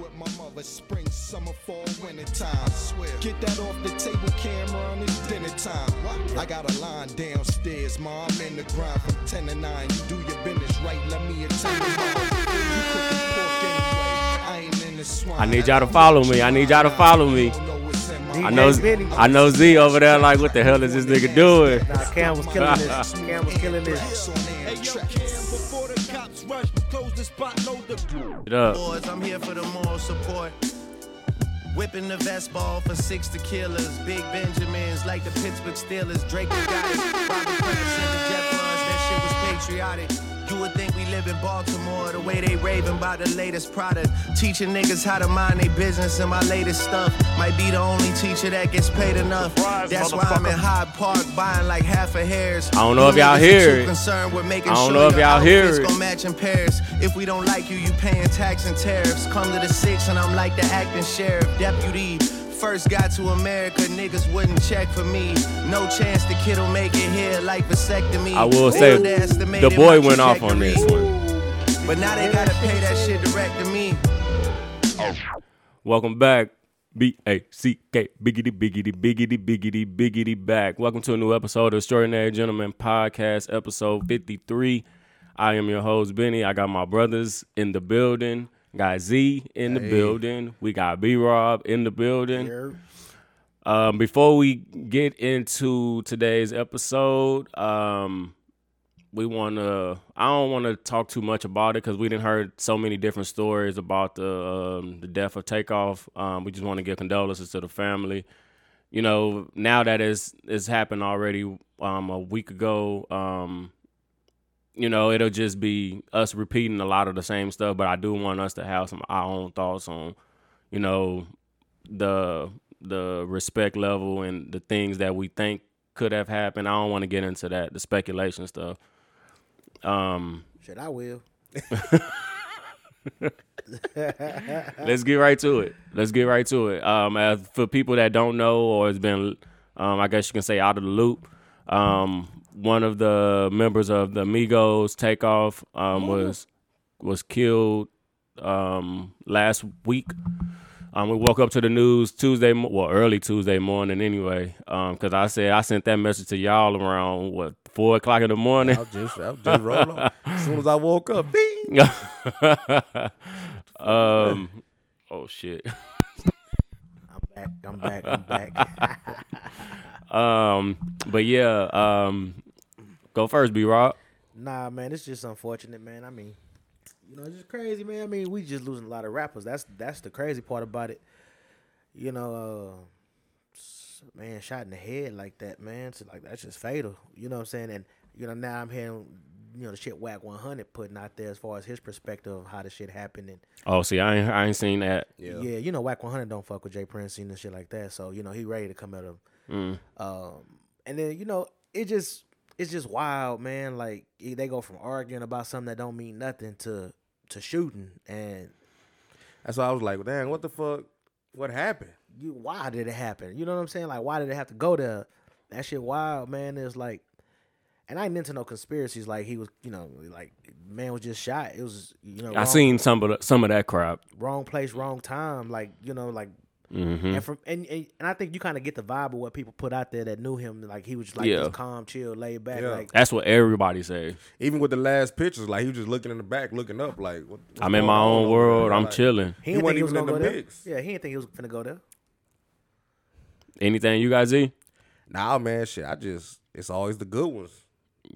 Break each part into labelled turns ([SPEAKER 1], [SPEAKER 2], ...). [SPEAKER 1] with my mother spring, summer, fall, winter time. Swear. Get that off the table, Cameron. It's dinner time. I got a line downstairs, ma. I'm in the grind from 10 to 9. You do your business right, let me attend to mine. You cooking pork anyway. I ain't in the swine.
[SPEAKER 2] I need y'all to follow me. I need y'all to follow me. I know, I know Z over there. Like, what the hell is this nigga doing?
[SPEAKER 3] Nah, Cam was killing this. Cam was killing this.
[SPEAKER 4] Hey, yo, Cam, before the cops rush, close the spot, load the
[SPEAKER 2] It up.
[SPEAKER 4] Boys, I'm here for the moral support. Whipping the vest ball for 60 killers. Big Benjamins like the Pittsburgh Steelers. Drake the guys. Robert Patterson, the Jeff Luz. That shit was patriotic. You would think we live in Baltimore the way they raving about the latest product. Teaching niggas how to mind their business and my latest stuff. Might be the only teacher that gets paid enough. That's why I'm in Hyde Park buying like half a hairs.
[SPEAKER 2] I don't know if y'all hear it.
[SPEAKER 4] Concerned with making
[SPEAKER 2] I don't
[SPEAKER 4] sure
[SPEAKER 2] know if
[SPEAKER 4] your
[SPEAKER 2] y'all hear
[SPEAKER 4] outfit's
[SPEAKER 2] it.
[SPEAKER 4] gon' match in pairs. If we don't like you, you paying tax and tariffs. Come to the six, and I'm like the acting sheriff, deputy. First got to America, niggas wouldn't check for me. No chance the kid'll make it here like vasectomy.
[SPEAKER 2] I will say, the
[SPEAKER 4] Underestimated
[SPEAKER 2] boy
[SPEAKER 4] my
[SPEAKER 2] went off on
[SPEAKER 4] trajectory.
[SPEAKER 2] this one.
[SPEAKER 4] But now they gotta pay that shit direct to me.
[SPEAKER 2] Welcome back. B A C K biggity biggity biggity biggity biggity back. Welcome to a new episode of Extraordinary Gentlemen Podcast, episode 53. I am your host, Benny. I got my brothers in the building. Got Z in the building. We got B Rob in the building. Um, before we get into today's episode, um, we want to. I don't want to talk too much about it because we didn't heard so many different stories about the um, the death of Takeoff. Um, we just want to give condolences to the family. You know, now that it's it's happened already um, a week ago. Um, you know, it'll just be us repeating a lot of the same stuff. But I do want us to have some our own thoughts on, you know, the the respect level and the things that we think could have happened. I don't want to get into that, the speculation stuff. Um,
[SPEAKER 3] Shit, I will.
[SPEAKER 2] let's get right to it. Let's get right to it. Um, as for people that don't know or has been, um, I guess you can say out of the loop. Um, one of the members of the Migos Takeoff um, was was killed um, last week. Um, we woke up to the news Tuesday, mo- well, early Tuesday morning anyway, because I said I sent that message to y'all around what four o'clock in the morning.
[SPEAKER 5] I'll just, I'll just roll on. As soon as I woke up, ding.
[SPEAKER 2] um, oh shit.
[SPEAKER 3] Back, I'm back. I'm back.
[SPEAKER 2] Um, but yeah, um, go first, B Rob.
[SPEAKER 3] nah, man, it's just unfortunate, man. I mean, you know, it's just crazy, man. I mean, we just losing a lot of rappers. That's that's the crazy part about it. You know, uh, s- man, shot in the head like that, man. It's like that's just fatal. You know what I'm saying? And you know, now I'm hearing, you know, the shit whack 100 putting out there as far as his perspective of how the shit happened and
[SPEAKER 2] Oh, see, I ain't, I ain't seen that.
[SPEAKER 3] Yeah. you know, Whack 100 don't fuck with Jay Prince and shit like that. So, you know, he ready to come at him.
[SPEAKER 5] Mm.
[SPEAKER 3] Um, and then, you know, it just it's just wild, man. Like it- they go from arguing about something that don't mean nothing to to shooting and
[SPEAKER 5] That's why I was like, dang, what the fuck? What happened?
[SPEAKER 3] you why did it happen? You know what I'm saying? Like why did it have to go there? That shit wild, man. It's like and I ain't into no conspiracies like he was, you know, like man was just shot. It was you know
[SPEAKER 2] I
[SPEAKER 3] wrong-
[SPEAKER 2] seen some of the, some of that crap.
[SPEAKER 3] wrong place, wrong time. Like you know, like
[SPEAKER 2] Mm-hmm.
[SPEAKER 3] and from and, and and I think you kind of get the vibe of what people put out there that knew him. Like he was just like
[SPEAKER 2] Yeah.
[SPEAKER 3] just calm, chill, laid back.
[SPEAKER 5] Yeah.
[SPEAKER 3] Like
[SPEAKER 2] That's what everybody say.
[SPEAKER 5] Even with the last pictures, like he was just looking in the back, looking up, like what, what's
[SPEAKER 2] I'm in
[SPEAKER 5] going
[SPEAKER 2] my
[SPEAKER 5] on
[SPEAKER 2] own
[SPEAKER 5] over
[SPEAKER 2] world.
[SPEAKER 5] there?
[SPEAKER 2] I'm
[SPEAKER 5] Like,
[SPEAKER 2] chilling.
[SPEAKER 3] he
[SPEAKER 5] He
[SPEAKER 3] didn't think
[SPEAKER 5] wasn't
[SPEAKER 3] he was
[SPEAKER 5] even
[SPEAKER 3] gonna
[SPEAKER 5] in
[SPEAKER 3] go
[SPEAKER 5] the
[SPEAKER 3] there.
[SPEAKER 5] mix.
[SPEAKER 3] Yeah, he didn't think he was gonna go there.
[SPEAKER 2] Anything you guys see?
[SPEAKER 5] Nah, man, shit. I just it's always the good ones.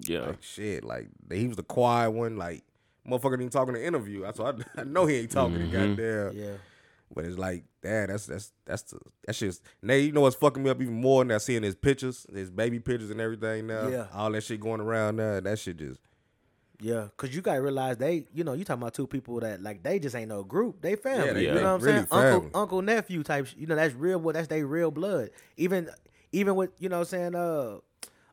[SPEAKER 2] Yeah.
[SPEAKER 5] Like shit, like he was the quiet one. Like motherfucker didn't talk in the interview. That's why I, I know he ain't talking. Goddamn.
[SPEAKER 3] Yeah,
[SPEAKER 5] But it's like, damn, that's that's that's the that shit's now you know what's fucking me up even more now seeing his pictures, his baby pictures and everything now.
[SPEAKER 3] Yeah.
[SPEAKER 5] All that shit going around now. That shit just
[SPEAKER 3] yeah. Cause you gotta realize they, you know, you talking about two people that like they just ain't no group. They family.
[SPEAKER 5] they
[SPEAKER 3] You
[SPEAKER 2] really-
[SPEAKER 3] know what I'm
[SPEAKER 5] really
[SPEAKER 3] saying? Uncle,
[SPEAKER 5] family.
[SPEAKER 3] uncle, nephew type. sh- You know, that's real. What that's they real blood. Even even with you know what I'm saying uh.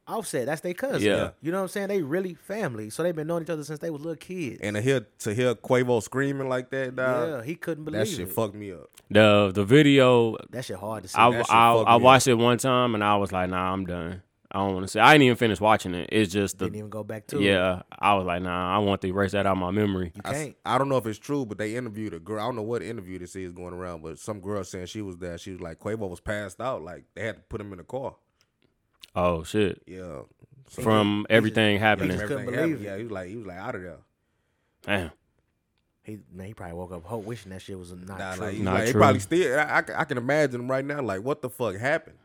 [SPEAKER 3] Offset, that's their cousin.
[SPEAKER 2] Yeah.
[SPEAKER 3] You know what I'm saying? They really family. So they've been knowing each other since they was little kids.
[SPEAKER 5] and to hear to hear Quavo screaming like that, dog.
[SPEAKER 3] yeah, he couldn't believe
[SPEAKER 5] that shit
[SPEAKER 3] it.
[SPEAKER 5] fucked me up.
[SPEAKER 2] The the video
[SPEAKER 3] That shit hard to see.
[SPEAKER 2] I
[SPEAKER 5] that shit
[SPEAKER 2] I,
[SPEAKER 5] fucked
[SPEAKER 2] I
[SPEAKER 5] me
[SPEAKER 2] watched it one time and I was like, nah, I'm done. I don't want to say. I ain't even finished watching it. It's just
[SPEAKER 3] Didn't
[SPEAKER 2] the
[SPEAKER 3] even go back to it.
[SPEAKER 2] yeah. I was like, nah, I want to erase that out of my memory.
[SPEAKER 3] You
[SPEAKER 5] I, s-
[SPEAKER 3] can't.
[SPEAKER 5] I don't know if it's true, but they interviewed a girl. I don't know what interview this is going around, but some girl saying she was there. She was like Quavo was passed out. Like they had to put him in the car.
[SPEAKER 2] Oh shit!
[SPEAKER 5] Yeah, So-
[SPEAKER 2] From everything
[SPEAKER 5] Yeah,
[SPEAKER 2] happening,
[SPEAKER 3] just-
[SPEAKER 5] everything
[SPEAKER 3] couldn't
[SPEAKER 5] happened.
[SPEAKER 3] believe it.
[SPEAKER 5] Yeah, he was like he was like out of there.
[SPEAKER 2] damn.
[SPEAKER 3] He man, he probably woke up hope wishing that shit was not
[SPEAKER 5] Nah,
[SPEAKER 3] true.
[SPEAKER 5] like, he,
[SPEAKER 2] Not
[SPEAKER 5] like, he
[SPEAKER 2] true.
[SPEAKER 5] probably still. I, I can- I can imagine him right now. Like what the fuck happened?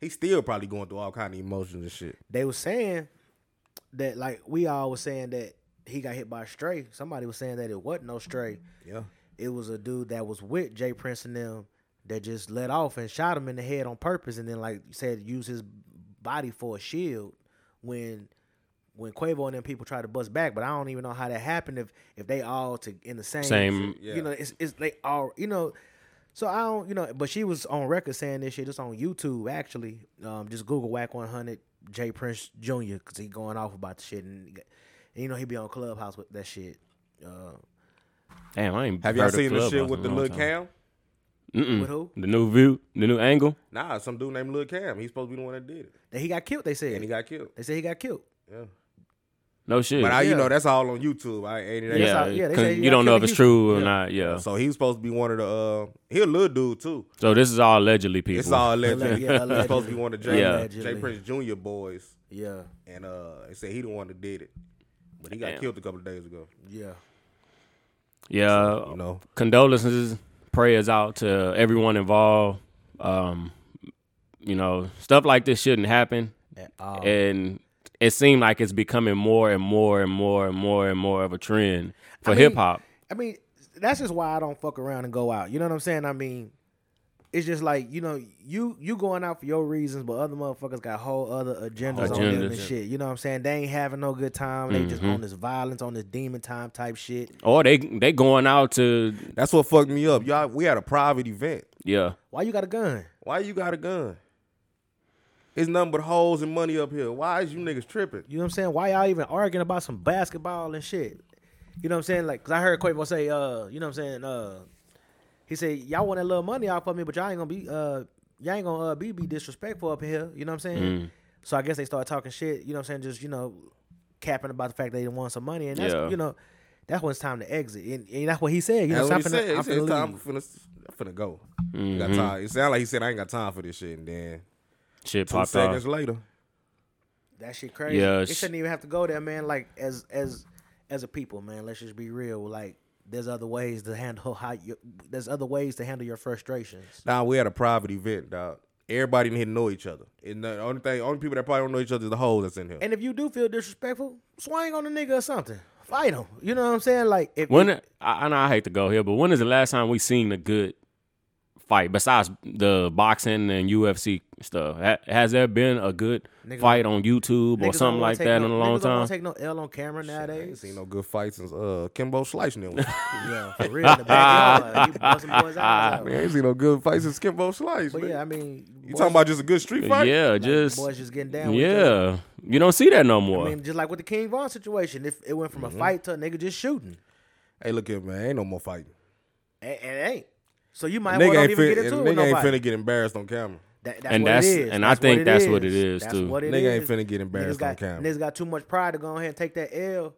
[SPEAKER 5] He's still probably going through all kind of emotions and shit.
[SPEAKER 3] they were saying that like we all was saying that he got hit by a stray. Somebody was saying that it wasn't no stray.
[SPEAKER 5] Yeah,
[SPEAKER 3] It was a dude that was with Jay Prince and them that just let off and shot him in the head on purpose and then like said use his body for a shield when when Quavo and them people tried to bust back, but I don't even know how that happened if if they all to in the same
[SPEAKER 2] Same.
[SPEAKER 5] Yeah.
[SPEAKER 3] you know, it's it's they all you know. So I don't, you know, but she was on record saying this shit. It's on YouTube actually. Um, just Google Whack One Hundred Jay Prince Jr. because he going off about the shit, and, he got- and you know he be on Clubhouse with that shit. Uh,
[SPEAKER 2] Damn, I ain't.
[SPEAKER 5] have y'all
[SPEAKER 2] heard of
[SPEAKER 5] seen the
[SPEAKER 2] Clubhouse
[SPEAKER 5] shit
[SPEAKER 2] in
[SPEAKER 5] with
[SPEAKER 2] a
[SPEAKER 5] the
[SPEAKER 2] long
[SPEAKER 5] little
[SPEAKER 2] time.
[SPEAKER 5] cam?
[SPEAKER 3] With who?
[SPEAKER 2] The new view, the new angle.
[SPEAKER 5] Nah, some dude named Lil Cam. He's supposed to be the one that did it,
[SPEAKER 3] That he got killed. They said.
[SPEAKER 5] and he got killed.
[SPEAKER 3] they said he got killed.
[SPEAKER 5] Yeah,
[SPEAKER 2] No shit.
[SPEAKER 5] but I, you
[SPEAKER 3] Yeah.
[SPEAKER 5] know, that's all on YouTube. I ain't it ain't-
[SPEAKER 2] yeah,
[SPEAKER 3] all- yeah, they
[SPEAKER 2] 'cause
[SPEAKER 3] say he
[SPEAKER 2] you
[SPEAKER 3] got
[SPEAKER 2] don't know
[SPEAKER 3] killed
[SPEAKER 2] if it's
[SPEAKER 3] in
[SPEAKER 2] true or
[SPEAKER 3] Houston.
[SPEAKER 2] not. Yeah.
[SPEAKER 5] So he was supposed to be one of the. uh He a little dude too.
[SPEAKER 2] So this is all allegedly, people.
[SPEAKER 5] It's all alleged.
[SPEAKER 3] Alleg- yeah,
[SPEAKER 5] He's supposed to
[SPEAKER 3] allegedly.
[SPEAKER 5] be one of Jay,
[SPEAKER 2] Yeah.
[SPEAKER 5] Jay Prince Jr. boys,
[SPEAKER 3] Yeah,
[SPEAKER 5] and uh, they say he the one that did it, but he got
[SPEAKER 2] Damn.
[SPEAKER 5] killed a couple of days ago.
[SPEAKER 3] yeah.
[SPEAKER 2] Yeah. Oh.
[SPEAKER 5] You know,
[SPEAKER 2] Condolences, prayers out to everyone involved. Um, you know, stuff like this shouldn't happen,
[SPEAKER 3] At all.
[SPEAKER 2] and it seemed like it's becoming more and more and more and more and more of a trend for
[SPEAKER 3] I mean,
[SPEAKER 2] hip hop.
[SPEAKER 3] I mean, that's just why I don't fuck around and go out. You know what I'm saying? I mean, it's just like you know, you you going out for your reasons, but other motherfuckers got whole other agendas, on them and
[SPEAKER 2] Agendas.
[SPEAKER 3] shit. You know what I'm saying? They ain't having no good time. They just on this violence, on this demon time type shit.
[SPEAKER 2] Or they they going out to
[SPEAKER 5] that's what fucked me up. Y'all, we had a private event.
[SPEAKER 2] yeah.
[SPEAKER 3] Why you got a gun?
[SPEAKER 5] Why you got a gun? It's nothing but holes and money up here. Why is you niggas tripping?
[SPEAKER 3] You know what I'm saying? Why y'all even arguing about some basketball and shit? You know what I'm saying? Like, cause I heard Quavo say, uh, you know what I'm saying? Uh, he said y'all want that little money off of me, but y'all ain't gonna be, uh, y'all ain't gonna uh, be be disrespectful up here. You know what I'm saying? So I guess they start talking shit. You know what I'm saying? Just you know, capping about the fact they didn't want some money, and that's
[SPEAKER 2] Yeah.
[SPEAKER 3] you know, that's when it's time to exit, and, and that's what he said. You know,
[SPEAKER 5] That's
[SPEAKER 3] so
[SPEAKER 5] what he
[SPEAKER 3] I'm finna-
[SPEAKER 5] said. He
[SPEAKER 3] I'm
[SPEAKER 5] said,
[SPEAKER 3] finna
[SPEAKER 5] "It's time- I'm
[SPEAKER 3] leave."
[SPEAKER 5] finna, I'm finna go. Got
[SPEAKER 2] Mm-hmm.
[SPEAKER 5] time. It sounded like he said, I ain't got time for this shit. And then
[SPEAKER 2] Shit
[SPEAKER 5] two
[SPEAKER 2] popped off.
[SPEAKER 5] seconds later,
[SPEAKER 3] That shit crazy.
[SPEAKER 2] Yeah,
[SPEAKER 3] it
[SPEAKER 2] sh-
[SPEAKER 3] shouldn't even have to go there, man. Like as as as a people, man. Let's just be real. Like there's other ways to handle how you. There's other ways to handle your frustrations.
[SPEAKER 5] Nah, we had a private event, dog. Everybody in here know each other. And the only thing, only people that probably don't know each other is the hoes that's in here.
[SPEAKER 3] And if you do feel disrespectful, swing on the nigga or something. Fight him. You know what I'm saying? Like if
[SPEAKER 2] When I, I know I hate to go here, but when is the last time we seen a good fight besides the boxing and UFC stuff? Ha- Has there been a good
[SPEAKER 3] Niggas-
[SPEAKER 2] fight on YouTube or
[SPEAKER 3] niggas don't
[SPEAKER 2] something
[SPEAKER 3] wanna
[SPEAKER 2] like
[SPEAKER 3] take
[SPEAKER 2] that
[SPEAKER 3] no,
[SPEAKER 2] in a long
[SPEAKER 3] niggas Don't wanna
[SPEAKER 2] time?
[SPEAKER 3] take no L on camera
[SPEAKER 5] I ain't
[SPEAKER 3] nowadays.
[SPEAKER 5] seen no good fight since uh Kimbo Slice now. Man,
[SPEAKER 3] Yeah, for real. In the backyard, you busting boys' eyes out.
[SPEAKER 5] I ain't seen no good fight since Kimbo Slice.
[SPEAKER 3] But
[SPEAKER 5] man.
[SPEAKER 3] yeah, I mean,
[SPEAKER 5] you talking about just a good street fight?
[SPEAKER 2] Yeah,
[SPEAKER 3] like,
[SPEAKER 2] just
[SPEAKER 3] boys just getting down. with each other.
[SPEAKER 2] yeah. You don't see that no more.
[SPEAKER 3] I mean, just like with the King Vaughn situation, if it went from
[SPEAKER 2] Mm-hmm.
[SPEAKER 3] a fight to a nigga just shooting,
[SPEAKER 5] Hey, look here, man. Ain't no more fighting.
[SPEAKER 3] it, it ain't. So you might well
[SPEAKER 5] Nigga
[SPEAKER 3] don't
[SPEAKER 5] ain't,
[SPEAKER 3] even
[SPEAKER 5] fin-
[SPEAKER 3] get into it
[SPEAKER 5] nigga
[SPEAKER 3] with
[SPEAKER 5] ain't
[SPEAKER 3] nobody.
[SPEAKER 5] finna get embarrassed on camera.
[SPEAKER 3] That-
[SPEAKER 2] And
[SPEAKER 3] what it
[SPEAKER 2] that's-
[SPEAKER 3] is.
[SPEAKER 2] and I think that's what it is,
[SPEAKER 3] That's
[SPEAKER 2] too.
[SPEAKER 3] what it
[SPEAKER 5] Nigga ain't
[SPEAKER 3] is.
[SPEAKER 5] finna get embarrassed
[SPEAKER 3] Niggas got,
[SPEAKER 5] on camera.
[SPEAKER 3] Niggas got too much pride to go ahead and take that L.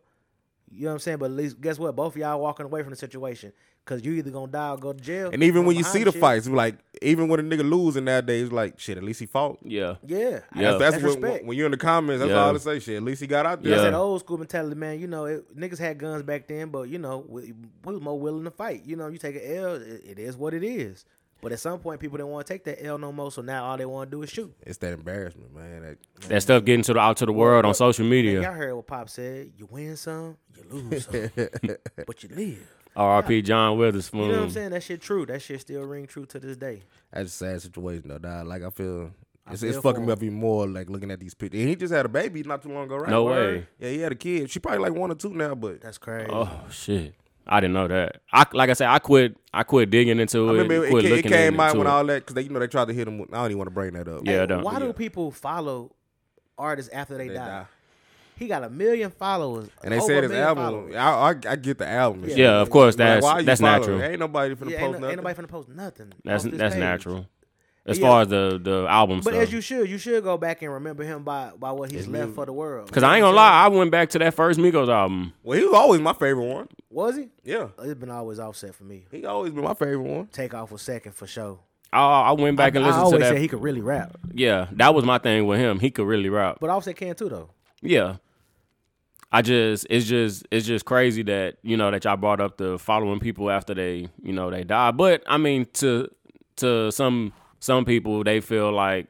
[SPEAKER 3] You know what I'm saying? But at least guess what? Both of y'all walking away from the situation because you either gonna die or go to jail.
[SPEAKER 5] And even
[SPEAKER 3] Some
[SPEAKER 5] when you see
[SPEAKER 3] behind
[SPEAKER 5] the
[SPEAKER 3] shit.
[SPEAKER 5] fights, like even when a nigga losing nowadays, like shit, at least he fought.
[SPEAKER 2] yeah.
[SPEAKER 3] yeah,
[SPEAKER 2] Yeah.
[SPEAKER 5] That's, that's,
[SPEAKER 3] That's
[SPEAKER 5] what- when,
[SPEAKER 3] respect.
[SPEAKER 5] you're in the comments. That's
[SPEAKER 2] Yeah.
[SPEAKER 5] all I say. Shit, at least he got out there.
[SPEAKER 2] Yeah.
[SPEAKER 3] That's that old school mentality, man. You know, it, niggas had guns back then, but you know, we, we was more willing to fight. You know, you take an L, it, it is what it is. But at some point, people didn't want to take that L no more, so now all they want to do is shoot.
[SPEAKER 5] It's that embarrassment, man. That,
[SPEAKER 2] That stuff getting to the out to the world on social
[SPEAKER 3] And
[SPEAKER 2] media.
[SPEAKER 3] y'all heard what Pop said: you win some, you lose some, but you live.
[SPEAKER 2] R.I.P. John Witherspoon.
[SPEAKER 3] You know what I'm saying? That shit true. That shit still ring true to this day.
[SPEAKER 5] That's a sad situation though, dog. Like I feel it's, it's
[SPEAKER 3] feel
[SPEAKER 5] fucking
[SPEAKER 3] for
[SPEAKER 5] me up even more. Like looking at these pictures. And he just had a baby not too long ago, right?
[SPEAKER 2] No
[SPEAKER 5] Word?
[SPEAKER 2] way.
[SPEAKER 5] Yeah, he had a kid. She probably like one or two now, but
[SPEAKER 3] That's crazy.
[SPEAKER 2] Oh shit. I didn't know that. I like I said, I quit. I quit digging into
[SPEAKER 5] I
[SPEAKER 2] it.
[SPEAKER 5] remember it,
[SPEAKER 2] quit
[SPEAKER 5] it, it
[SPEAKER 2] looking
[SPEAKER 5] came out
[SPEAKER 2] into
[SPEAKER 5] when
[SPEAKER 2] it.
[SPEAKER 5] all that because they you know they tried to hit him. With, I don't even want to bring that up.
[SPEAKER 2] Yeah, I don't-
[SPEAKER 3] Why
[SPEAKER 5] yeah.
[SPEAKER 3] do people follow artists after they,
[SPEAKER 5] They
[SPEAKER 3] die?
[SPEAKER 5] die.
[SPEAKER 3] He got a million followers,
[SPEAKER 5] And they
[SPEAKER 3] over
[SPEAKER 5] said
[SPEAKER 3] a
[SPEAKER 5] his
[SPEAKER 3] million
[SPEAKER 5] album.
[SPEAKER 3] followers.
[SPEAKER 5] I, I I get the album. and
[SPEAKER 3] Yeah.
[SPEAKER 5] shit.
[SPEAKER 2] yeah, of course
[SPEAKER 5] Like,
[SPEAKER 2] that's
[SPEAKER 5] why you
[SPEAKER 2] that's
[SPEAKER 5] following?
[SPEAKER 2] natural.
[SPEAKER 5] Ain't nobody finna
[SPEAKER 3] Yeah, ain't,
[SPEAKER 5] post
[SPEAKER 3] no- ain't
[SPEAKER 5] nothing.
[SPEAKER 3] nobody finna post nothing.
[SPEAKER 2] That's
[SPEAKER 3] off this
[SPEAKER 2] that's
[SPEAKER 3] page. Uh,
[SPEAKER 2] natural. as
[SPEAKER 3] Yeah.
[SPEAKER 2] far as the the album
[SPEAKER 3] But
[SPEAKER 2] stuff.
[SPEAKER 3] as you should, you should go back and remember him by by what he's left for the world.
[SPEAKER 2] Cause I ain't gonna lie, I went back to that first Migos album.
[SPEAKER 5] Well, he was always my favorite one.
[SPEAKER 3] was he?
[SPEAKER 5] Yeah,
[SPEAKER 3] It's been always offset for me.
[SPEAKER 5] he always been my favorite one.
[SPEAKER 3] Take off was second for sure.
[SPEAKER 2] I, I went back and
[SPEAKER 3] I
[SPEAKER 2] listened to
[SPEAKER 3] always
[SPEAKER 2] that.
[SPEAKER 3] said he could really rap,
[SPEAKER 2] yeah, that was my thing with him. He could really rap.
[SPEAKER 3] but offset can too though.
[SPEAKER 2] Yeah. I just it's just it's just crazy that, you know, that y'all brought up the following people after they, you know, they die. But I mean to to some some people they feel like,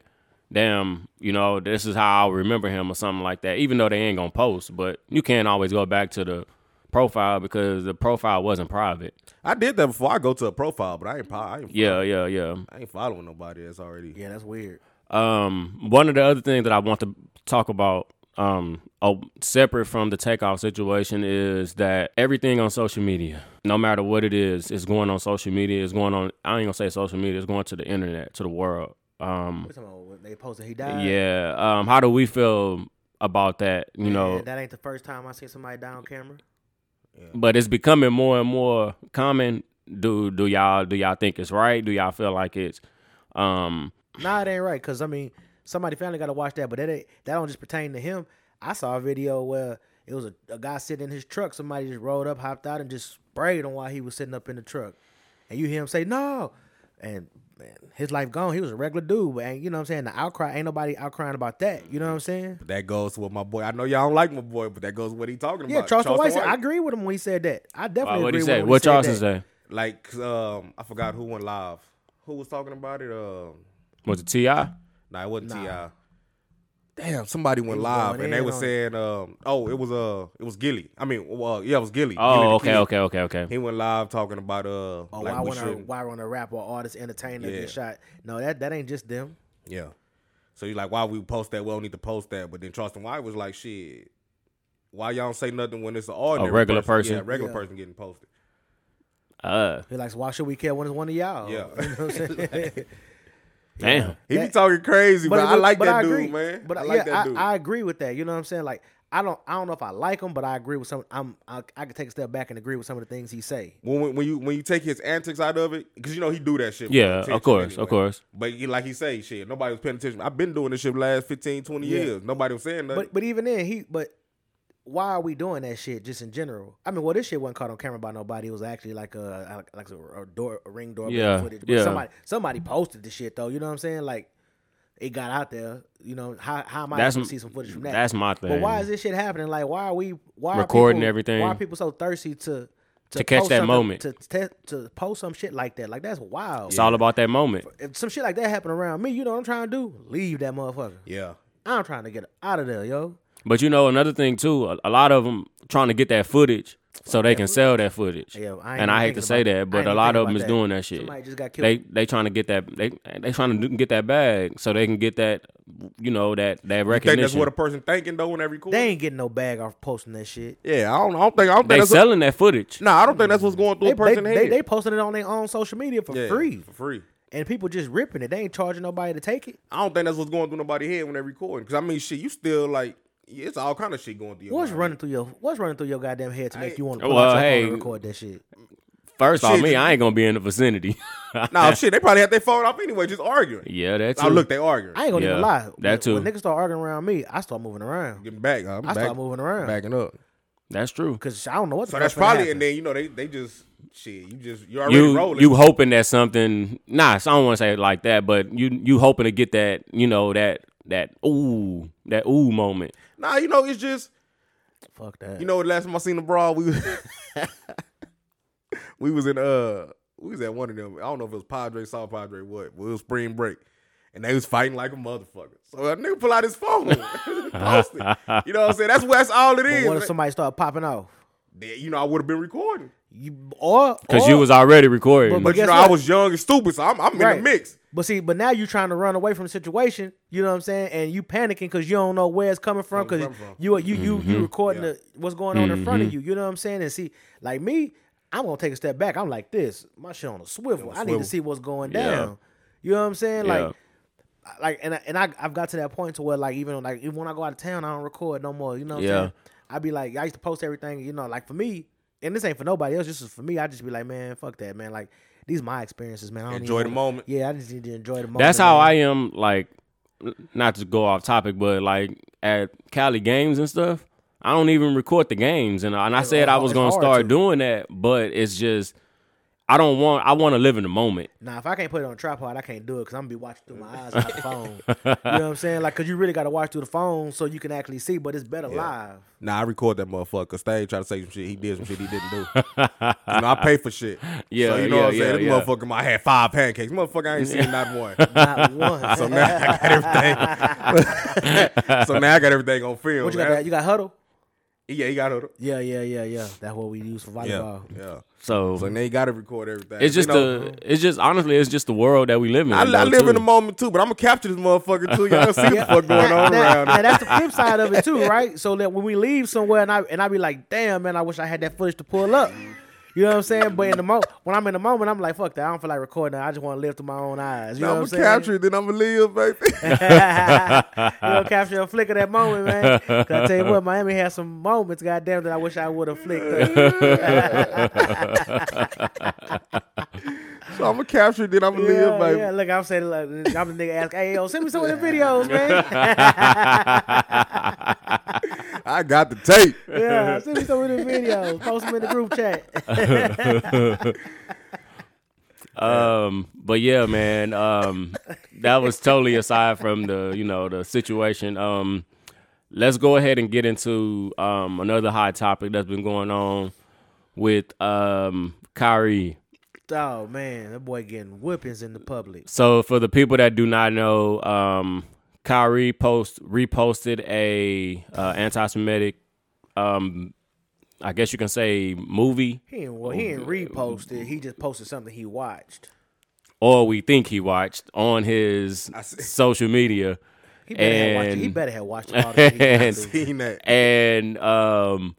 [SPEAKER 2] damn, you know, this is how I'll remember him or something like that, even though they ain't gonna post. But you can't always go back to the profile because the profile wasn't private.
[SPEAKER 5] I did that before I go to a profile, but I ain't. po- I ain't.
[SPEAKER 2] Yeah, yeah, yeah.
[SPEAKER 5] I ain't following nobody that's already.
[SPEAKER 3] Yeah, that's weird.
[SPEAKER 2] Um, one of the other things that I want to talk about, um, oh, separate from the takeoff situation, is that everything on social media, no matter what it is, is going on social media. Is going on. I ain't gonna say social media. It's going to the internet, to the world. Um,
[SPEAKER 3] We talking about when they posted he died.
[SPEAKER 2] yeah. Um, how do we feel about that? You know,
[SPEAKER 3] Man, that ain't the first time I seen somebody die on camera.
[SPEAKER 2] but it's becoming more and more common. Do do y'all do y'all think it's right? Do y'all feel like it's um
[SPEAKER 3] Nah, it ain't right. Cause I mean, somebody family got to watch that, but that ain't, that don't just pertain to him. I saw a video where it was a, a guy sitting in his truck. Somebody just rolled up, hopped out, and just sprayed him while he was sitting up in the truck. And you hear him say no, and man, his life gone. He was a regular dude, but ain't- you know what I'm saying. The outcry ain't nobody outcrying about that. You know what I'm saying?
[SPEAKER 5] That goes with my boy. I know y'all don't like my boy, but that goes with what he talking
[SPEAKER 3] Yeah,
[SPEAKER 5] about.
[SPEAKER 3] Charleston, White said I agree with him when he said that. I definitely
[SPEAKER 2] what
[SPEAKER 3] agree
[SPEAKER 2] he
[SPEAKER 3] with
[SPEAKER 2] say?
[SPEAKER 3] him. when
[SPEAKER 2] What
[SPEAKER 3] he said
[SPEAKER 2] y'all
[SPEAKER 3] that.
[SPEAKER 2] say?
[SPEAKER 5] like 'cause, um, I forgot who went live. Who was talking about it? Um,
[SPEAKER 2] Was it Ti?
[SPEAKER 5] nah, it wasn't Ti. Damn, somebody went live
[SPEAKER 3] going
[SPEAKER 5] and they
[SPEAKER 3] in
[SPEAKER 5] were
[SPEAKER 3] on it.
[SPEAKER 5] saying, um, oh, it was uh, it was Gilly. I mean, uh, yeah, it was Gilly. Gilly the
[SPEAKER 2] Oh, okay,
[SPEAKER 5] Kid.
[SPEAKER 2] okay, okay, okay.
[SPEAKER 5] He went live talking about uh,
[SPEAKER 3] Oh,
[SPEAKER 5] like
[SPEAKER 3] why
[SPEAKER 5] we
[SPEAKER 3] want to
[SPEAKER 5] shouldn't-
[SPEAKER 3] why want a rapper, artist, entertainer
[SPEAKER 5] Yeah.
[SPEAKER 3] get shot? No, that that ain't just them.
[SPEAKER 5] Yeah. So you're like, why we post that? We don't need to post that. But then Charleston White was like, shit, why y'all don't say nothing when it's an ordinary
[SPEAKER 2] regular person.
[SPEAKER 5] Yeah, a regular
[SPEAKER 3] Yeah.
[SPEAKER 5] person getting posted.
[SPEAKER 2] Uh,
[SPEAKER 3] He likes, why should we care when it's one of y'all?
[SPEAKER 5] Yeah.
[SPEAKER 3] Oh, You know what I'm saying?
[SPEAKER 2] damn.
[SPEAKER 5] He be
[SPEAKER 3] That-
[SPEAKER 5] talking crazy, but, I
[SPEAKER 3] but-
[SPEAKER 5] like
[SPEAKER 3] but
[SPEAKER 5] that
[SPEAKER 3] agree.
[SPEAKER 5] dude, man.
[SPEAKER 3] But
[SPEAKER 5] I
[SPEAKER 3] I-
[SPEAKER 5] like
[SPEAKER 3] yeah,
[SPEAKER 5] that dude.
[SPEAKER 3] I, I agree with that. You know what I'm saying? Like I don't I don't know if I like him, but I agree with some. I'm I, I could take a step back and agree with some of the things he say.
[SPEAKER 5] when, when- when you when you take his antics out of it, because you know he do that shit. for
[SPEAKER 2] Yeah, of
[SPEAKER 5] attention
[SPEAKER 2] course, of course.
[SPEAKER 5] But you, like he say, shit, nobody was paying attention. I've been doing this shit last 15, 20
[SPEAKER 3] Yeah.
[SPEAKER 5] years. Nobody was saying nothing.
[SPEAKER 3] But but even then he but why are we doing that shit just in general? I mean, well, this shit wasn't caught on camera by nobody. It was actually like a like a, a door a ring doorbell
[SPEAKER 2] Yeah,
[SPEAKER 3] footage. But
[SPEAKER 2] yeah.
[SPEAKER 3] somebody somebody posted the shit though. You know what I'm saying? Like it got out there. You know how how am I
[SPEAKER 2] That's-
[SPEAKER 3] going to see some footage from that?
[SPEAKER 2] that's my
[SPEAKER 3] But why
[SPEAKER 2] thing.
[SPEAKER 3] is this shit happening? Like why are we why are
[SPEAKER 2] Recording
[SPEAKER 3] people-
[SPEAKER 2] everything.
[SPEAKER 3] Why are people so thirsty to to,
[SPEAKER 2] catch
[SPEAKER 3] post
[SPEAKER 2] that
[SPEAKER 3] something-
[SPEAKER 2] moment.
[SPEAKER 3] to te- to post some shit like that? Like that's wild.
[SPEAKER 2] It's all about that moment.
[SPEAKER 3] If some shit like that happened around me, you know what I'm trying to do? Leave that motherfucker.
[SPEAKER 5] yeah.
[SPEAKER 3] I'm trying to get out of there, yo.
[SPEAKER 2] But you know, another thing too, a, a lot of them trying to get that footage so they can sell that footage.
[SPEAKER 3] Yeah, I ain't
[SPEAKER 2] and I hate to
[SPEAKER 3] even thinking
[SPEAKER 2] say
[SPEAKER 3] about- I
[SPEAKER 2] that, but
[SPEAKER 3] ain't
[SPEAKER 2] a
[SPEAKER 3] even
[SPEAKER 2] lot
[SPEAKER 3] thinking
[SPEAKER 2] of them
[SPEAKER 3] about
[SPEAKER 2] is
[SPEAKER 3] that.
[SPEAKER 2] doing that shit.
[SPEAKER 3] Somebody just got
[SPEAKER 2] They
[SPEAKER 3] killed.
[SPEAKER 2] they trying to get that they they trying to do- get that bag so they can get that you know that that recognition.
[SPEAKER 5] Think that's what a person thinking though in every cool.
[SPEAKER 3] They ain't getting no bag off posting that shit.
[SPEAKER 5] Yeah, I don't, I don't think I don't think
[SPEAKER 2] they
[SPEAKER 5] that's
[SPEAKER 2] selling that footage.
[SPEAKER 5] no, I don't think that's what's going through
[SPEAKER 3] They,
[SPEAKER 5] a person's
[SPEAKER 3] they,
[SPEAKER 5] head.
[SPEAKER 3] they, they posting it on their own social media for
[SPEAKER 5] Yeah,
[SPEAKER 3] free,
[SPEAKER 5] for free.
[SPEAKER 3] and people just ripping it. They ain't charging nobody to take it.
[SPEAKER 5] I don't think that's what's going through nobody's head when they recording. Because I mean, shit, you still like yeah, it's all kind of shit going through. Your
[SPEAKER 3] What's
[SPEAKER 5] mind.
[SPEAKER 3] running through your What's running through your goddamn head to make you want to
[SPEAKER 2] Well,
[SPEAKER 3] pull out your phone
[SPEAKER 2] hey.
[SPEAKER 3] and record that shit?
[SPEAKER 2] First off,
[SPEAKER 5] Shit,
[SPEAKER 2] me,
[SPEAKER 5] you-
[SPEAKER 2] I ain't gonna be in the vicinity.
[SPEAKER 5] Nah, shit, they probably had their phone off anyway, just arguing.
[SPEAKER 2] yeah, that's
[SPEAKER 5] Oh, look, they arguing.
[SPEAKER 3] I ain't gonna even
[SPEAKER 2] Yeah,
[SPEAKER 3] lie.
[SPEAKER 2] that
[SPEAKER 3] When- When
[SPEAKER 2] too.
[SPEAKER 3] niggas start arguing around me, I start moving around
[SPEAKER 5] getting back. I'm
[SPEAKER 3] I
[SPEAKER 5] back,
[SPEAKER 3] start moving around.
[SPEAKER 5] backing up.
[SPEAKER 2] that's true.
[SPEAKER 3] because I don't know what. The
[SPEAKER 5] So
[SPEAKER 3] fuck
[SPEAKER 5] that's
[SPEAKER 3] finna
[SPEAKER 5] probably
[SPEAKER 3] happen.
[SPEAKER 5] and then you know they they just shit. You just you already
[SPEAKER 2] you
[SPEAKER 5] rolling.
[SPEAKER 2] you hoping that something nah, so I don't want to say it like that, but you you hoping to get that you know that that ooh that ooh moment.
[SPEAKER 5] nah, you know it's just
[SPEAKER 3] Fuck that.
[SPEAKER 5] you know the last time I seen the brawl we was- we was in uh we was at one of them. I don't know if it was Padre, South Padre, what? But it was spring break. And they was fighting like a motherfucker. So a nigga pull out his phone. Post it. You know what I'm saying? That's that's all it
[SPEAKER 3] But
[SPEAKER 5] is.
[SPEAKER 3] what if somebody start popping off?
[SPEAKER 5] Then, you know, I would have been recording.
[SPEAKER 3] You or
[SPEAKER 2] Cause
[SPEAKER 3] or-
[SPEAKER 2] you was already recording.
[SPEAKER 5] But you
[SPEAKER 3] guess
[SPEAKER 5] know, I
[SPEAKER 3] what?
[SPEAKER 5] was young and stupid, so I'm, I'm in the mix.
[SPEAKER 3] But see, but now you're trying to run away from the situation. You know what I'm saying? And you panicking because you don't know where it's coming from. Because
[SPEAKER 5] Coming from.
[SPEAKER 3] you you you
[SPEAKER 2] Mm-hmm.
[SPEAKER 3] you recording the, what's going on in front of you. You know what I'm saying? And see, like me, I'm gonna take a step back. I'm like this. My shit on a swivel. I need
[SPEAKER 5] swivel.
[SPEAKER 3] to see what's going
[SPEAKER 2] Yeah.
[SPEAKER 3] down. You know what I'm saying?
[SPEAKER 2] Yeah.
[SPEAKER 3] Like. I- Like and I, and I I've got to that point to where like even like even when I go out of town I don't record no more you know what
[SPEAKER 2] Yeah.
[SPEAKER 3] I'm saying I be like I used to post everything you know like for me and this ain't for nobody else. This is for me. I just be like, man, fuck that, man. Like these my experiences, man. I don't even
[SPEAKER 5] Enjoy the
[SPEAKER 3] wanna-
[SPEAKER 5] moment.
[SPEAKER 3] Yeah, I just need to enjoy the moment.
[SPEAKER 2] That's how
[SPEAKER 3] man.
[SPEAKER 2] I am. Like, not to go off topic, but like at Cali games and stuff, I don't even record the games, and, and I said I was
[SPEAKER 3] it's
[SPEAKER 2] gonna
[SPEAKER 3] hard
[SPEAKER 2] start
[SPEAKER 3] to.
[SPEAKER 2] doing that, but it's just I don't want. I want to live in the moment.
[SPEAKER 3] Now, if I can't put it on a tripod, I can't do it because I'm gonna be watching through my eyes on the phone. You know what I'm saying? Like, cause you really gotta watch through the phone so you can actually see. But it's better live.
[SPEAKER 5] Nah, I record that motherfucker. Stage try to say some shit. He did some shit he didn't do. you know, I pay for shit.
[SPEAKER 2] Yeah,
[SPEAKER 5] so you know
[SPEAKER 2] yeah,
[SPEAKER 5] what I'm saying.
[SPEAKER 2] yeah,
[SPEAKER 5] this
[SPEAKER 2] yeah.
[SPEAKER 5] motherfucker, might have five pancakes. Motherfucker, I ain't seen not one.
[SPEAKER 3] Not one.
[SPEAKER 5] So now I got everything. so now I got everything on film.
[SPEAKER 3] what you got?
[SPEAKER 5] man.
[SPEAKER 3] That? You got huddle?
[SPEAKER 5] yeah, he got it.
[SPEAKER 3] Yeah, yeah, yeah, yeah. That's what we use for
[SPEAKER 5] Yeah,
[SPEAKER 3] volleyball.
[SPEAKER 5] yeah.
[SPEAKER 2] So,
[SPEAKER 5] So now you got to record everything.
[SPEAKER 2] it's just
[SPEAKER 5] you know,
[SPEAKER 2] the. It's just honestly, it's just the world that we live in.
[SPEAKER 5] I, I
[SPEAKER 2] though,
[SPEAKER 5] live in
[SPEAKER 2] too.
[SPEAKER 5] the moment too, but I'm gonna capture this motherfucker too. Y'all see what the fuck going
[SPEAKER 3] Now,
[SPEAKER 5] on
[SPEAKER 3] now,
[SPEAKER 5] around.
[SPEAKER 3] now
[SPEAKER 5] us.
[SPEAKER 3] that's the flip side of it too, right? So that when we leave somewhere and I and I be like, damn man, I wish I had that footage to pull up. You know what I'm saying? But in the moment, when I'm in the moment, I'm like, fuck that. I don't feel like recording. that. I just want to live through my own eyes. You know
[SPEAKER 5] I'm
[SPEAKER 3] what I'm
[SPEAKER 5] gonna
[SPEAKER 3] saying?
[SPEAKER 5] capture it, then I'm gonna live, baby.
[SPEAKER 3] you
[SPEAKER 2] Uh,
[SPEAKER 3] know, capture a flick of that moment, man. 'Cause I tell you what, Miami had some moments, goddamn, that I wish I would have flicked. up.
[SPEAKER 5] so I'm gonna capture it, then I'm gonna live,
[SPEAKER 3] Yeah,
[SPEAKER 5] baby.
[SPEAKER 3] yeah, look, I'm saying, like, I'm the nigga ask, hey, yo, send me some of the videos, man.
[SPEAKER 5] I got the tape.
[SPEAKER 3] Yeah, send me some of the videos. Post them in the group chat.
[SPEAKER 2] Um, but yeah, man, um, that was totally aside from the you know the situation. Um, let's go ahead and get into um another hot topic that's been going on with um Kyrie.
[SPEAKER 3] Oh man, that boy getting whippings in the public.
[SPEAKER 2] So for the people that do not know, um, Kyrie post reposted a uh, anti-Semitic, um, I guess you can say movie
[SPEAKER 3] He didn't,
[SPEAKER 2] Oh,
[SPEAKER 3] well, he didn't repost it. He just posted something he watched.
[SPEAKER 2] or we think he watched on his
[SPEAKER 5] see.
[SPEAKER 2] social media.
[SPEAKER 3] He better have watched. It. He
[SPEAKER 2] And-
[SPEAKER 3] better have watched all the
[SPEAKER 2] and-
[SPEAKER 5] Seen that.
[SPEAKER 2] and um,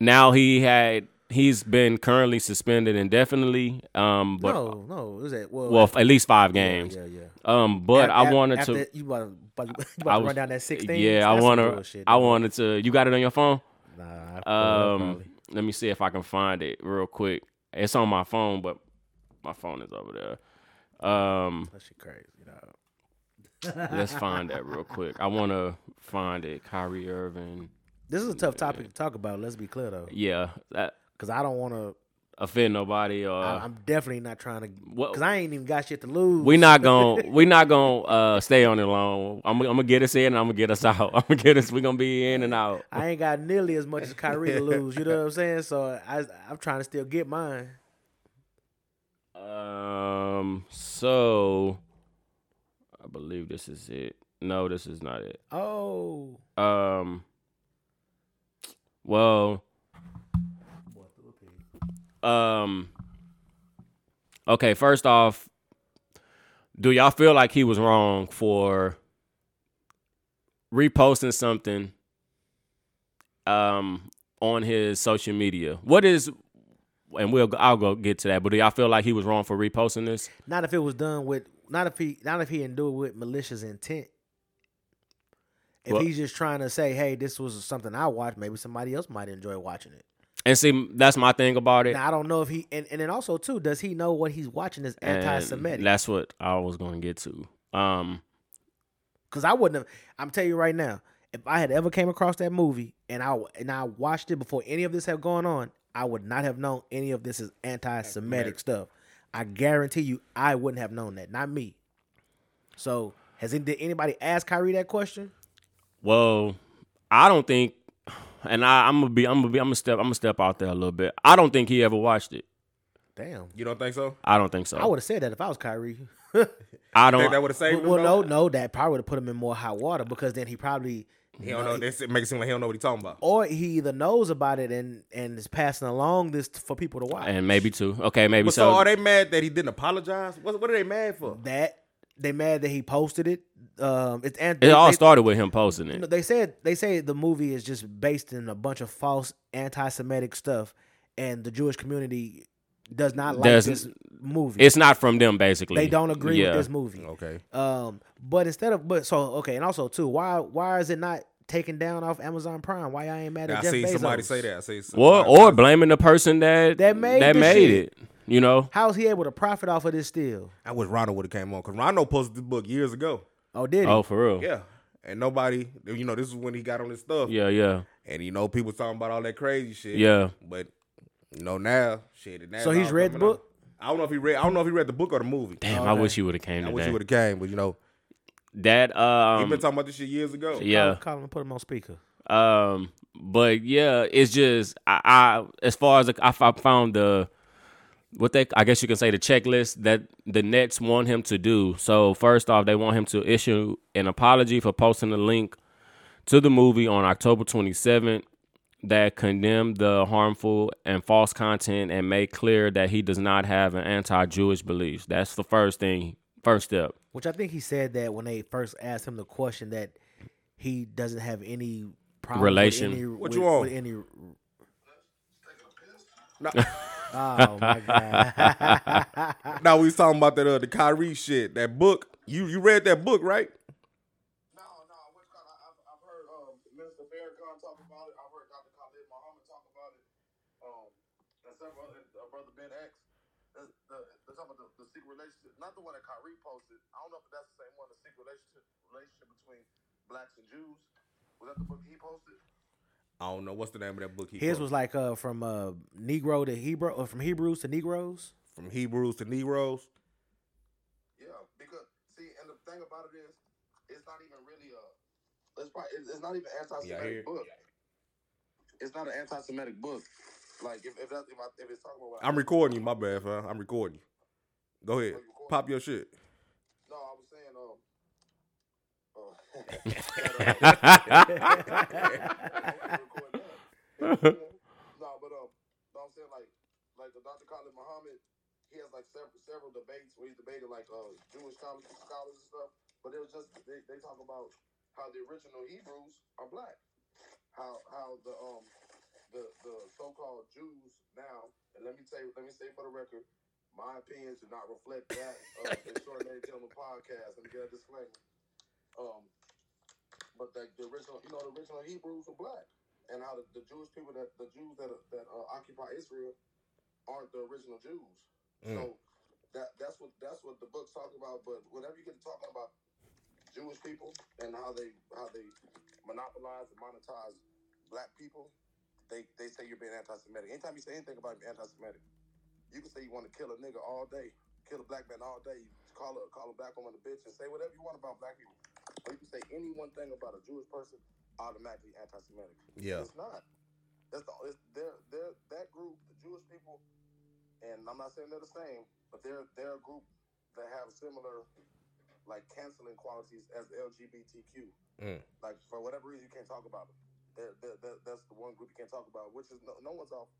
[SPEAKER 2] now he had he's been currently suspended indefinitely. Um, but
[SPEAKER 3] No, no, it was that well.
[SPEAKER 2] well, f- at least five games.
[SPEAKER 3] yeah, yeah.
[SPEAKER 2] Um, but
[SPEAKER 3] af-
[SPEAKER 2] I
[SPEAKER 3] af-
[SPEAKER 2] wanted
[SPEAKER 3] after
[SPEAKER 2] to.
[SPEAKER 3] You about to, about to, you about
[SPEAKER 2] I
[SPEAKER 3] to
[SPEAKER 2] was-
[SPEAKER 3] run down that sixteen?
[SPEAKER 2] Yeah, I want to. I wanted to. You got it on your phone.
[SPEAKER 3] Nah, I-
[SPEAKER 2] Um, let me see if I can find it real quick. It's on my phone, but my phone is over there. Um,
[SPEAKER 3] that shit crazy. You know.
[SPEAKER 2] let's find that real quick. I want to find it. Kyrie Irving.
[SPEAKER 3] This is a tough topic to talk about. Let's be clear though,
[SPEAKER 2] Yeah, that
[SPEAKER 3] because I don't want to.
[SPEAKER 2] offend nobody or
[SPEAKER 3] I'm definitely not trying to.
[SPEAKER 2] Well-
[SPEAKER 3] Because I ain't even got shit to lose.
[SPEAKER 2] Uh, We not gon' we not gon' uh, stay on it long. I'm, I'm gonna get us in and I'm gonna get us out. I'm gonna get us. We gonna be in and out.
[SPEAKER 3] I ain't got nearly as much as Kyrie to lose. You know what I'm saying? So I, I'm trying to still get mine.
[SPEAKER 2] Um. So, I believe this is it. No, this is not it.
[SPEAKER 3] Oh,
[SPEAKER 2] Um. Well. Um. Okay. First off, do y'all feel like he was wrong for reposting something? Um. On his social media, what is? And we'll I'll go get to that. But do y'all feel like he was wrong for reposting this?
[SPEAKER 3] not if it was done with not if he not if he didn't do it with malicious intent. If
[SPEAKER 2] Well-
[SPEAKER 3] he's just trying to say, "Hey, this was something I watched. Maybe somebody else might enjoy watching it."
[SPEAKER 2] And see, that's my thing about it.
[SPEAKER 3] Now I don't know if he and, and then also too, does he know what he's watching is
[SPEAKER 2] And
[SPEAKER 3] anti-Semitic?
[SPEAKER 2] That's what I was gonna get to. Um.
[SPEAKER 3] Because I wouldn't have. I'm telling you right now, if I had ever came across that movie and I and I watched it before any of this had gone on, I would not have known any of this is anti-Semitic stuff. I guarantee you, I wouldn't have known that. Not me. So has any, did anybody ask Kyrie that question?
[SPEAKER 2] Well, I don't think, and I, I'm gonna be, I'm gonna be, I'm gonna step, I'm gonna step out there a little bit. I don't think he ever watched it.
[SPEAKER 3] Damn.
[SPEAKER 5] You don't think so?
[SPEAKER 2] I don't think so.
[SPEAKER 3] I would have said that if I was Kyrie.
[SPEAKER 2] I
[SPEAKER 5] Think that
[SPEAKER 2] don't.
[SPEAKER 5] would have saved him?
[SPEAKER 3] well, no,
[SPEAKER 5] though?
[SPEAKER 3] no, that probably would have put him in more hot water because then he probably
[SPEAKER 5] He don't know. This it makes it seem like he don't know what he's talking about.
[SPEAKER 3] or he either knows about it and and is passing along this for people to watch.
[SPEAKER 2] And maybe two. Okay, maybe
[SPEAKER 5] But so,
[SPEAKER 2] so.
[SPEAKER 5] are they mad that he didn't apologize? What, what are they mad for?
[SPEAKER 3] that they mad that he posted it. Um, it's and
[SPEAKER 2] It all
[SPEAKER 3] they,
[SPEAKER 2] started with him posting
[SPEAKER 3] you know,
[SPEAKER 2] it.
[SPEAKER 3] they said they say the movie is just based in a bunch of false anti-Semitic stuff, and the Jewish community does not like
[SPEAKER 2] Does-
[SPEAKER 3] this movie.
[SPEAKER 2] It's not from them, basically.
[SPEAKER 3] they don't agree
[SPEAKER 2] Yeah.
[SPEAKER 3] with this movie.
[SPEAKER 5] Okay.
[SPEAKER 3] Um, but instead of but so okay, and also too, why why is it not taken down off Amazon Prime. Why I ain't mad at
[SPEAKER 5] I
[SPEAKER 3] Jeff
[SPEAKER 5] seen
[SPEAKER 3] Bezos?
[SPEAKER 5] somebody say that. I seen
[SPEAKER 2] Well,
[SPEAKER 5] somebody-
[SPEAKER 2] or blaming the person that
[SPEAKER 3] That made
[SPEAKER 2] that
[SPEAKER 3] the
[SPEAKER 2] made
[SPEAKER 3] shit.
[SPEAKER 2] it. You know,
[SPEAKER 3] How is he able to profit off of this still?
[SPEAKER 5] I wish Rondo would have came on because Rondo posted this book years ago.
[SPEAKER 3] Oh, did he?
[SPEAKER 2] oh for real,
[SPEAKER 5] Yeah. And nobody, you know, this is when he got on his stuff.
[SPEAKER 2] yeah, yeah.
[SPEAKER 5] And you know, people talking about all that crazy shit.
[SPEAKER 2] Yeah.
[SPEAKER 5] But you know now, shit. it Now
[SPEAKER 3] So
[SPEAKER 5] it's
[SPEAKER 3] he's
[SPEAKER 5] all
[SPEAKER 3] read the
[SPEAKER 5] coming out.
[SPEAKER 3] book?
[SPEAKER 5] I don't know if he read. I don't know if he read the book or the movie.
[SPEAKER 2] Damn, I wish he would have came
[SPEAKER 5] I
[SPEAKER 2] to
[SPEAKER 5] wish he
[SPEAKER 2] that.
[SPEAKER 5] would have came, but you know,
[SPEAKER 2] That
[SPEAKER 5] he
[SPEAKER 2] um,
[SPEAKER 5] been talking about this shit years ago.
[SPEAKER 2] yeah.
[SPEAKER 3] Call him and put him on speaker.
[SPEAKER 2] Um, but yeah, it's just I, I as far as like, I, f- I found the what they I guess you can say the checklist that the Nets want him to do. So first off, they want him to issue an apology for posting the link to the movie on October 27th that condemned the harmful and false content and made clear that he does not have an anti-Jewish beliefs. That's the first thing, first step.
[SPEAKER 3] Which I think he said that when they first asked him the question that he doesn't have any problem
[SPEAKER 2] Relation.
[SPEAKER 3] With any,
[SPEAKER 5] What
[SPEAKER 3] with-
[SPEAKER 5] you on?
[SPEAKER 3] with any.
[SPEAKER 5] No,
[SPEAKER 3] Oh my god!
[SPEAKER 5] no, we was talking about that uh, the Kyrie shit. That book. You you read that book, right?
[SPEAKER 6] No, no, what's called? I, I've, I've heard um, Minister Farrakhan talk about it. I've heard Dr. Khalid Muhammad talk about it. Um, and several other uh, brother Ben X. That's the, they're talking about the, the secret relationship, not the one that Kyrie posted. I don't know if that's the same one. The secret relationship relationship between blacks and Jews. Was that the book he posted?
[SPEAKER 5] I don't know what's the name of that book. He
[SPEAKER 3] His
[SPEAKER 5] wrote?
[SPEAKER 3] was like uh, from uh, Negro to Hebrew, or from Hebrews to Negroes.
[SPEAKER 5] from Hebrews to Negroes.
[SPEAKER 6] Yeah, because see, and the thing about it is, it's not even really a. It's probably it's, it's not even
[SPEAKER 5] Yeah, I hear
[SPEAKER 6] anti-Semitic
[SPEAKER 5] it.
[SPEAKER 6] book. It's not an anti-Semitic book. Like if if, that, if, I, if it's talking about,
[SPEAKER 5] I'm recording you. My bad, fam. I'm recording you. Go ahead. Pop your shit.
[SPEAKER 6] no, I was saying um. oh. no, but um, no, I'm saying like, like the Dr. Khalid Muhammad, he has like several several debates where he debated like uh Jewish scholars, scholars and stuff. But it was just they, they talk about how the original Hebrews are black, how how the um the the so-called Jews now, and let me tell you, let me say for the record, my opinions do not reflect that of the Extraordinary Gentleman podcast. Let me get a disclaimer. Um, but like the original, you know, the original Hebrews were black, and how the, the Jewish people that the Jews that that uh, occupy Israel aren't the original Jews. So that that's what that's what the book's talking about. But whenever you get to talking about Jewish people and how they how they monopolize and monetize black people, they they say you're being anti-Semitic. Anytime you say anything about being anti-Semitic, you can say you want to kill a nigga all day, kill a black man all day, call a call a black woman a bitch, and say whatever you want about black people. Or you can say any one thing about a Jewish person, automatically anti-Semitic.
[SPEAKER 5] Yeah.
[SPEAKER 6] It's not. That's the it's, they're they're that group, the Jewish people, and I'm not saying they're the same, but they're they're a group that have similar like canceling qualities as LGBTQ.
[SPEAKER 5] Mm.
[SPEAKER 6] Like for whatever reason, you can't talk about them. They're, they're, they're- that's the one group you can't talk about, which is no, no one's off,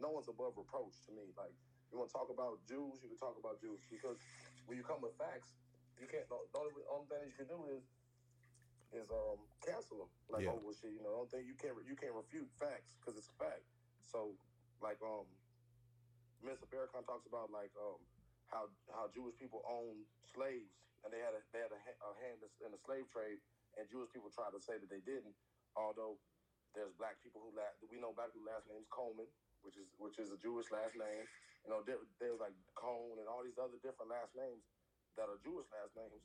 [SPEAKER 6] no one's above reproach to me. Like you want to talk about Jews, you can talk about Jews because when you come with facts, you can't. The only, the only thing that you can do is is um cancel them. Like
[SPEAKER 5] Yeah.
[SPEAKER 6] oh well shit, you know. The only thing you can't re- you can't refute facts because it's a fact. So like um, Mr. Farrakhan talks about like um how how Jewish people owned slaves and they had a they had a, ha- a hand in in the slave trade and Jewish people try to say that they didn't, although there's black people who la- we know black people last names Coleman, which is which is a Jewish last name. You know, there, there's like Cone and all these other different last names that are Jewish last names,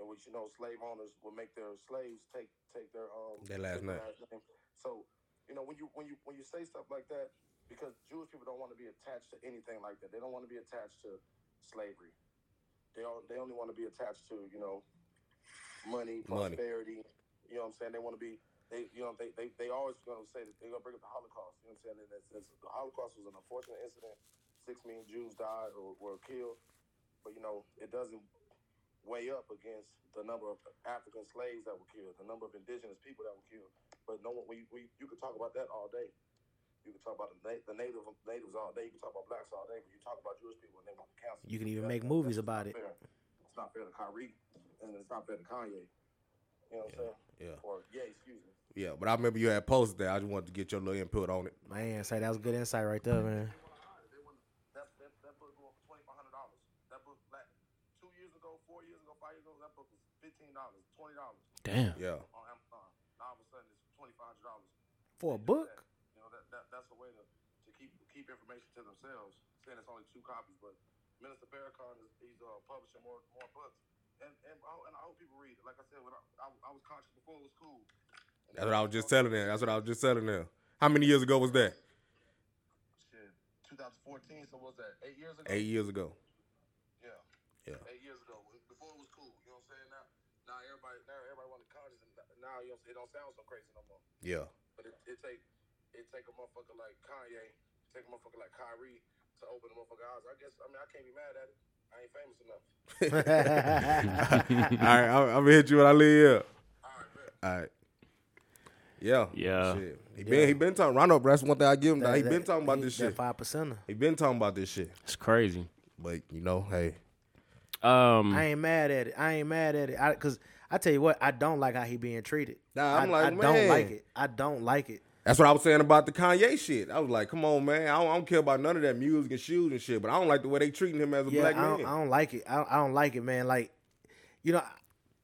[SPEAKER 6] in which you know slave owners will make their slaves take take their um
[SPEAKER 5] Their last
[SPEAKER 6] take
[SPEAKER 5] name.
[SPEAKER 6] name. So you know when you when you when you say stuff like that, because Jewish people don't want to be attached to anything like that. They don't want to be attached to slavery. They all, they only want to be attached to you know money,
[SPEAKER 5] Money.
[SPEAKER 6] prosperity. You know what I'm saying? They want to be they you know they they, they always going to say that they're going to bring up the Holocaust. You know what I'm saying? And that's, that's, the Holocaust was an unfortunate incident. Six million Jews died or were killed, but you know it doesn't weigh up against the number of African slaves that were killed, the number of indigenous people that were killed. But no one, we, we you could talk about that all day. You could talk about the, na- the native natives all day. You can talk about blacks all day. But you talk about Jewish people and they want to cancel.
[SPEAKER 3] You can even
[SPEAKER 6] That-
[SPEAKER 3] make
[SPEAKER 6] that-
[SPEAKER 3] movies
[SPEAKER 6] that's
[SPEAKER 3] about it.
[SPEAKER 6] not fair. It's not fair to Kyrie, and it's not fair to Kanye. You know what I'm saying?
[SPEAKER 5] Yeah.
[SPEAKER 6] Or yeah, excuse me.
[SPEAKER 5] Yeah, but I remember you had posted that. I just wanted to get your little input on it.
[SPEAKER 3] Man, say that was good insight right there, man.
[SPEAKER 6] They want that that, that book going for twenty five hundred dollars. That book like two years ago, four years ago, five years ago, that book was fifteen dollars, twenty dollars
[SPEAKER 2] Damn.
[SPEAKER 5] Yeah.
[SPEAKER 6] on Amazon. Now all of a sudden it's
[SPEAKER 3] For a book?
[SPEAKER 6] You know, that, that that's a way to, to keep keep information to themselves, saying it's only two copies. But Minister Farrakhan is he's uh, publishing more more books, and and I, hope- and I hope people read it. Like I said, when I, I, I was conscious before it was cool.
[SPEAKER 5] That's what I was just telling them. That's what I was just telling them. How many years ago was that?
[SPEAKER 6] Shit, 2014. So what was that eight years ago?
[SPEAKER 5] Eight years ago.
[SPEAKER 6] Yeah.
[SPEAKER 5] Yeah.
[SPEAKER 6] Eight years ago, when- before it was cool. You know what I'm saying? Now, now everybody, now everybody want to conscious, and now you know, it don't sound so crazy no more.
[SPEAKER 5] Yeah.
[SPEAKER 6] But it, it take it take a motherfucker like Kanye, take a motherfucker like Kyrie to open the motherfucker eyes. I guess I mean I can't be mad at it. I ain't famous enough.
[SPEAKER 5] All right, I'm, I'm gonna hit you when I leave. Here. All right. Yeah.
[SPEAKER 2] Yeah.
[SPEAKER 5] Shit. He been he been talking. Rondo, that's one thing I give him. though. he been talking about
[SPEAKER 3] he-
[SPEAKER 5] this
[SPEAKER 3] that
[SPEAKER 5] shit.
[SPEAKER 3] Five percent.
[SPEAKER 5] He been talking about this shit.
[SPEAKER 2] It's crazy.
[SPEAKER 5] But you know, hey,
[SPEAKER 2] Um,
[SPEAKER 3] I ain't mad at it. I ain't mad at it. I, Cause I tell you what, I don't like how he being treated.
[SPEAKER 5] Nah, I'm
[SPEAKER 3] I,
[SPEAKER 5] like,
[SPEAKER 3] I don't like
[SPEAKER 5] man.
[SPEAKER 3] it. I don't like it.
[SPEAKER 5] that's what I was saying about the Kanye shit. I was like, come on, man. I don't, I don't care about none of that music and shoes and shit. But I don't like the way they treating him as a
[SPEAKER 3] Yeah,
[SPEAKER 5] black
[SPEAKER 3] I, don't,
[SPEAKER 5] man.
[SPEAKER 3] I don't like it. I don't, I don't like it, man. Like, you know,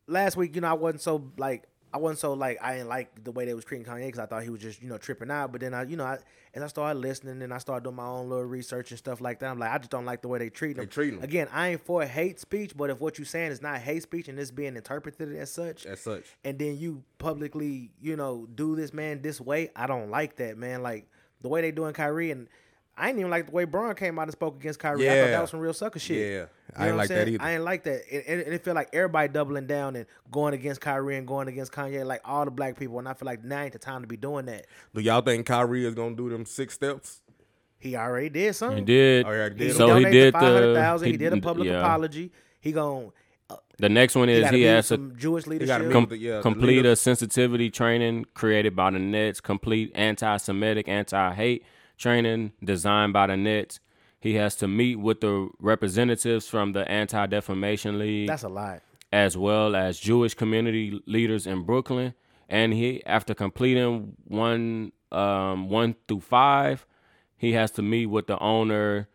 [SPEAKER 3] last week, you know, I wasn't so like I wasn't so like I didn't like the way they was treating Kanye because I thought he was just you know tripping out. But then I, you know, I, as I started listening and I started doing my own little research and stuff like that, I'm like, I just don't like the way they treat him.
[SPEAKER 5] treat him.
[SPEAKER 3] Again, I ain't for hate speech, but if what you saying is not hate speech and it's being interpreted as such,
[SPEAKER 5] as such.
[SPEAKER 3] and then you publicly, you know, do this man this way. I don't like that, man. Like the way they doing Kyrie and I ain't even like the way Braun came out and spoke against Kyrie. I thought
[SPEAKER 5] Yeah.
[SPEAKER 3] that was some real sucker shit.
[SPEAKER 5] Yeah.
[SPEAKER 3] You
[SPEAKER 5] I
[SPEAKER 3] know
[SPEAKER 5] ain't
[SPEAKER 3] what I'm
[SPEAKER 5] like that
[SPEAKER 3] saying?
[SPEAKER 5] either.
[SPEAKER 3] I ain't like that. And, and, and it feel like everybody doubling down and going against Kyrie and going against Kanye, like all the black people. And I feel like now ain't the time to be doing that.
[SPEAKER 5] Do y'all think Kyrie is gonna do them six steps?
[SPEAKER 3] He already did
[SPEAKER 2] he
[SPEAKER 3] something.
[SPEAKER 2] did.
[SPEAKER 5] Oh, yeah, he did.
[SPEAKER 2] So he
[SPEAKER 3] donated
[SPEAKER 2] did
[SPEAKER 3] the five hundred
[SPEAKER 2] the.
[SPEAKER 3] thousand. He, did a public
[SPEAKER 2] yeah.
[SPEAKER 3] apology. He gon'
[SPEAKER 2] The next one
[SPEAKER 3] he
[SPEAKER 2] is
[SPEAKER 3] gotta
[SPEAKER 2] he,
[SPEAKER 3] be
[SPEAKER 2] has to
[SPEAKER 3] some Jewish
[SPEAKER 5] gotta
[SPEAKER 3] leadership.
[SPEAKER 5] meet
[SPEAKER 2] com-
[SPEAKER 5] with the- yeah, the
[SPEAKER 2] complete a
[SPEAKER 5] leaders.
[SPEAKER 2] sensitivity training created by the Nets, complete anti-Semitic, anti-hate training designed by the Nets. He has to meet with the representatives from the Anti-Defamation League,
[SPEAKER 3] That's a lot.
[SPEAKER 2] as well as Jewish community leaders in Brooklyn. And he, after completing one um, one through five, he has to meet with the owner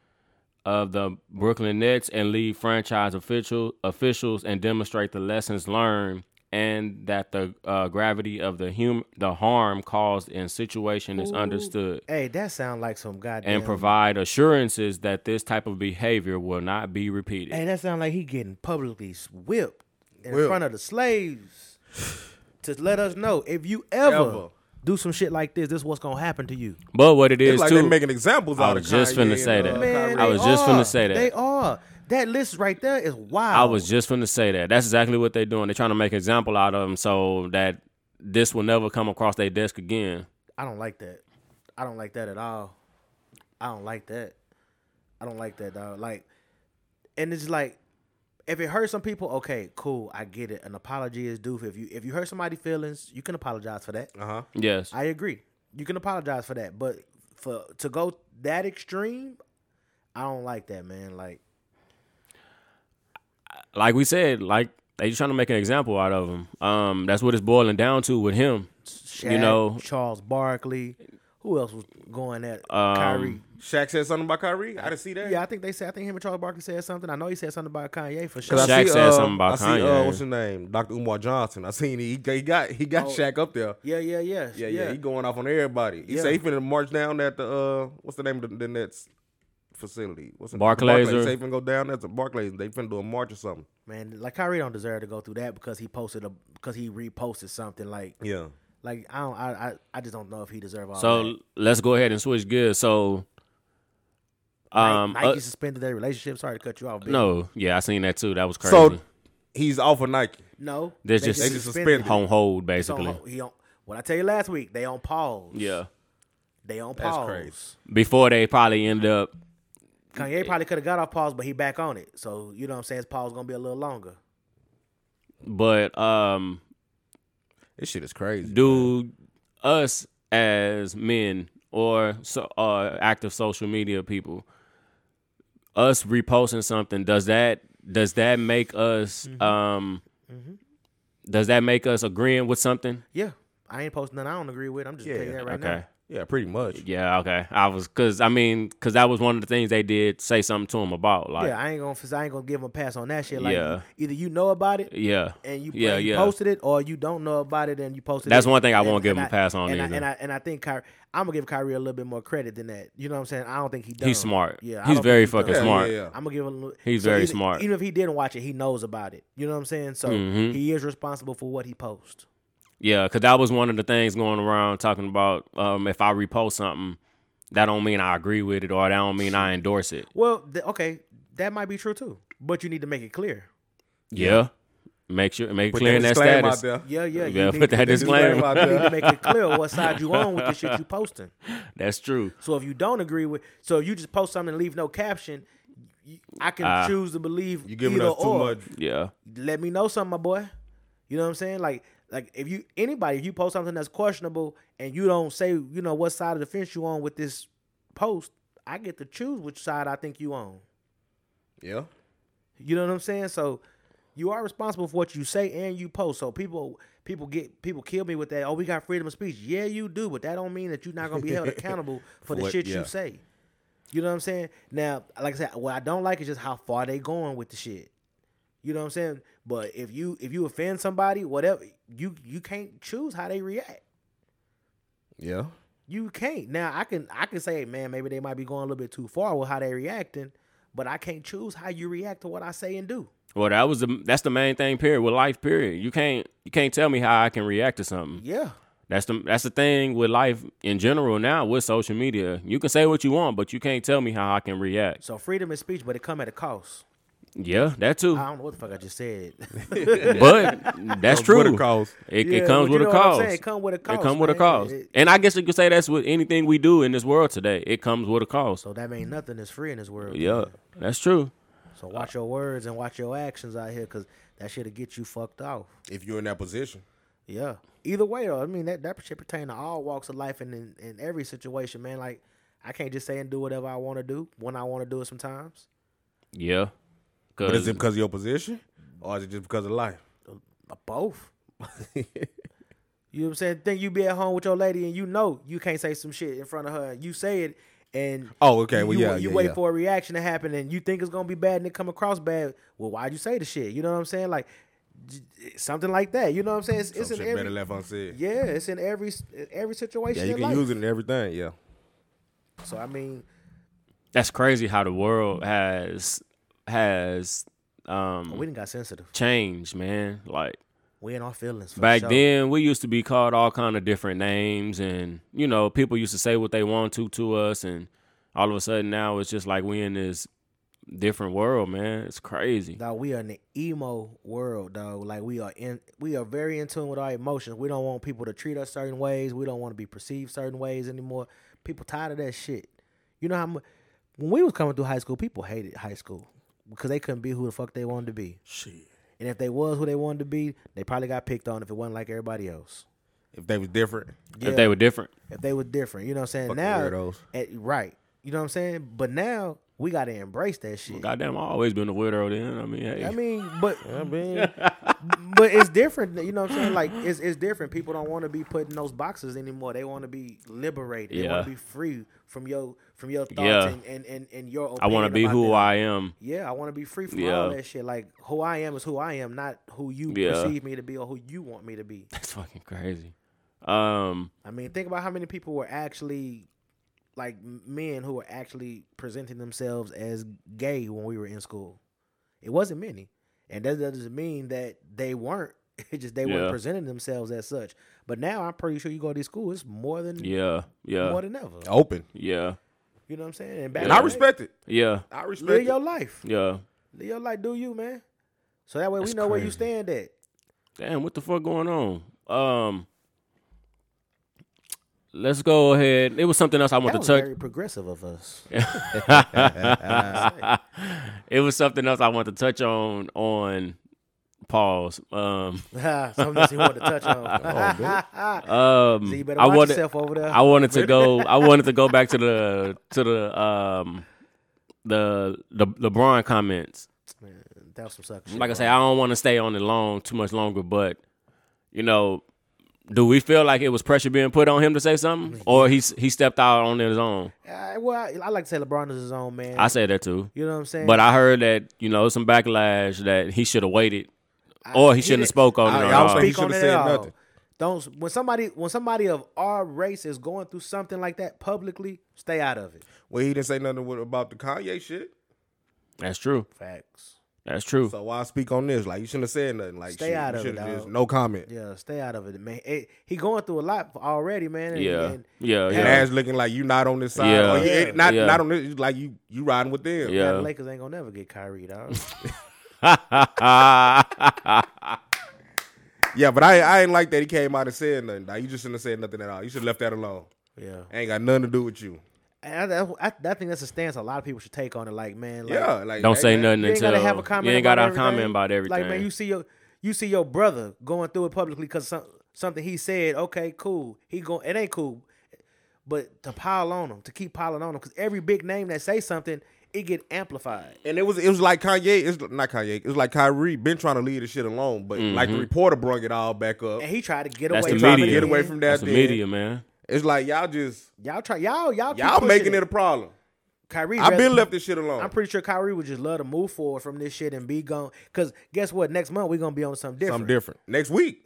[SPEAKER 2] of the Brooklyn Nets and lead franchise official officials and demonstrate the lessons learned and that the uh, gravity of the hum- the harm caused in situation is understood
[SPEAKER 3] Hey, that sound like some goddamn.
[SPEAKER 2] and provide assurances that this type of behavior will not be repeated.
[SPEAKER 3] Hey, that sound like he getting publicly whipped in
[SPEAKER 5] Whipped.
[SPEAKER 3] front of the slaves to let us know if you ever,
[SPEAKER 5] Ever.
[SPEAKER 3] do some shit like this, this what's gonna happen to you.
[SPEAKER 2] but what it is
[SPEAKER 5] It's like
[SPEAKER 2] too
[SPEAKER 5] they making examples
[SPEAKER 2] I
[SPEAKER 5] out of
[SPEAKER 2] was just
[SPEAKER 5] Kanye
[SPEAKER 2] finna
[SPEAKER 5] and,
[SPEAKER 2] say
[SPEAKER 5] uh,
[SPEAKER 2] that.
[SPEAKER 5] Kyrie.
[SPEAKER 2] I
[SPEAKER 3] they
[SPEAKER 2] was just finna
[SPEAKER 3] are.
[SPEAKER 2] say that.
[SPEAKER 3] they are. That list right there is wild.
[SPEAKER 2] I was just finna say that. That's exactly what they're doing. They're trying to make example out of them so that this will never come across their desk again.
[SPEAKER 3] I don't like that. I don't like that at all. I don't like that. I don't like that, dog. Like, and it's like, if it hurts some people, okay, cool, I get it. An apology is due. If you if you hurt somebody's feelings, you can apologize for that.
[SPEAKER 2] Yes.
[SPEAKER 3] I agree. You can apologize for that, but for to go that extreme, I don't like that, man. Like,
[SPEAKER 2] like we said, like they just trying to make an example out of him. Um, that's what it's boiling down to with him.
[SPEAKER 3] Shaq,
[SPEAKER 2] you know,
[SPEAKER 3] Charles Barkley. Who else was going at
[SPEAKER 2] um,
[SPEAKER 3] Kyrie?
[SPEAKER 5] Shaq said something about Kyrie. I didn't see that.
[SPEAKER 3] Yeah, I think they said. I think him and Charles Barkley said something. I know he said something about Kanye for sure.
[SPEAKER 5] Cause I
[SPEAKER 2] Shaq
[SPEAKER 5] see,
[SPEAKER 2] said
[SPEAKER 5] uh,
[SPEAKER 3] um,
[SPEAKER 2] something about
[SPEAKER 5] I see,
[SPEAKER 2] Kanye.
[SPEAKER 5] Uh, what's his name? Dr. Umar Johnson. I seen he, he got he got Shaq up there.
[SPEAKER 3] yeah, yeah, Oh. yeah,
[SPEAKER 5] Yeah, yeah, He going off on everybody. He
[SPEAKER 3] Yeah.
[SPEAKER 5] said he finna march down at the uh, what's the name of the, the Nets facility? What's the
[SPEAKER 2] Barclays or-
[SPEAKER 5] Barclays. They finna go down there to Barclays. They finna do a march or something.
[SPEAKER 3] man, like Kyrie don't deserve to go through that because he posted a because he reposted something like
[SPEAKER 5] Yeah,
[SPEAKER 3] like I don't I I, I just don't know if he deserve all
[SPEAKER 2] So
[SPEAKER 3] that.
[SPEAKER 2] let's go ahead and switch gears. So, um,
[SPEAKER 3] Nike
[SPEAKER 2] uh,
[SPEAKER 3] suspended their relationship. Sorry to cut you off. Big.
[SPEAKER 2] no, yeah, I seen that too. That was crazy.
[SPEAKER 5] So- he's off of Nike.
[SPEAKER 3] no,
[SPEAKER 2] They're
[SPEAKER 3] they
[SPEAKER 2] just-
[SPEAKER 5] They just suspended
[SPEAKER 2] on hold
[SPEAKER 3] It's on
[SPEAKER 2] basically.
[SPEAKER 3] hold. he on, what I tell you last week, they on pause.
[SPEAKER 2] Yeah.
[SPEAKER 3] They on
[SPEAKER 5] That's
[SPEAKER 3] pause.
[SPEAKER 5] crazy.
[SPEAKER 2] Before they probably end up.
[SPEAKER 3] Kanye probably could have got off pause, but he back on it. So you know what I'm saying? His pause gonna be a little longer.
[SPEAKER 2] But um,
[SPEAKER 5] This shit is crazy.
[SPEAKER 2] do us as men or so, uh, active social media people us reposting something does that does that make us
[SPEAKER 3] Mm-hmm.
[SPEAKER 2] um does that make us agreeing with something
[SPEAKER 3] Yeah. I ain't posting nothing I don't agree with. I'm just telling you that right
[SPEAKER 2] okay
[SPEAKER 3] now.
[SPEAKER 5] Yeah, pretty much.
[SPEAKER 2] Yeah, okay. I was cause I mean, cause that was one of the things they did say something to him about. Like
[SPEAKER 3] yeah, I ain't gonna I ain't gonna give him a pass on that shit. Like
[SPEAKER 2] Yeah.
[SPEAKER 3] either you know about it
[SPEAKER 2] yeah.
[SPEAKER 3] and you,
[SPEAKER 2] Yeah,
[SPEAKER 3] and you
[SPEAKER 2] yeah.
[SPEAKER 3] posted it, or you don't know about it and you posted.
[SPEAKER 2] That's
[SPEAKER 3] it.
[SPEAKER 2] one thing I
[SPEAKER 3] And-
[SPEAKER 2] won't give
[SPEAKER 3] and
[SPEAKER 2] him a
[SPEAKER 3] I-
[SPEAKER 2] pass on
[SPEAKER 3] and I,
[SPEAKER 2] either.
[SPEAKER 3] and I and I think Kyrie, I'm gonna give Kyrie a little bit more credit than that. You know what I'm saying? I don't think he dumb.
[SPEAKER 2] He's smart.
[SPEAKER 3] Yeah, I
[SPEAKER 2] He's
[SPEAKER 3] don't think
[SPEAKER 2] very
[SPEAKER 3] he dumb.
[SPEAKER 2] fucking
[SPEAKER 5] Yeah,
[SPEAKER 2] smart.
[SPEAKER 5] yeah, yeah.
[SPEAKER 3] I'm gonna give him. A little,
[SPEAKER 2] He's
[SPEAKER 3] so
[SPEAKER 2] very
[SPEAKER 3] even-
[SPEAKER 2] smart.
[SPEAKER 3] Even if he didn't watch it, he knows about it. You know what I'm saying? So
[SPEAKER 2] Mhm.
[SPEAKER 3] he is responsible for what he posts.
[SPEAKER 2] Yeah, because that was one of the things going around talking about um, if I repost something, that don't mean I agree with it or that don't mean I endorse it.
[SPEAKER 3] Well, th- okay, that might be true too, but you need to make it clear.
[SPEAKER 2] Yeah. Make sure make
[SPEAKER 5] Put
[SPEAKER 2] clear in that
[SPEAKER 5] disclaimer out
[SPEAKER 2] status.
[SPEAKER 3] Yeah,
[SPEAKER 5] there.
[SPEAKER 3] yeah.
[SPEAKER 2] Yeah,
[SPEAKER 3] you need
[SPEAKER 2] put
[SPEAKER 3] to-
[SPEAKER 2] that
[SPEAKER 3] you
[SPEAKER 2] disclaimer.
[SPEAKER 3] need to- You need to make it clear what side you on with the shit you posting.
[SPEAKER 2] That's true.
[SPEAKER 3] So if you don't agree with, so if you just post something and leave no caption, you, I can
[SPEAKER 2] Ah.
[SPEAKER 3] choose to believe
[SPEAKER 5] You
[SPEAKER 3] either
[SPEAKER 5] giving us too
[SPEAKER 3] or.
[SPEAKER 5] much.
[SPEAKER 2] Yeah.
[SPEAKER 3] Let me know something, my boy. You know what I'm saying? Like, like if you anybody, if you post something that's questionable and you don't say, you know, what side of the fence you on with this post, I get to choose which side I think you on.
[SPEAKER 5] Yeah.
[SPEAKER 3] You know what I'm saying? So you are responsible for what you say and you post. So people people get people kill me with that. Oh, we got freedom of speech. Yeah, you do, but that don't mean that you're not gonna be held accountable for the
[SPEAKER 5] what-
[SPEAKER 3] shit
[SPEAKER 5] yeah.
[SPEAKER 3] you say. You know what I'm saying? Now, like I said, what I don't like is just how far they going with the shit. You know what I'm saying? But if you if you offend somebody, whatever, you you can't choose how they react.
[SPEAKER 5] Yeah.
[SPEAKER 3] You can't. Now I can I can say, man, maybe they might be going a little bit too far with how they reacting, but I can't choose how you react to what I say and do.
[SPEAKER 2] Well, that was the that's the main thing. Period with life. Period. You can't you can't tell me how I can react to something.
[SPEAKER 3] Yeah.
[SPEAKER 2] That's the that's the thing with life in general now with social media. You can say what you want, but you can't tell me how I can react.
[SPEAKER 3] So freedom of speech, but it come at a cost.
[SPEAKER 2] Yeah, that too.
[SPEAKER 3] I don't know what the fuck I just said.
[SPEAKER 2] But that's
[SPEAKER 5] What
[SPEAKER 2] true.
[SPEAKER 5] it costs.
[SPEAKER 2] It,
[SPEAKER 3] Yeah,
[SPEAKER 2] it comes
[SPEAKER 3] but
[SPEAKER 2] with a
[SPEAKER 3] you know what I'm
[SPEAKER 2] cost.
[SPEAKER 3] saying, it come with a
[SPEAKER 2] It
[SPEAKER 3] cost,
[SPEAKER 2] come with a
[SPEAKER 3] man.
[SPEAKER 2] cost.
[SPEAKER 3] It-
[SPEAKER 2] and I guess you could say that's with anything we do in this world today. It comes with a cost.
[SPEAKER 3] so that means nothing is free in this world.
[SPEAKER 2] Yeah, that's true.
[SPEAKER 3] So watch your words and watch your actions out here, cause that shit'll get you fucked off.
[SPEAKER 5] If you're in that position.
[SPEAKER 3] Yeah. Either way, though, I mean that that shit pertain to all walks of life and in, in every situation, man. Like I can't just say and do whatever I want to do when I want to do it. Sometimes
[SPEAKER 2] Yeah.
[SPEAKER 5] But is
[SPEAKER 2] Cause
[SPEAKER 5] it because of your position? Or is it just because of life?
[SPEAKER 3] Uh, both. you know what I'm saying? Think you be at home with your lady and you know you can't say some shit in front of her. You say it and
[SPEAKER 5] Oh, okay. Well,
[SPEAKER 3] you,
[SPEAKER 5] yeah,
[SPEAKER 3] you
[SPEAKER 5] yeah,
[SPEAKER 3] wait
[SPEAKER 5] yeah.
[SPEAKER 3] for a reaction to happen and you think it's gonna be bad and it come across bad. Well, why'd you say the shit? You know what I'm saying? Like j- something like that. You know what I'm saying? It's, it's
[SPEAKER 5] Some
[SPEAKER 3] in
[SPEAKER 5] shit better
[SPEAKER 3] every
[SPEAKER 5] left unsaid. Yeah,
[SPEAKER 3] yeah, it's in every s- every situation.
[SPEAKER 5] you
[SPEAKER 3] in
[SPEAKER 5] can
[SPEAKER 3] life.
[SPEAKER 5] use it in everything. Yeah.
[SPEAKER 3] So I mean,
[SPEAKER 2] that's crazy how the world has has
[SPEAKER 3] we
[SPEAKER 2] um
[SPEAKER 3] didn't got sensitive.
[SPEAKER 2] changed, man. Like
[SPEAKER 3] We in our feelings. For
[SPEAKER 2] back
[SPEAKER 3] sure.
[SPEAKER 2] then we used to be called all kind of different names and you know, people used to say what they want to to us and all of a sudden now it's just like we in this different world, man. It's crazy.
[SPEAKER 3] Dog, we are in the emo world, dog. Like we are in, we are very in tune with our emotions. We don't want people to treat us certain ways. We don't want to be perceived certain ways anymore. People tired of that shit. You know how mu- when we was coming through high school, people hated high school because they couldn't be who the fuck they wanted to be.
[SPEAKER 5] Shit.
[SPEAKER 3] And if they was who they wanted to be, they probably got picked on if it wasn't like everybody else.
[SPEAKER 5] If they was different.
[SPEAKER 3] Yeah.
[SPEAKER 2] If they were different.
[SPEAKER 3] If they were different, you know what I'm saying?
[SPEAKER 5] Fucking
[SPEAKER 3] now,
[SPEAKER 5] weirdos.
[SPEAKER 3] at- right? You know what I'm saying? But now we gotta embrace that shit.
[SPEAKER 2] Goddamn, I always been a weirdo then. I mean, hey.
[SPEAKER 3] I mean, but I mean, but it's different. You know what I'm saying? Like it's it's different. People don't want to be put in those boxes anymore. They want to be liberated. They
[SPEAKER 2] Yeah.
[SPEAKER 3] want to be free from your from your thoughts
[SPEAKER 2] Yeah.
[SPEAKER 3] and, and and and your.
[SPEAKER 2] I want to be who I am.
[SPEAKER 3] Yeah, I want to be free from
[SPEAKER 2] Yeah.
[SPEAKER 3] all that shit. Like who I am is who I am, not who you
[SPEAKER 2] Yeah.
[SPEAKER 3] perceive me to be or who you want me to be.
[SPEAKER 2] That's fucking crazy. Um,
[SPEAKER 3] I mean, think about how many people were actually like men who were actually presenting themselves as gay when we were in school. It wasn't many. And that doesn't mean that they weren't. It just they
[SPEAKER 2] Yeah.
[SPEAKER 3] weren't presenting themselves as such. But now I'm pretty sure you go to these schools, it's more than
[SPEAKER 2] yeah, Oh.
[SPEAKER 3] more
[SPEAKER 2] yeah,
[SPEAKER 3] than ever.
[SPEAKER 5] Open.
[SPEAKER 2] yeah,
[SPEAKER 3] You know what I'm saying? And, back
[SPEAKER 5] And I
[SPEAKER 3] in the day,
[SPEAKER 5] respect it.
[SPEAKER 2] yeah,
[SPEAKER 5] I respect
[SPEAKER 3] live
[SPEAKER 5] it.
[SPEAKER 3] your life.
[SPEAKER 2] yeah.
[SPEAKER 3] Live your life, do you, man. So that way
[SPEAKER 2] That's
[SPEAKER 3] we know where you
[SPEAKER 2] crazy.
[SPEAKER 3] stand at.
[SPEAKER 2] Damn, what the fuck going on? Um, let's go ahead. It was something else I
[SPEAKER 3] That
[SPEAKER 2] wanted
[SPEAKER 3] was
[SPEAKER 2] to
[SPEAKER 3] very progressive of us.
[SPEAKER 2] touch. it was something else I wanted to touch on on pause. Um,
[SPEAKER 3] Something else you wanted to touch on.
[SPEAKER 2] um,
[SPEAKER 3] so you better
[SPEAKER 2] I
[SPEAKER 3] watch
[SPEAKER 2] wanted
[SPEAKER 3] yourself over there.
[SPEAKER 2] I wanted to go. I wanted to go back to the to the um the the LeBron comments.
[SPEAKER 3] Man, that was some sucker shit.
[SPEAKER 2] like I
[SPEAKER 3] bro.
[SPEAKER 2] say, I don't want to stay on it long too much longer, but you know, Do we feel like it was pressure being put on him to say something, or he he stepped out on his own?
[SPEAKER 3] Uh, well, I, I like to say LeBron is his own man.
[SPEAKER 2] I say that too,
[SPEAKER 3] you know what I'm saying?
[SPEAKER 2] but I heard that you know some backlash that he should have waited, or he shouldn't have
[SPEAKER 3] didn't-
[SPEAKER 2] spoke on
[SPEAKER 5] I-
[SPEAKER 2] it. at
[SPEAKER 5] I was
[SPEAKER 2] all.
[SPEAKER 5] thinking-
[SPEAKER 3] speak on
[SPEAKER 5] should've
[SPEAKER 3] it
[SPEAKER 5] said
[SPEAKER 3] at all.
[SPEAKER 5] nothing.
[SPEAKER 3] Don't when somebody when somebody of our race is going through something like that publicly, stay out of it.
[SPEAKER 5] Well, he didn't say nothing with- about the Kanye shit.
[SPEAKER 2] That's true.
[SPEAKER 3] Facts.
[SPEAKER 2] That's true.
[SPEAKER 5] So why speak on this? Like you shouldn't have said nothing. Like
[SPEAKER 3] Stay
[SPEAKER 5] shit,
[SPEAKER 3] out
[SPEAKER 5] you
[SPEAKER 3] of it,
[SPEAKER 5] should've just
[SPEAKER 3] dog.
[SPEAKER 5] no comment.
[SPEAKER 3] Yeah, stay out of it, man. It- he going through a lot already, man. and-
[SPEAKER 2] Yeah,
[SPEAKER 3] and-
[SPEAKER 2] yeah,
[SPEAKER 5] And
[SPEAKER 2] yeah,
[SPEAKER 5] Ash looking like you not on this side.
[SPEAKER 2] Yeah.
[SPEAKER 5] Or you ain't- not
[SPEAKER 2] Yeah.
[SPEAKER 5] not on this. Like you you riding with them.
[SPEAKER 3] now the
[SPEAKER 2] yeah.
[SPEAKER 3] Lakers ain't gonna never get Kyrie, dog.
[SPEAKER 5] Yeah, but I I ain't like that. He came out and said nothing. Like, you just shouldn't have said nothing at all. You should have left that alone.
[SPEAKER 3] yeah,
[SPEAKER 5] Ain't got nothing to do with you.
[SPEAKER 3] and I, I, I think that's a stance a lot of people should take on it. Like, man, like,
[SPEAKER 5] yeah, like
[SPEAKER 2] Don't
[SPEAKER 5] hey,
[SPEAKER 2] say
[SPEAKER 5] man,
[SPEAKER 2] nothing
[SPEAKER 3] You ain't
[SPEAKER 2] until
[SPEAKER 3] gotta have a comment.
[SPEAKER 2] you ain't
[SPEAKER 3] about
[SPEAKER 2] gotta have
[SPEAKER 3] everything.
[SPEAKER 2] comment about everything.
[SPEAKER 3] Like man, you see your you see your brother going through it publicly because some, something he said. Okay, cool. He go. It ain't cool, but to pile on him, to keep piling on him, because every big name that say something, it get amplified.
[SPEAKER 5] And it was it was like Kanye. It's not Kanye. It was like Kyrie been trying to leave the shit alone, but
[SPEAKER 2] Mm-hmm.
[SPEAKER 5] like the reporter brung it all back up.
[SPEAKER 3] And he tried to get
[SPEAKER 2] That's
[SPEAKER 3] away.
[SPEAKER 2] the
[SPEAKER 5] Trying
[SPEAKER 3] from
[SPEAKER 5] to
[SPEAKER 2] media.
[SPEAKER 5] get
[SPEAKER 3] it.
[SPEAKER 5] away from that.
[SPEAKER 2] That's the
[SPEAKER 5] then.
[SPEAKER 2] media, man.
[SPEAKER 5] It's like y'all just
[SPEAKER 3] Y'all try. Y'all y'all keep
[SPEAKER 5] y'all
[SPEAKER 3] pushing
[SPEAKER 5] making it a problem.
[SPEAKER 3] Kyrie.
[SPEAKER 5] I've been
[SPEAKER 3] rather-
[SPEAKER 5] left this shit alone.
[SPEAKER 3] I'm pretty sure Kyrie would just love to move forward from this shit and be gone. Because guess what? Next month we're gonna be on something different.
[SPEAKER 5] Something different. Next week,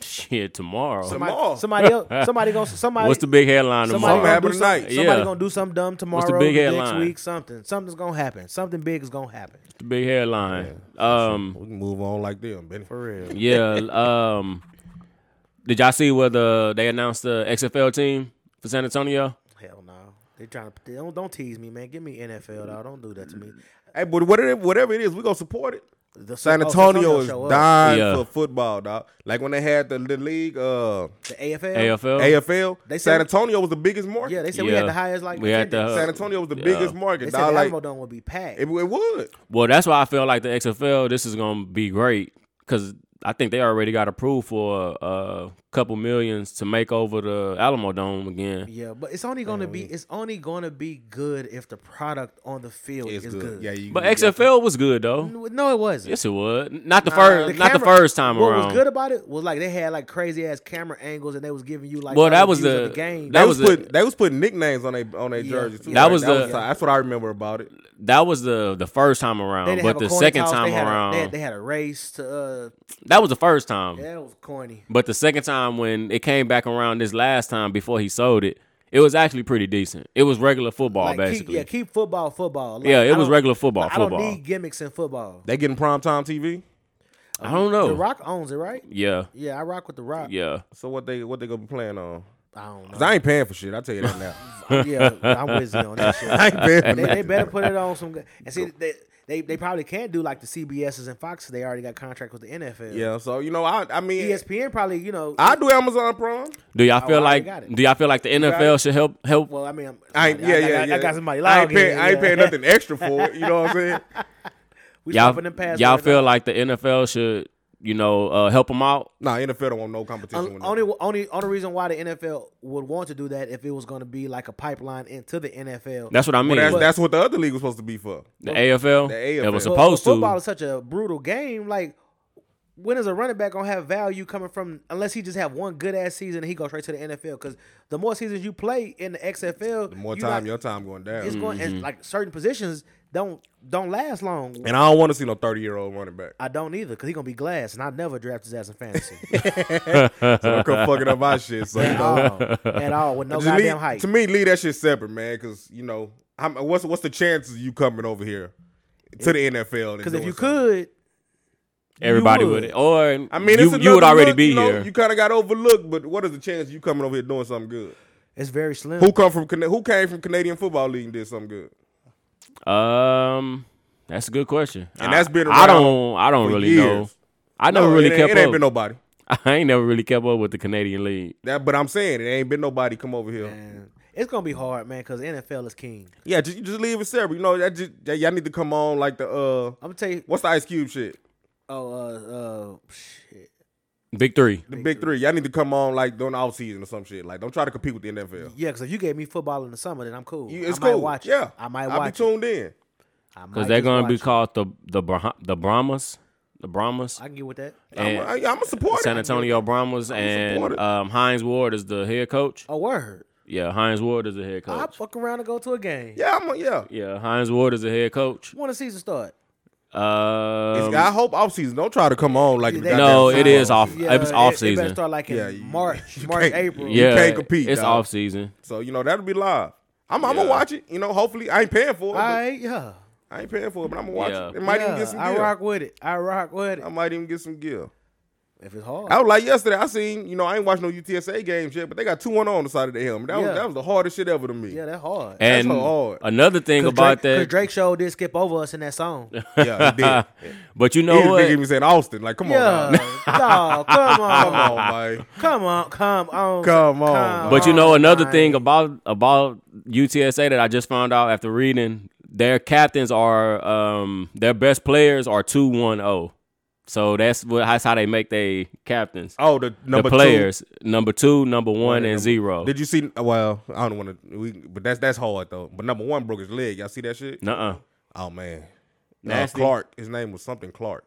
[SPEAKER 2] Shit, tomorrow.
[SPEAKER 5] Somebody-
[SPEAKER 3] Somebody,
[SPEAKER 5] Tomorrow.
[SPEAKER 3] somebody else. Somebody gonna somebody.
[SPEAKER 2] What's the big headline
[SPEAKER 3] Somebody
[SPEAKER 5] Something
[SPEAKER 2] tomorrow?
[SPEAKER 3] gonna,
[SPEAKER 5] happened
[SPEAKER 3] do some,
[SPEAKER 5] tonight.
[SPEAKER 3] somebody
[SPEAKER 2] Yeah.
[SPEAKER 3] gonna do something dumb tomorrow.
[SPEAKER 2] big
[SPEAKER 3] next
[SPEAKER 2] headline?
[SPEAKER 3] week, something. Something's gonna happen. Something big is gonna happen.
[SPEAKER 2] the big headline. Um,
[SPEAKER 5] we can move on like them, Benny.
[SPEAKER 3] For real.
[SPEAKER 2] yeah. Um, did y'all see whether they announced the XFL team for San Antonio?
[SPEAKER 3] Hell no. They trying to they don't don't tease me, man. Give me NFL though. Don't do that to me.
[SPEAKER 5] Hey, but whatever, whatever it is, we gonna support it.
[SPEAKER 3] The-
[SPEAKER 5] San
[SPEAKER 3] oh,
[SPEAKER 5] Antonio is
[SPEAKER 3] show up.
[SPEAKER 5] dying
[SPEAKER 2] Yeah.
[SPEAKER 5] for football, dog. Like when they had the, the league, uh,
[SPEAKER 3] The AFL.
[SPEAKER 2] AFL.
[SPEAKER 5] AFL.
[SPEAKER 3] They said-
[SPEAKER 5] San Antonio was the biggest market.
[SPEAKER 3] Yeah, they said we
[SPEAKER 2] Yeah.
[SPEAKER 3] had the highest like.
[SPEAKER 2] We had the-
[SPEAKER 3] attendance.
[SPEAKER 5] San Antonio was the
[SPEAKER 2] Yeah.
[SPEAKER 5] biggest market,
[SPEAKER 3] They said
[SPEAKER 5] dog.
[SPEAKER 3] the
[SPEAKER 5] Like
[SPEAKER 3] Alamo Dome would be packed.
[SPEAKER 5] it, it would.
[SPEAKER 2] Well, that's why I feel like the XFL. This is gonna be great because I think they already got approved for a couple millions to make over the Alamo Dome again.
[SPEAKER 3] yeah, but it's only gonna be it's only gonna be good if the product on the field
[SPEAKER 5] It's
[SPEAKER 3] is
[SPEAKER 5] good. Yeah, you,
[SPEAKER 2] But
[SPEAKER 5] you-
[SPEAKER 2] XFL was good though.
[SPEAKER 3] No, it wasn't.
[SPEAKER 2] Yes, it was. Not the first. not the
[SPEAKER 3] camera-
[SPEAKER 2] first time
[SPEAKER 3] what
[SPEAKER 2] around.
[SPEAKER 3] was good about it was like they had like crazy ass camera angles and they was giving you like
[SPEAKER 2] Well, that
[SPEAKER 3] other
[SPEAKER 2] was
[SPEAKER 3] views of
[SPEAKER 2] the-
[SPEAKER 3] the game.
[SPEAKER 5] They
[SPEAKER 2] That
[SPEAKER 5] was,
[SPEAKER 2] was the-
[SPEAKER 5] putting they was putting nicknames on their on their
[SPEAKER 3] Yeah.
[SPEAKER 5] jerseys too.
[SPEAKER 2] That
[SPEAKER 5] Like,
[SPEAKER 2] was the-
[SPEAKER 5] that's what I remember about it.
[SPEAKER 2] that was the the first time
[SPEAKER 3] They
[SPEAKER 2] around,
[SPEAKER 3] didn't
[SPEAKER 2] Um, but
[SPEAKER 3] have a
[SPEAKER 2] the
[SPEAKER 3] coin
[SPEAKER 2] second
[SPEAKER 3] toss.
[SPEAKER 2] time
[SPEAKER 3] they had
[SPEAKER 2] around, Hmm.
[SPEAKER 3] a, they, had, they had a race to. Uh,
[SPEAKER 2] that was the first time.
[SPEAKER 3] yeah, that was corny.
[SPEAKER 2] But the second time when it came back around this last time before he sold it, it was actually pretty decent. It was regular football
[SPEAKER 3] Like, keep,
[SPEAKER 2] basically.
[SPEAKER 3] yeah, keep football, football. Like,
[SPEAKER 2] Yeah, it
[SPEAKER 3] I
[SPEAKER 2] was
[SPEAKER 3] don't-
[SPEAKER 2] regular football,
[SPEAKER 3] like, I
[SPEAKER 2] football.
[SPEAKER 3] don't need gimmicks in football.
[SPEAKER 5] They getting primetime TV.
[SPEAKER 2] I don't know.
[SPEAKER 3] The Rock owns it, right?
[SPEAKER 2] yeah,
[SPEAKER 3] Yeah, I rock with the Rock.
[SPEAKER 2] Oh. yeah.
[SPEAKER 5] So what they what they gonna be playing on?
[SPEAKER 3] I don't
[SPEAKER 5] 'Cause I ain't paying for shit. I tell you that now.
[SPEAKER 3] know. yeah, I'm with you on that shit.
[SPEAKER 5] I ain't paying for
[SPEAKER 3] they,
[SPEAKER 5] nothing.
[SPEAKER 3] they better put it on some. good- And see, they, they they probably can't do like the CBSs and Foxes. They already got contract with the NFL.
[SPEAKER 5] Yeah. So you know, I I mean,
[SPEAKER 3] ESPN probably you know
[SPEAKER 5] I do Amazon Prime.
[SPEAKER 2] Do y'all feel
[SPEAKER 3] Oh, I
[SPEAKER 2] like
[SPEAKER 3] got it.
[SPEAKER 2] do y'all feel like the NFL should help help?
[SPEAKER 3] Well, I mean, I'm,
[SPEAKER 5] I ain't, yeah,
[SPEAKER 3] I,
[SPEAKER 5] yeah,
[SPEAKER 3] got,
[SPEAKER 5] yeah.
[SPEAKER 3] I got somebody
[SPEAKER 5] I ain't,
[SPEAKER 3] logged in,
[SPEAKER 5] paying, I ain't
[SPEAKER 3] yeah.
[SPEAKER 5] paying nothing extra for it. You know what I'm saying?
[SPEAKER 3] We
[SPEAKER 2] Y'all
[SPEAKER 3] swapping them passwords
[SPEAKER 2] y'all feel
[SPEAKER 3] out.
[SPEAKER 2] like the NFL should you know uh, help them out?
[SPEAKER 5] Nah, NFL don't want no competition.
[SPEAKER 3] Un-
[SPEAKER 5] with them.
[SPEAKER 3] only only only reason why the NFL would want to do that if it was going to be like a pipeline into the NFL.
[SPEAKER 2] That's what I mean.
[SPEAKER 5] Well, that's,
[SPEAKER 2] the
[SPEAKER 5] that's what the other league was supposed to be for.
[SPEAKER 2] AFL,
[SPEAKER 5] The
[SPEAKER 2] that was
[SPEAKER 3] But-
[SPEAKER 5] AFL.
[SPEAKER 2] supposed
[SPEAKER 3] but
[SPEAKER 2] to.
[SPEAKER 3] football is such a brutal game. Like, when is a running back gonna have value coming from unless he just have one good ass season and he goes straight to the NFL? Because the more seasons you play in the XFL, the
[SPEAKER 5] More time, your time going down.
[SPEAKER 3] it's going
[SPEAKER 2] Mm-hmm.
[SPEAKER 3] and like certain positions don't don't last long.
[SPEAKER 5] and I don't want to see no 30 year old running back.
[SPEAKER 3] I don't either because he gonna be glass, and I never draft his ass in fantasy
[SPEAKER 5] So I come fucking up my shit. So you
[SPEAKER 3] at
[SPEAKER 5] know,
[SPEAKER 3] all, at all with no
[SPEAKER 5] Just
[SPEAKER 3] Oh, goddamn
[SPEAKER 5] leave-
[SPEAKER 3] height.
[SPEAKER 5] To me, leave that shit separate, man. Because you know, I'm, what's what's the chances of you coming over here to the NFL?
[SPEAKER 3] Because if you could,
[SPEAKER 2] Everybody
[SPEAKER 3] you
[SPEAKER 2] would.
[SPEAKER 3] would.
[SPEAKER 2] or
[SPEAKER 5] I mean,
[SPEAKER 2] you,
[SPEAKER 5] it's
[SPEAKER 2] you would
[SPEAKER 5] another
[SPEAKER 2] already
[SPEAKER 5] look,
[SPEAKER 2] be
[SPEAKER 5] you know,
[SPEAKER 2] here.
[SPEAKER 5] You kind of got overlooked, but what is the chance you coming over here doing something good?
[SPEAKER 3] it's very slim.
[SPEAKER 5] Who come from Cana- who came from Canadian Football League and did something good?
[SPEAKER 2] Um, that's a good question.
[SPEAKER 5] And
[SPEAKER 2] I,
[SPEAKER 5] that's been
[SPEAKER 2] I
[SPEAKER 5] around
[SPEAKER 2] don't. I don't
[SPEAKER 5] for
[SPEAKER 2] really know.
[SPEAKER 5] years.
[SPEAKER 2] I never
[SPEAKER 5] No,
[SPEAKER 2] really
[SPEAKER 5] it, ain't-
[SPEAKER 2] kept
[SPEAKER 5] it ain't
[SPEAKER 2] up.
[SPEAKER 5] been nobody.
[SPEAKER 2] I ain't never really kept up with the Canadian league.
[SPEAKER 5] That, but I'm saying it ain't been nobody come over here.
[SPEAKER 3] Man, It's gonna be hard, man, because NFL is king.
[SPEAKER 5] Yeah, just, just leave it separate. You know, that just, that y'all need to come on like the uh,
[SPEAKER 3] I'm gonna tell you.
[SPEAKER 5] what's the Ice Cube shit?
[SPEAKER 3] Oh, uh, uh, shit.
[SPEAKER 2] Big three.
[SPEAKER 5] The big three. Y'all need to come on like during the off season or some shit. Like, don't try to compete with the NFL.
[SPEAKER 3] Yeah, because if you gave me football in the summer, then I'm cool.
[SPEAKER 5] You- it's
[SPEAKER 3] I might
[SPEAKER 5] cool.
[SPEAKER 3] watch
[SPEAKER 5] yeah,
[SPEAKER 3] it. I might
[SPEAKER 5] I'll
[SPEAKER 3] watch
[SPEAKER 5] be tuned in.
[SPEAKER 3] it. I might
[SPEAKER 2] Because they're
[SPEAKER 3] just
[SPEAKER 2] going to be
[SPEAKER 3] watch it.
[SPEAKER 2] called the the Brah- the Brahmas. the Brahmas.
[SPEAKER 3] I can get with that.
[SPEAKER 5] I'm
[SPEAKER 2] And
[SPEAKER 5] a- I- I'm a supporter.
[SPEAKER 2] San Antonio Brahmas
[SPEAKER 5] support
[SPEAKER 2] and
[SPEAKER 5] it.
[SPEAKER 2] um, Heinz Ward is the head coach.
[SPEAKER 3] A Oh, word.
[SPEAKER 2] Yeah, Heinz Ward is the head
[SPEAKER 3] I
[SPEAKER 2] coach.
[SPEAKER 3] fuck around and go to a game.
[SPEAKER 5] Yeah, I'm a, yeah.
[SPEAKER 2] Yeah, Heinz Ward is the head coach.
[SPEAKER 3] When the season start?
[SPEAKER 2] Um,
[SPEAKER 5] It's- I hope off season don't try to come on like
[SPEAKER 3] Yeah,
[SPEAKER 5] you
[SPEAKER 3] they-
[SPEAKER 2] No,
[SPEAKER 5] got that
[SPEAKER 2] it
[SPEAKER 5] song.
[SPEAKER 2] is off- it was off
[SPEAKER 3] it, It
[SPEAKER 2] season.
[SPEAKER 3] better start like in
[SPEAKER 5] Yeah, you-
[SPEAKER 3] March,
[SPEAKER 5] you
[SPEAKER 3] March,
[SPEAKER 5] can't-
[SPEAKER 3] April.
[SPEAKER 5] you
[SPEAKER 2] yeah,
[SPEAKER 5] can't compete,
[SPEAKER 2] It's
[SPEAKER 5] dog.
[SPEAKER 2] off season.
[SPEAKER 5] So you know that'll be live. I'm, I'm
[SPEAKER 2] Yeah.
[SPEAKER 5] gonna watch it. You know, hopefully I ain't paying for it.
[SPEAKER 3] All
[SPEAKER 5] but-
[SPEAKER 3] right, yeah.
[SPEAKER 5] I ain't paying for it, but I'm gonna watch
[SPEAKER 2] Yeah.
[SPEAKER 5] it. It might even
[SPEAKER 3] Yeah,
[SPEAKER 5] get some
[SPEAKER 3] I
[SPEAKER 5] gear.
[SPEAKER 3] rock with it. I rock with it.
[SPEAKER 5] I might even get some gear.
[SPEAKER 3] if it's hard.
[SPEAKER 5] I was like yesterday. I seen you know I ain't watching no UTSA games yet, but they got two one on the side of their helmet. That was
[SPEAKER 3] Yeah.
[SPEAKER 5] that was the hardest shit ever to me.
[SPEAKER 3] yeah, that's hard.
[SPEAKER 2] And
[SPEAKER 5] so hard.
[SPEAKER 2] another thing
[SPEAKER 3] Cause
[SPEAKER 2] about
[SPEAKER 3] Drake, 'cause
[SPEAKER 2] that,
[SPEAKER 3] Drake show did skip over us in that song.
[SPEAKER 5] yeah he did.
[SPEAKER 2] but you
[SPEAKER 5] No
[SPEAKER 2] know
[SPEAKER 5] he
[SPEAKER 2] what?
[SPEAKER 5] was even saying Austin. Like, come on,
[SPEAKER 3] Yeah,
[SPEAKER 5] now.
[SPEAKER 3] dog, come
[SPEAKER 5] come on,
[SPEAKER 3] on,
[SPEAKER 5] man.
[SPEAKER 3] come on, come on,
[SPEAKER 5] Come on,
[SPEAKER 2] But you
[SPEAKER 5] Oh,
[SPEAKER 2] know another
[SPEAKER 3] man.
[SPEAKER 2] thing about about UTSA that I just found out after reading their captains are um their best players are two one zero, so that's what that's how they make they captains.
[SPEAKER 5] Oh, the
[SPEAKER 2] The
[SPEAKER 5] number
[SPEAKER 2] players number two, number one, and
[SPEAKER 5] and number-
[SPEAKER 2] zero.
[SPEAKER 5] Two. Did you see? Well, I don't want to. We, but that's that's hard though. But number one broke his leg. Y'all see that shit?
[SPEAKER 2] Nuh-uh.
[SPEAKER 5] Oh man, uh,
[SPEAKER 2] Nasty.
[SPEAKER 5] Clark. His name was something Clark.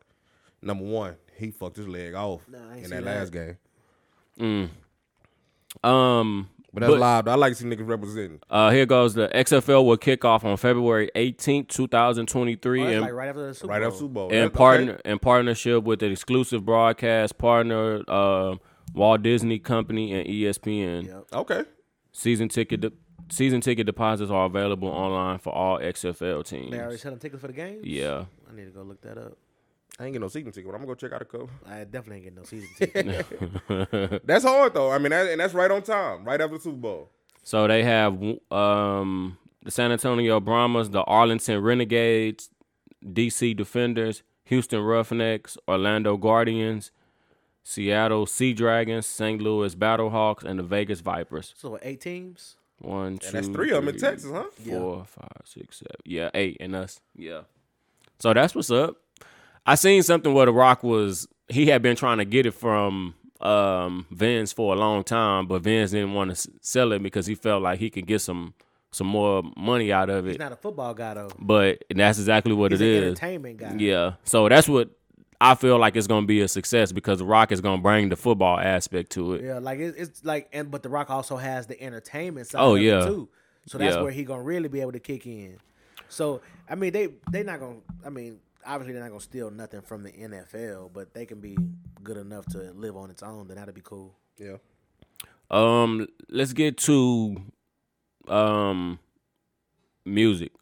[SPEAKER 5] Number one, he fucked his leg off
[SPEAKER 3] I ain't
[SPEAKER 5] in
[SPEAKER 3] see
[SPEAKER 5] that
[SPEAKER 3] that.
[SPEAKER 5] last game.
[SPEAKER 2] Um,
[SPEAKER 5] But that's live. though. I like to see niggas representing.
[SPEAKER 2] uh, here goes the XFL will kick off on February eighteenth, two thousand twenty three,
[SPEAKER 3] Oh, that's
[SPEAKER 2] and
[SPEAKER 3] like right after the Super
[SPEAKER 5] Right
[SPEAKER 3] Bowl.
[SPEAKER 5] up Super Bowl. That's-
[SPEAKER 2] and
[SPEAKER 5] okay.
[SPEAKER 2] partner in partnership with an exclusive broadcast partner, uh, Walt Disney Company and E ESPN.
[SPEAKER 3] Yep.
[SPEAKER 5] Okay.
[SPEAKER 2] Season ticket de- season ticket deposits are available online for all XFL teams.
[SPEAKER 3] They already selling tickets for the game.
[SPEAKER 2] Yeah.
[SPEAKER 3] I need to go look that up.
[SPEAKER 5] I ain't get no season ticket, but I'm gonna go check out the cover.
[SPEAKER 3] I definitely ain't getting no season ticket.
[SPEAKER 2] Uh,
[SPEAKER 5] That's hard though. I mean, that, and that's right on time, right after the Super Bowl.
[SPEAKER 2] So they have um, the San Antonio Brahmas, the Arlington Renegades, DC Defenders, Houston Roughnecks, Orlando Guardians, Seattle Sea Dragons, St. Louis Battlehawks, and the Vegas Vipers.
[SPEAKER 3] so what, eight teams?
[SPEAKER 2] One, two,
[SPEAKER 5] And that's three of them in
[SPEAKER 2] three,
[SPEAKER 5] Texas, huh?
[SPEAKER 2] Four, five, six, seven. Yeah, eight and us. Yeah. So that's what's up. I seen something where The Rock was he had been trying to get it from um Vince for a long time, but Vince didn't want to sell it because he felt like he could get some some more money out of
[SPEAKER 3] He's
[SPEAKER 2] it.
[SPEAKER 3] not a football guy though.
[SPEAKER 2] But that's exactly what
[SPEAKER 3] He's
[SPEAKER 2] it
[SPEAKER 3] an
[SPEAKER 2] is.
[SPEAKER 3] entertainment guy.
[SPEAKER 2] Yeah. So that's what I feel like it's gonna be a success because The Rock is gonna bring the football aspect to it.
[SPEAKER 3] Yeah, like it's, it's like, and but The Rock also has the entertainment side.
[SPEAKER 2] Oh,
[SPEAKER 3] of it,
[SPEAKER 2] yeah.
[SPEAKER 3] too. So that's
[SPEAKER 2] Yeah.
[SPEAKER 3] where he gonna really be able to kick in. So I mean, they they not gonna. I mean, obviously they're not gonna steal nothing from the NFL, but they can be good enough to live on its own. Then that'd be cool.
[SPEAKER 5] Yeah.
[SPEAKER 2] Um, let's get to um music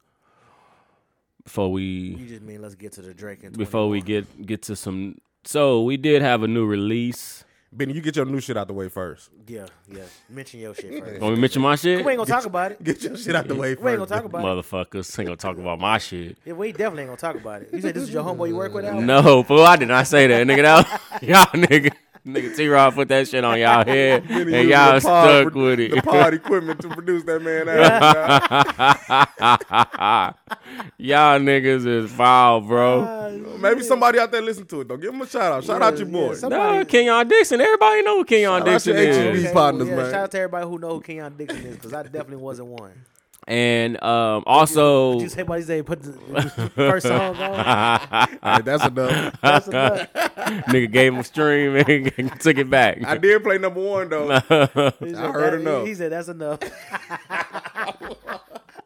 [SPEAKER 2] before
[SPEAKER 3] You
[SPEAKER 2] we
[SPEAKER 3] just mean let's get to the Drake and
[SPEAKER 2] before we get get to some. So we did have a new release.
[SPEAKER 5] Benny, you get your new shit out the way first.
[SPEAKER 3] yeah yeah mention your shit first.
[SPEAKER 2] Want me to mention my shit?
[SPEAKER 3] we ain't gonna talk about it.
[SPEAKER 5] Get your shit out the way first.
[SPEAKER 3] We ain't gonna talk about it.
[SPEAKER 2] Motherfuckers ain't gonna talk about my shit.
[SPEAKER 3] Yeah, we definitely ain't gonna talk about it. You said this is your homeboy you work with? Al?
[SPEAKER 2] No, fool, I did not say that, nigga. That was- y'all, nigga, nigga T Rod put that shit on y'all head,
[SPEAKER 5] Benny
[SPEAKER 2] and
[SPEAKER 5] used
[SPEAKER 2] y'all
[SPEAKER 5] the pod
[SPEAKER 2] stuck
[SPEAKER 5] pro-
[SPEAKER 2] with it.
[SPEAKER 5] The pod equipment to produce that man out.
[SPEAKER 2] y'all niggas is foul, bro.
[SPEAKER 5] dog. Maybe somebody out there listen to it though. Give him a shout out. Shout out your boy.
[SPEAKER 3] some-
[SPEAKER 2] No,
[SPEAKER 3] Somebody-
[SPEAKER 2] Kenyon Dixon. Everybody know who Kenyon
[SPEAKER 5] Shout out
[SPEAKER 2] Dixon
[SPEAKER 5] to
[SPEAKER 2] is.
[SPEAKER 5] HEB.
[SPEAKER 3] well,
[SPEAKER 5] partners,
[SPEAKER 3] yeah,
[SPEAKER 5] man.
[SPEAKER 3] Shout out to everybody who know who Keon Dixon is because I definitely wasn't one.
[SPEAKER 2] And um, also,
[SPEAKER 3] Did you say what he said? Put the first song on.
[SPEAKER 5] Hey, that's enough.
[SPEAKER 3] That's enough.
[SPEAKER 2] nigga gave him a stream and took it back.
[SPEAKER 5] I did play number one though.
[SPEAKER 3] He
[SPEAKER 5] I
[SPEAKER 3] said,
[SPEAKER 5] heard
[SPEAKER 3] that-
[SPEAKER 5] enough.
[SPEAKER 3] He said that's enough.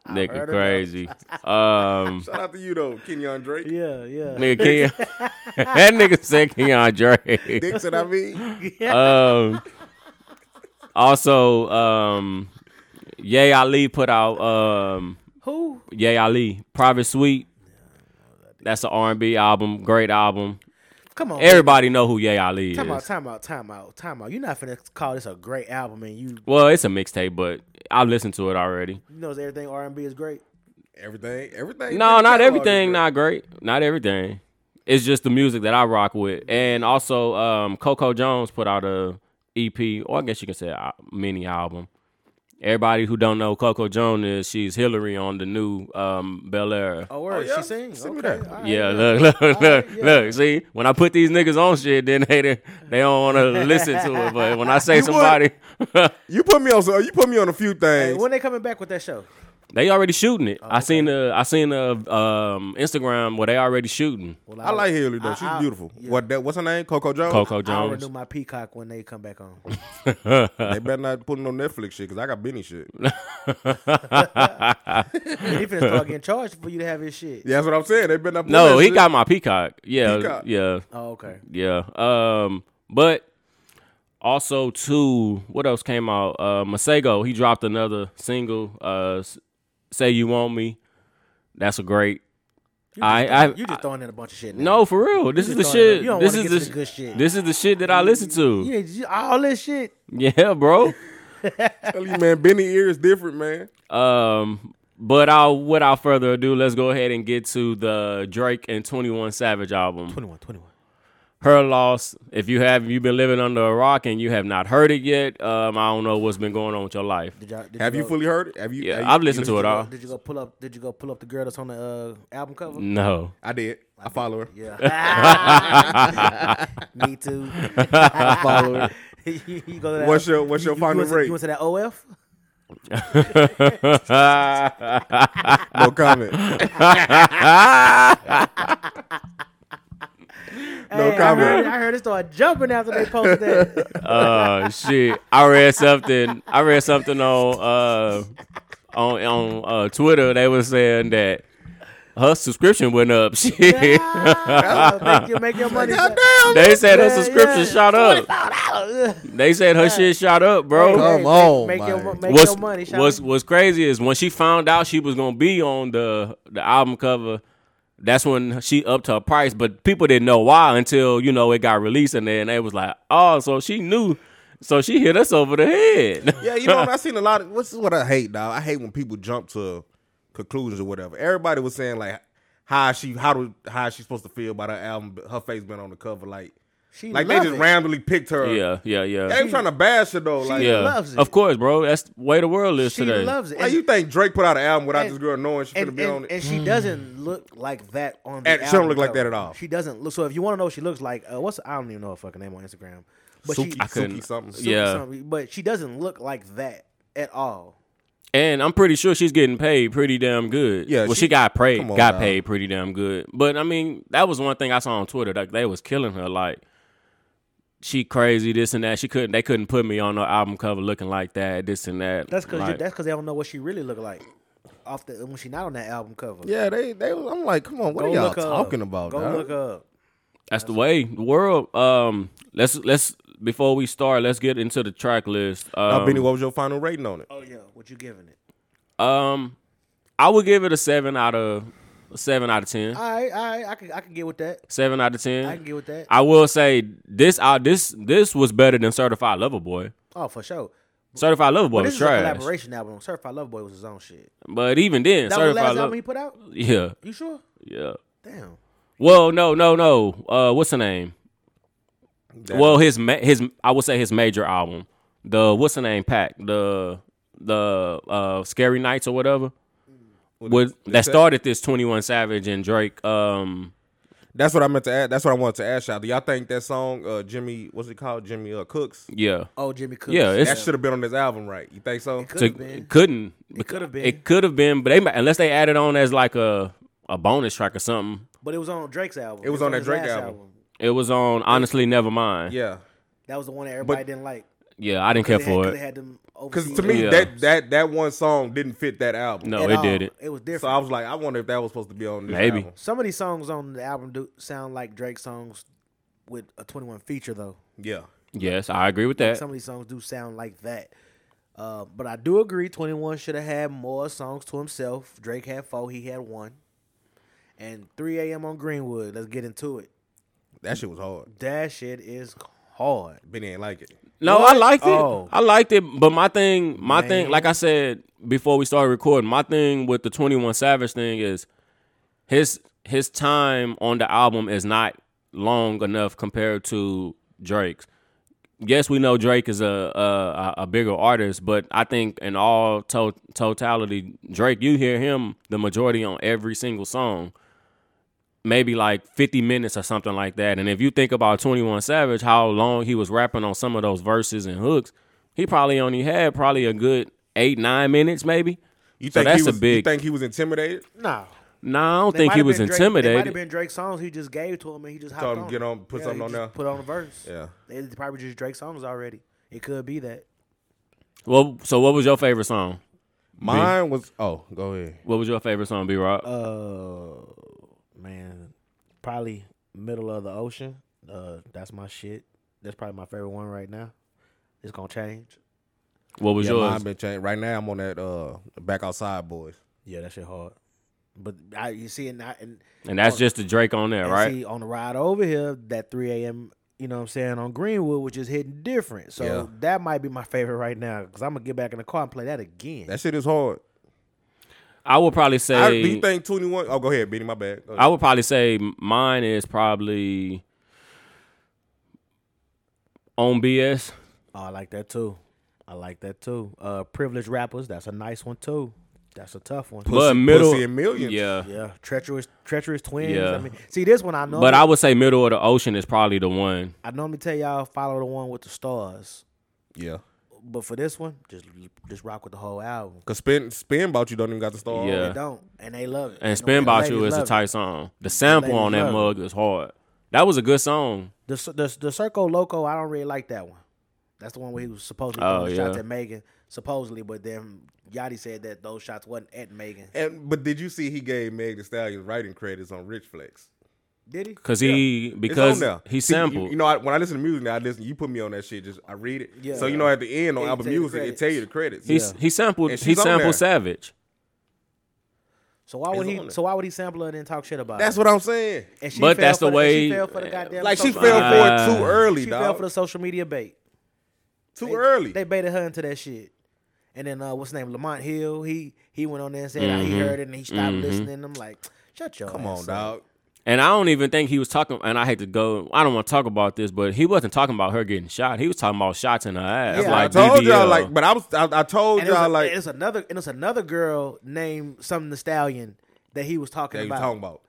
[SPEAKER 2] nigga crazy. Um,
[SPEAKER 5] Shout out to you though, Kenyon Drake.
[SPEAKER 3] Yeah, yeah.
[SPEAKER 2] nigga Ken, that nigga said Kenyon Drake.
[SPEAKER 5] Dixon, I mean.
[SPEAKER 2] Um, also, um, Ye Ali put out um,
[SPEAKER 3] Who?
[SPEAKER 2] Ye Ali Private Suite. That's an R and B album. Great album.
[SPEAKER 3] Come on.
[SPEAKER 2] Everybody know who Ye Ali
[SPEAKER 3] Time out,
[SPEAKER 2] is.
[SPEAKER 3] time out, time out, time out. You're not finna call this a great album, and you,
[SPEAKER 2] Well, it's a mixtape, but I listened to it already.
[SPEAKER 3] you knows everything R and B is great.
[SPEAKER 5] Everything, everything.
[SPEAKER 2] No, not
[SPEAKER 5] Benny catalog is
[SPEAKER 2] everything.
[SPEAKER 5] great.
[SPEAKER 2] Not great. Not everything. It's just the music that I rock with, and also um, Coco Jones put out a EP, or I guess you can say a mini album. Everybody who don't know who Coco Jones is, she's Hillary on the new um, Bel Air.
[SPEAKER 3] Oh, word,
[SPEAKER 5] yeah?
[SPEAKER 3] she sings.
[SPEAKER 5] Send me
[SPEAKER 3] okay,
[SPEAKER 5] that.
[SPEAKER 3] all right,
[SPEAKER 2] yeah, look, look, look, look. See, when I put these niggas on shit, then they they don't want to listen to it. But when I say
[SPEAKER 5] You would.
[SPEAKER 2] somebody,
[SPEAKER 5] You put me on. So you put me on a few
[SPEAKER 3] Hey,
[SPEAKER 5] things.
[SPEAKER 3] when they coming back with that show?
[SPEAKER 2] They already shooting it. I seen the I seen the um, Instagram where they already shooting
[SPEAKER 3] Well,
[SPEAKER 5] I like Hillary though.
[SPEAKER 3] I-
[SPEAKER 5] She's
[SPEAKER 3] I-
[SPEAKER 5] beautiful.
[SPEAKER 3] yeah.
[SPEAKER 5] What that? What's her name? Coco Jones.
[SPEAKER 2] Coco
[SPEAKER 3] I'll
[SPEAKER 2] Jones.
[SPEAKER 3] renew my peacock when they come back on.
[SPEAKER 5] They better not put no Netflix shit because I got Benny shit.
[SPEAKER 3] And he finna start getting charged for you to have his shit.
[SPEAKER 5] Yeah, that's what I'm saying. They better not. Put
[SPEAKER 2] No,
[SPEAKER 5] that
[SPEAKER 2] he
[SPEAKER 5] shit.
[SPEAKER 2] got my peacock. Yeah,
[SPEAKER 5] Peacock.
[SPEAKER 2] yeah,
[SPEAKER 3] Oh, okay.
[SPEAKER 2] yeah. Um, but also too, what else came out? Uh, Masego he dropped another single. Uh, S- say you want me. That's a great.
[SPEAKER 3] You just
[SPEAKER 2] I-
[SPEAKER 3] throwing-
[SPEAKER 2] I-
[SPEAKER 3] you just
[SPEAKER 2] I-
[SPEAKER 3] throwing in a bunch of shit. now.
[SPEAKER 2] No, for real. This is
[SPEAKER 3] just
[SPEAKER 2] the
[SPEAKER 3] don't-
[SPEAKER 2] shit.
[SPEAKER 3] you don't
[SPEAKER 2] This
[SPEAKER 3] wanna
[SPEAKER 2] is
[SPEAKER 3] get
[SPEAKER 2] the,
[SPEAKER 3] to the good shit.
[SPEAKER 2] This is the shit that I listen to.
[SPEAKER 3] yeah, you- all this shit.
[SPEAKER 2] Yeah, bro.
[SPEAKER 5] Tell you, man. Benny ear is different, man.
[SPEAKER 2] Um, but I'll without further ado, let's go ahead and get to the Drake and Twenty One Savage album.
[SPEAKER 3] 21, 21.
[SPEAKER 2] her loss. If you have you've been living under a rock and you have not heard it yet, um, I don't know what's been going on with your life.
[SPEAKER 3] Did y'all, did
[SPEAKER 5] Have you
[SPEAKER 3] go-
[SPEAKER 5] fully heard it? Have you?
[SPEAKER 2] Yeah,
[SPEAKER 5] have you-
[SPEAKER 2] I've listened
[SPEAKER 5] you
[SPEAKER 2] to it all.
[SPEAKER 3] Did you go pull up? Did you go pull up the girl that's on the uh, album cover?
[SPEAKER 2] No,
[SPEAKER 5] I did. I follow her.
[SPEAKER 3] Yeah. Me too.
[SPEAKER 5] I follow her.
[SPEAKER 3] you you go to that,
[SPEAKER 5] What's your- what's
[SPEAKER 3] you-
[SPEAKER 5] your
[SPEAKER 3] you
[SPEAKER 5] final
[SPEAKER 3] went to-
[SPEAKER 5] rate?
[SPEAKER 3] You went to that OF?
[SPEAKER 5] No comment.
[SPEAKER 3] No hey, I heard,
[SPEAKER 5] comment.
[SPEAKER 3] I heard it start jumping after they posted that.
[SPEAKER 2] uh, shit. I read something. I read something on uh, on on uh, Twitter. They were saying that her subscription went up. Shit,
[SPEAKER 3] Ah, make you make your money. back.
[SPEAKER 2] they said her
[SPEAKER 3] Yeah,
[SPEAKER 2] subscription
[SPEAKER 3] yeah.
[SPEAKER 2] shot up. They said her shit shot up, bro.
[SPEAKER 5] Come
[SPEAKER 3] make,
[SPEAKER 5] on,
[SPEAKER 3] make, your,
[SPEAKER 5] man.
[SPEAKER 3] make your money. Shawty.
[SPEAKER 2] what's what's crazy is when she found out she was gonna be on the the album cover. That's when she upped her price, but people didn't know why until you know it got released, and then they was like, "Oh, so she knew." So she hit us over the head.
[SPEAKER 5] Yeah, you know, and I seen a lot of what's what I hate, dog. I hate when people jump to conclusions or whatever. Everybody was saying like how she how do how she supposed to feel about her album, but her face been on the cover, like
[SPEAKER 3] she
[SPEAKER 5] like they
[SPEAKER 3] love
[SPEAKER 5] just
[SPEAKER 3] it.
[SPEAKER 5] randomly picked her.
[SPEAKER 2] yeah, yeah, yeah,
[SPEAKER 5] They ain't trying to bash her though. Like,
[SPEAKER 2] yeah.
[SPEAKER 3] loves it.
[SPEAKER 2] Of course, bro. That's the way the world is
[SPEAKER 3] She
[SPEAKER 2] today.
[SPEAKER 3] loves it.
[SPEAKER 5] like
[SPEAKER 3] And-
[SPEAKER 5] you think Drake put out an album without
[SPEAKER 3] and-
[SPEAKER 5] this girl knowing she gonna
[SPEAKER 3] and,
[SPEAKER 5] be on
[SPEAKER 3] and,
[SPEAKER 5] it?
[SPEAKER 3] and she doesn't look like that on the
[SPEAKER 5] And she don't
[SPEAKER 3] album
[SPEAKER 5] look like
[SPEAKER 3] cover.
[SPEAKER 5] that at all.
[SPEAKER 3] She doesn't look. So if you want to know what she looks like, uh, what's I don't even know her fucking name on Instagram. But she,
[SPEAKER 5] Suki,
[SPEAKER 2] I couldn't-
[SPEAKER 5] Suki something.
[SPEAKER 3] Suki
[SPEAKER 2] Yeah.
[SPEAKER 3] something, but she doesn't look like that at all.
[SPEAKER 2] And I'm pretty sure she's getting paid pretty damn good.
[SPEAKER 5] Yeah,
[SPEAKER 2] well, she,
[SPEAKER 5] she-
[SPEAKER 2] got paid,
[SPEAKER 5] come on
[SPEAKER 2] got
[SPEAKER 5] now.
[SPEAKER 2] paid pretty damn good. But I mean, that was one thing I saw on Twitter. Like they was killing her. Like she crazy, this and that. She couldn't. They couldn't put me on her album cover looking like that, this and that.
[SPEAKER 3] That's because
[SPEAKER 2] Like,
[SPEAKER 3] that's because they don't know what she really look like off the when she not on that album cover.
[SPEAKER 5] Yeah, they they. was- I'm like, come on, what
[SPEAKER 3] Go
[SPEAKER 5] are y'all
[SPEAKER 3] look her up.
[SPEAKER 5] talking about?
[SPEAKER 3] Go
[SPEAKER 5] dog?
[SPEAKER 3] look her up.
[SPEAKER 2] that's the way the world. Um, let's let's before we start, let's get into the track list.
[SPEAKER 5] Now,
[SPEAKER 2] Um,
[SPEAKER 5] Benny, what was your final rating on it?
[SPEAKER 3] Oh yeah, what you giving it?
[SPEAKER 2] um, I would give it a seven out of seven out of ten.
[SPEAKER 3] All right, all right, I can I can get with that.
[SPEAKER 2] Seven out of ten.
[SPEAKER 3] I can get with that.
[SPEAKER 2] I will say this. I this this was better than Certified Lover Boy.
[SPEAKER 3] oh, for sure.
[SPEAKER 2] Certified Lover Boy
[SPEAKER 3] But this
[SPEAKER 2] was
[SPEAKER 3] is a
[SPEAKER 2] trash.
[SPEAKER 3] collaboration album. Certified Love Boy was his own shit.
[SPEAKER 2] But even then,
[SPEAKER 3] That was the
[SPEAKER 2] Certified
[SPEAKER 3] last
[SPEAKER 2] Lover.
[SPEAKER 3] album he put out.
[SPEAKER 2] yeah,
[SPEAKER 3] You sure?
[SPEAKER 2] yeah.
[SPEAKER 3] Damn.
[SPEAKER 2] Well, no, no, no. Uh, what's the name?
[SPEAKER 5] That-
[SPEAKER 2] Well, his ma- his I would say his major album, the what's the name pack, the the uh Scary Nights or whatever. Was, that started this Twenty One Savage and Drake. Um,
[SPEAKER 5] That's what I meant to add. That's what I wanted to ask y'all. Do y'all think that song, uh, Jimmy, what's it called, Jimmy uh, Cooks?
[SPEAKER 2] yeah,
[SPEAKER 3] Oh, Jimmy Cook.
[SPEAKER 2] Yeah, it's-
[SPEAKER 5] That should have been on this album, right? You think so?
[SPEAKER 3] could have
[SPEAKER 2] to-
[SPEAKER 3] been.
[SPEAKER 2] couldn't. It
[SPEAKER 3] could have been.
[SPEAKER 2] It could have been, but they might, unless they added on as like a a bonus track or something.
[SPEAKER 3] But it was on Drake's album.
[SPEAKER 5] It was on that
[SPEAKER 3] his
[SPEAKER 5] Drake
[SPEAKER 3] last
[SPEAKER 5] album.
[SPEAKER 2] It was on honestly Nevermind.
[SPEAKER 5] Yeah,
[SPEAKER 3] That was the one that everybody didn't like.
[SPEAKER 2] yeah, I didn't care
[SPEAKER 3] They had,
[SPEAKER 2] for
[SPEAKER 3] 'cause they
[SPEAKER 2] it.
[SPEAKER 3] had them
[SPEAKER 5] because
[SPEAKER 3] overseas
[SPEAKER 5] to me
[SPEAKER 2] Yeah.
[SPEAKER 5] that that that one song didn't fit that album.
[SPEAKER 2] No,
[SPEAKER 3] at
[SPEAKER 2] it
[SPEAKER 3] all.
[SPEAKER 2] did it.
[SPEAKER 3] It was
[SPEAKER 5] So
[SPEAKER 3] different.
[SPEAKER 5] I was like, I wonder if that was supposed to be on this
[SPEAKER 2] Maybe.
[SPEAKER 5] album.
[SPEAKER 3] Some of these songs on the album do sound like Drake songs with a 21 feature though.
[SPEAKER 5] Yeah,
[SPEAKER 2] Yes, I agree with that.
[SPEAKER 3] Some of these songs do sound like that. Uh, but I do agree 21 should have had more songs to himself. Drake had 4, he had 1. And 3 a.m. on Greenwood. Let's get into it.
[SPEAKER 5] that shit was hard.
[SPEAKER 3] That shit is hard.
[SPEAKER 5] Benny ain't like it.
[SPEAKER 2] No, I
[SPEAKER 3] What?
[SPEAKER 2] liked it.
[SPEAKER 3] Oh.
[SPEAKER 2] I liked it, but my thing, my thing,
[SPEAKER 3] Man.
[SPEAKER 2] like I said before we started recording, my thing with the Twenty One Savage thing is his his time on the album is not long enough compared to Drake's. Yes, we know Drake is a a, a- a bigger artist, but I think in all to- totality, Drake, you hear him the majority on every single song maybe like 50 minutes or something like that. And if you think about 21 Savage, how long he was rapping on some of those verses and hooks, he probably only had probably a good eight, nine minutes maybe.
[SPEAKER 5] You
[SPEAKER 2] So
[SPEAKER 5] think
[SPEAKER 2] that's
[SPEAKER 5] he
[SPEAKER 2] a
[SPEAKER 5] was,
[SPEAKER 2] big-
[SPEAKER 5] You think he was intimidated?
[SPEAKER 3] Nah.
[SPEAKER 2] Nah, I don't
[SPEAKER 3] They
[SPEAKER 2] think
[SPEAKER 3] might
[SPEAKER 2] he
[SPEAKER 3] have
[SPEAKER 2] was
[SPEAKER 3] been Drake- They might
[SPEAKER 2] intimidated.
[SPEAKER 3] have been Drake songs he just gave to him and he just hopped
[SPEAKER 5] Told him,
[SPEAKER 3] on.
[SPEAKER 5] "Get on, put
[SPEAKER 3] Yeah,
[SPEAKER 5] something
[SPEAKER 3] he
[SPEAKER 5] on
[SPEAKER 3] just
[SPEAKER 5] there."
[SPEAKER 3] Put on a verse.
[SPEAKER 5] Yeah.
[SPEAKER 3] It's probably just Drake songs already. It could be that.
[SPEAKER 2] well, so what was your favorite song?
[SPEAKER 5] Mine was. Oh, go ahead.
[SPEAKER 2] What was your favorite song, B Rock?
[SPEAKER 3] Uh, man, probably middle of the ocean. Uh, that's my shit. That's probably my favorite one right now. It's gonna change.
[SPEAKER 2] what was
[SPEAKER 5] Yeah, mine
[SPEAKER 2] yours?
[SPEAKER 5] been changed. Right now, I'm on that uh back outside boys.
[SPEAKER 3] Yeah, that shit hard. But I, you see, and I, and,
[SPEAKER 2] and that's just the Drake on there,
[SPEAKER 3] and
[SPEAKER 2] right?
[SPEAKER 3] see on the ride over here, that 3 a.m. You know what I'm saying on Greenwood, which is hitting different. So
[SPEAKER 5] Yeah.
[SPEAKER 3] that might be my favorite right now because I'm gonna get back in the car and play that again.
[SPEAKER 5] That shit is hard.
[SPEAKER 2] I would probably say.
[SPEAKER 5] I, do you think 21? Oh, go ahead, Benny. My bad. Go ahead.
[SPEAKER 2] I would probably say mine is probably on BS.
[SPEAKER 3] oh, I like that too. I like that too. Uh, privileged rappers. That's a nice one too. That's a tough one.
[SPEAKER 2] but middle
[SPEAKER 5] Pussy and Millions.
[SPEAKER 2] Yeah.
[SPEAKER 3] Yeah, treacherous, treacherous twins.
[SPEAKER 2] Yeah.
[SPEAKER 3] I mean, see this one. I know.
[SPEAKER 2] But I would say middle of the ocean is probably the one.
[SPEAKER 3] I normally tell y'all follow the one with the stars,
[SPEAKER 5] yeah.
[SPEAKER 3] but for this one, just just rock with the whole album.
[SPEAKER 5] Cause spin spin about you don't even got the star.
[SPEAKER 2] Yeah.
[SPEAKER 3] They don't, and they love it.
[SPEAKER 2] And
[SPEAKER 3] the
[SPEAKER 2] Spin About
[SPEAKER 3] ladies
[SPEAKER 2] You is a
[SPEAKER 3] love it.
[SPEAKER 2] tight song. The sample
[SPEAKER 3] ladies
[SPEAKER 2] on that
[SPEAKER 3] love
[SPEAKER 2] mug is hard. That was a good song.
[SPEAKER 3] The s- the s- the Circo Loco. I don't really like that one. That's the one where he was supposedly
[SPEAKER 2] Oh,
[SPEAKER 3] throwing shots
[SPEAKER 2] yeah.
[SPEAKER 3] at Megan, supposedly, but then Yachty said that those shots wasn't at Megan.
[SPEAKER 2] Eh,
[SPEAKER 5] And but did you see he gave Meg the Stallion writing credits on Rich Flex?
[SPEAKER 3] Did he?
[SPEAKER 2] Cause he
[SPEAKER 5] It's
[SPEAKER 2] because
[SPEAKER 5] on there.
[SPEAKER 2] he
[SPEAKER 5] See, you-
[SPEAKER 2] sampled.
[SPEAKER 5] You, know, I, when I listen to music now, I listen. You put me on that shit. Just I read it.
[SPEAKER 3] Yeah.
[SPEAKER 5] So you know, at the end on
[SPEAKER 3] It
[SPEAKER 5] album
[SPEAKER 3] tell you the
[SPEAKER 5] music, it
[SPEAKER 3] credits.
[SPEAKER 5] tell you the credits.
[SPEAKER 2] he s- he sampled
[SPEAKER 5] And
[SPEAKER 2] he
[SPEAKER 5] she's on there.
[SPEAKER 2] sampled Savage.
[SPEAKER 3] So why would
[SPEAKER 5] It's
[SPEAKER 3] he?
[SPEAKER 5] on it.
[SPEAKER 3] So why would he sample her and then talk shit about
[SPEAKER 5] That's
[SPEAKER 3] it?
[SPEAKER 5] what I'm saying.
[SPEAKER 3] And she
[SPEAKER 2] But
[SPEAKER 3] fell
[SPEAKER 2] that's
[SPEAKER 3] for
[SPEAKER 2] the
[SPEAKER 3] and she
[SPEAKER 2] way-
[SPEAKER 3] fell for the goddamn
[SPEAKER 5] Like she
[SPEAKER 3] social-
[SPEAKER 5] fell for it
[SPEAKER 2] Uh,
[SPEAKER 5] too early,
[SPEAKER 3] she
[SPEAKER 5] dog.
[SPEAKER 3] fell for the social media bait.
[SPEAKER 5] too
[SPEAKER 3] They-
[SPEAKER 5] early.
[SPEAKER 3] They baited her into that shit. And then uh, what's his name? Lamont Hill. He he went on there and said how
[SPEAKER 2] Mm-hmm.
[SPEAKER 3] he heard it and he stopped listening. I'm like, shut your
[SPEAKER 5] Come
[SPEAKER 3] ass
[SPEAKER 5] on,
[SPEAKER 3] up.
[SPEAKER 5] dog.
[SPEAKER 2] And I don't even think he was talking. And I hate to go. I don't want to talk about this, but he wasn't talking about her getting shot. He was talking about shots in her ass.
[SPEAKER 3] Yeah,
[SPEAKER 5] I
[SPEAKER 2] like
[SPEAKER 5] told
[SPEAKER 2] BBL.
[SPEAKER 5] y'all like, but I was I, I told
[SPEAKER 3] And it was,
[SPEAKER 5] y'all
[SPEAKER 3] a-
[SPEAKER 5] like
[SPEAKER 3] and it's another and it's another girl named something the stallion that he was talking
[SPEAKER 5] that you
[SPEAKER 3] about.
[SPEAKER 5] talking about.